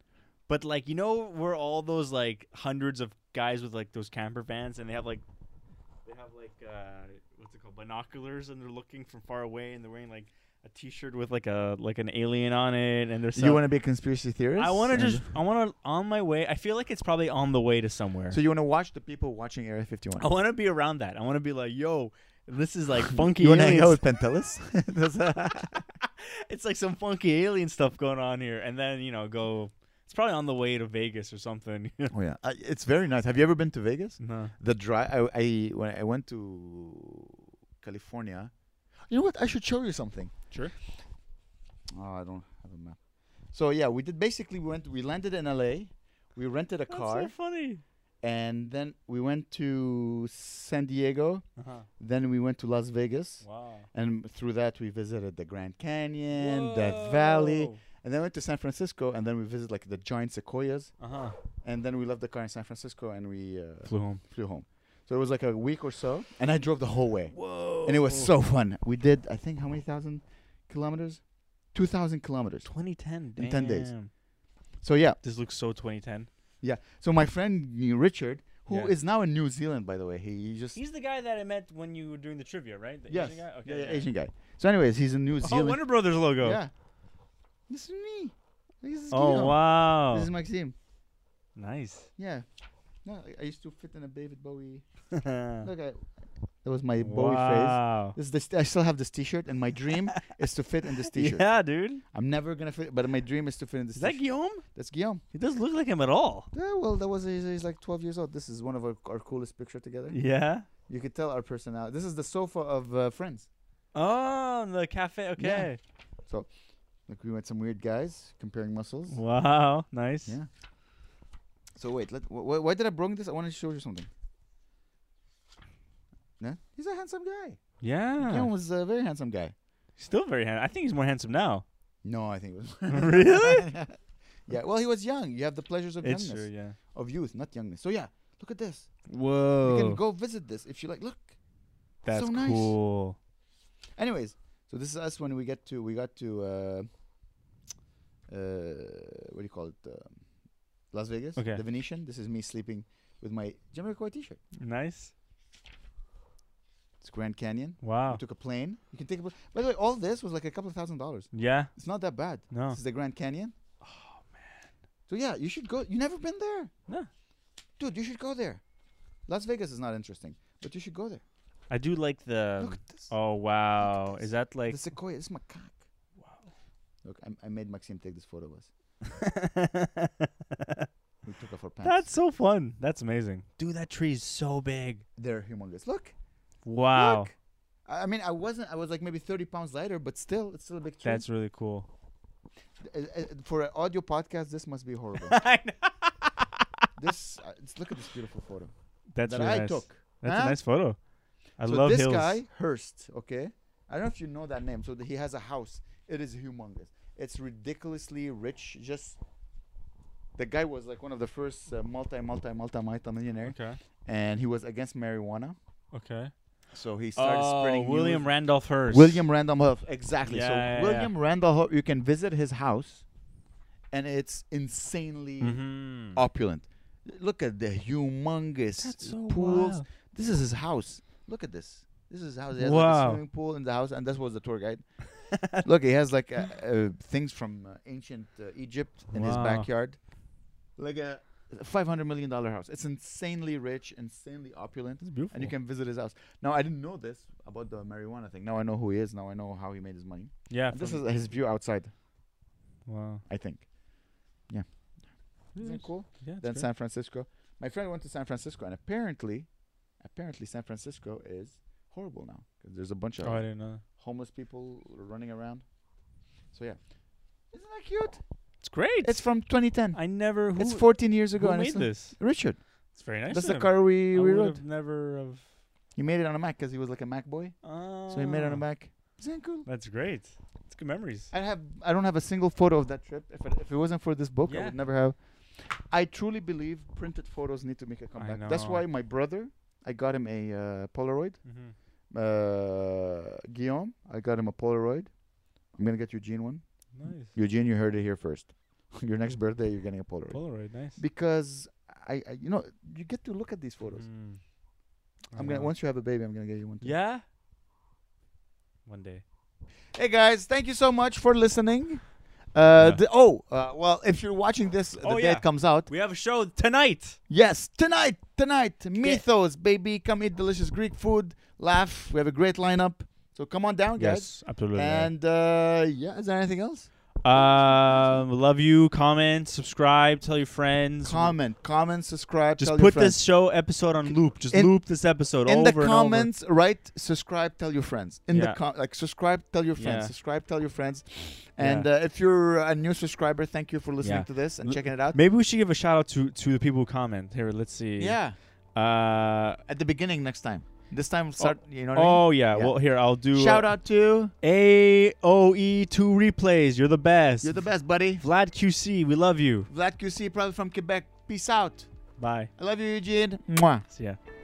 Speaker 2: but like you know where all those like hundreds of guys with like those camper vans and they have like, they have like uh, what's it called binoculars and they're looking from far away and they're wearing like a T-shirt with like a like an alien on it and they're.
Speaker 1: you want to be a conspiracy theorist?
Speaker 2: I want to
Speaker 1: and-
Speaker 2: just. I want to on my way. I feel like it's probably on the way to somewhere.
Speaker 1: So you want to watch the people watching Area 51?
Speaker 2: I want to be around that. I want to be like, yo, this is
Speaker 1: [laughs]
Speaker 2: like funky.
Speaker 1: you want to hang out
Speaker 2: aliens.
Speaker 1: with
Speaker 2: [laughs]
Speaker 1: Pentelis? That's a-
Speaker 2: it's like some funky alien stuff going on here, and then you know, go. It's probably on the way to Vegas or something. [laughs] you know?
Speaker 1: oh yeah, uh, it's very nice. Have you ever been to Vegas?
Speaker 2: no.
Speaker 1: The drive. I, I when I went to California, you know what? I should show you something.
Speaker 2: Sure.
Speaker 1: Oh, I don't have a map. So yeah, we did. Basically, we went. We landed in LA. We rented a car,
Speaker 2: That's so funny.
Speaker 1: and then we went to San Diego.
Speaker 2: Uh-huh.
Speaker 1: Then we went to Las Vegas,
Speaker 2: Wow.
Speaker 1: and through that we visited the Grand Canyon, Death Valley.
Speaker 2: Whoa.
Speaker 1: And then we went to San Francisco, and then we visited like the giant sequoias,
Speaker 2: Uh-huh.
Speaker 1: and then we left the car in San Francisco and we uh,
Speaker 2: Flew home.
Speaker 1: flew home. So it was like a week or so, and I drove the whole way,
Speaker 2: Whoa.
Speaker 1: and it was
Speaker 2: Oh.
Speaker 1: so fun. We did, I think, how many thousand kilometers? Two thousand kilometers.
Speaker 2: 2010.
Speaker 1: In 10 days.
Speaker 2: damn.
Speaker 1: So yeah,
Speaker 2: This looks so 2010.
Speaker 1: yeah. So my friend uh, Richard, who is
Speaker 2: Yeah.
Speaker 1: now in New Zealand, by the way, he, he just
Speaker 2: He's the guy that I met when you were doing the trivia, right? The
Speaker 1: yes,
Speaker 2: Asian guy.
Speaker 1: yeah, yeah, Asian guy. So anyways, he's in New
Speaker 2: Oh,
Speaker 1: Zealand.
Speaker 2: Wonder Brothers logo.
Speaker 1: yeah, this is me. This is
Speaker 2: Oh
Speaker 1: Leon.
Speaker 2: wow.
Speaker 1: This is Maxime. [laughs]
Speaker 2: nice.
Speaker 1: Yeah. No, I- I used to fit in a David Bowie.
Speaker 2: wow.
Speaker 1: Look, I, that was my Bowie phase. This is this, I still have this T-shirt, and my
Speaker 2: [laughs]
Speaker 1: dream is to fit in this T-shirt.
Speaker 2: Yeah, dude.
Speaker 1: I'm never gonna fit, but my dream is to fit in this.
Speaker 2: Is that
Speaker 1: t-shirt.
Speaker 2: Guillaume?
Speaker 1: That's Guillaume.
Speaker 2: He doesn't look like him at all.
Speaker 1: Yeah, well, that was he's, he's like 12 years old. This is one of our, our coolest picture together.
Speaker 2: Yeah.
Speaker 1: You could tell our personality. This is the sofa of uh, friends.
Speaker 2: Oh, the cafe. Okay.
Speaker 1: Like we met some weird guys comparing muscles.
Speaker 2: Wow. Nice.
Speaker 1: Yeah. So wait, let, wh- wh- why did I bring this? I wanted to show you something. Yeah, he's a handsome guy.
Speaker 2: Yeah.
Speaker 1: Guillaume was a very handsome guy.
Speaker 2: Still very handsome. I think he's more
Speaker 1: [laughs]
Speaker 2: handsome now.
Speaker 1: No, I think it was.
Speaker 2: Really?
Speaker 1: [laughs] yeah. Well, he was young. You have the pleasures of
Speaker 2: it's
Speaker 1: youngness,
Speaker 2: true. Yeah.
Speaker 1: of youth, not youngness. So yeah, look at this.
Speaker 2: Whoa.
Speaker 1: You can go visit this if you like. Look.
Speaker 2: That's
Speaker 1: so nice.
Speaker 2: cool.
Speaker 1: Anyways, so this is us when we get to we got to uh, uh, what do you call it? Um, Las Vegas.
Speaker 2: Okay.
Speaker 1: The Venetian. This is me sleeping with my Jamiroquai T-shirt.
Speaker 2: Nice.
Speaker 1: It's Grand Canyon.
Speaker 2: Wow.
Speaker 1: We took a plane. You can take a. pl- By the way, all this was like a couple of thousand dollars.
Speaker 2: Yeah.
Speaker 1: It's not that bad.
Speaker 2: No.
Speaker 1: This is the Grand Canyon. Oh man. So yeah, you should go. You never been there.
Speaker 2: No.
Speaker 1: Dude, you should go there. Las Vegas is not interesting, but you should go there.
Speaker 2: I do like the.
Speaker 1: Look at this.
Speaker 2: oh wow, is that like?
Speaker 1: the sequoia. This is my cock. Wow. Look, I, I made Maxim take this photo of
Speaker 2: [laughs]
Speaker 1: us. We took off our pants.
Speaker 2: That's so fun. That's amazing. Dude, that tree is so big.
Speaker 1: They're humongous. Look.
Speaker 2: Wow,
Speaker 1: Look. I I mean, I wasn't. I was like maybe 30 pounds lighter, but still, it's still a big tree.
Speaker 2: that's really
Speaker 1: [laughs]
Speaker 2: cool.
Speaker 1: Uh, uh, for an audio podcast, this must be
Speaker 2: [laughs]
Speaker 1: horrible. this, uh, it's- look at this beautiful photo
Speaker 2: That's
Speaker 1: that
Speaker 2: really
Speaker 1: I
Speaker 2: nice.
Speaker 1: took.
Speaker 2: That's
Speaker 1: Huh?
Speaker 2: a nice photo. I
Speaker 1: so
Speaker 2: love
Speaker 1: this
Speaker 2: hills.
Speaker 1: guy Hearst. Okay, I don't know if you know that name. So th- he has a house. It is humongous. It's ridiculously rich. Just the guy was like one of the first uh, multi, multi, multi, multi millionaire,
Speaker 2: okay.
Speaker 1: and he was against marijuana.
Speaker 2: Okay.
Speaker 1: So he started
Speaker 2: Oh,
Speaker 1: spreading
Speaker 2: William
Speaker 1: news.
Speaker 2: Randolph Hearst.
Speaker 1: William Randall Hearst. Exactly. so
Speaker 2: Yeah, yeah, yeah.
Speaker 1: William Randall Hearst, you can visit his house, and it's insanely
Speaker 2: hmm
Speaker 1: opulent. Look at the humongous
Speaker 2: That's so
Speaker 1: pools.
Speaker 2: wild.
Speaker 1: This is his house. Look at this. This is his house. He has like a
Speaker 2: Wow.
Speaker 1: swimming pool in the house, and that was the tour
Speaker 2: [laughs]
Speaker 1: guide. Look, he has like uh, uh, things from uh, ancient uh, Egypt in his
Speaker 2: Wow.
Speaker 1: backyard. Like a five hundred million dollar house. It's insanely rich, insanely opulent,
Speaker 2: That's beautiful.
Speaker 1: and you can visit his house. Now, I didn't know this about the marijuana thing. Now I know who he is. Now I know how he made his money.
Speaker 2: yeah.
Speaker 1: This
Speaker 2: from-
Speaker 1: is his view outside.
Speaker 2: wow.
Speaker 1: I think. Yeah. Isn't it
Speaker 2: Yes.
Speaker 1: cool?
Speaker 2: Yeah. it's
Speaker 1: then
Speaker 2: great.
Speaker 1: San Francisco. My friend went to San Francisco, and apparently, apparently San Francisco is horrible now 'cause there's a bunch of
Speaker 2: Oh, I didn't know. that.
Speaker 1: homeless people running around. So yeah, isn't that cute?
Speaker 2: It's great.
Speaker 1: It's from 2010.
Speaker 2: I never. Who,
Speaker 1: it's 14 years ago.
Speaker 2: who
Speaker 1: and
Speaker 2: made
Speaker 1: it's not-
Speaker 2: this?
Speaker 1: Richard.
Speaker 2: It's very nice.
Speaker 1: That's the
Speaker 2: of him.
Speaker 1: car we,
Speaker 2: I
Speaker 1: we
Speaker 2: would
Speaker 1: rode.
Speaker 2: have never have.
Speaker 1: He made it on a Mac because he was like a Mac boy, so he made it on a
Speaker 2: Ah,
Speaker 1: Mac. Isn't that cool?
Speaker 2: That's great. It's good memories.
Speaker 1: I have I don't have a single photo of that trip. If it, if it wasn't for this book, I
Speaker 2: Yeah.
Speaker 1: would never have. I truly believe printed photos need to make a comeback. That's
Speaker 2: know.
Speaker 1: why my brother, I got him a uh, Polaroid.
Speaker 2: Mhm.
Speaker 1: uh, Guillaume, I got him a Polaroid. I'm gonna get Eugene one.
Speaker 2: Nice.
Speaker 1: Eugene, you heard it here first. [laughs] Your next birthday, you're getting a Polaroid
Speaker 2: Polaroid. Nice.
Speaker 1: because I, I, you know, you get to look at these photos.
Speaker 2: Mm. I
Speaker 1: I'm gonna
Speaker 2: know.
Speaker 1: once you have a baby, I'm gonna get you one. Too.
Speaker 2: Uh-huh. Yeah. One day.
Speaker 1: Hey guys, thank you so much for listening. Uh,
Speaker 2: Yeah.
Speaker 1: the, oh, uh, well, if you're watching this the
Speaker 2: Oh,
Speaker 1: day
Speaker 2: yeah.
Speaker 1: it comes out,
Speaker 2: We have a show tonight.
Speaker 1: yes, tonight, tonight, Mythos, baby, come eat delicious Greek food, laugh. We have a great lineup, so come on down, guys.
Speaker 2: absolutely.
Speaker 1: And uh, yeah, is there anything else?
Speaker 2: um, love you. Comment, subscribe, tell your friends.
Speaker 1: comment, comment, subscribe.
Speaker 2: Just
Speaker 1: tell your
Speaker 2: put
Speaker 1: friends.
Speaker 2: this show episode on loop. Just
Speaker 1: In-
Speaker 2: loop this episode
Speaker 1: in
Speaker 2: over
Speaker 1: the
Speaker 2: and
Speaker 1: comments. Write subscribe, tell your friends. In the
Speaker 2: Yeah.
Speaker 1: com- like subscribe, tell your friends.
Speaker 2: Yeah.
Speaker 1: Subscribe, tell your friends. And uh, if you're a new subscriber, thank you for listening
Speaker 2: Yeah.
Speaker 1: to this and
Speaker 2: L-
Speaker 1: checking it out.
Speaker 2: over. Maybe we should give a shout out to to the people who comment. Here, let's see.
Speaker 1: Yeah,
Speaker 2: Uh.
Speaker 1: at the beginning next time. This time start. you know what I
Speaker 2: Oh uh, yeah.
Speaker 1: Yeah.
Speaker 2: Well, here I'll do
Speaker 1: mean? Shout out to
Speaker 2: A O E two replays. You're the best.
Speaker 1: you're the best, buddy.
Speaker 2: Vlad QC. We love you.
Speaker 1: Vlad QC, probably from Quebec. Peace out.
Speaker 2: Bye.
Speaker 1: I love you, Eugene. Mwah.
Speaker 2: See ya.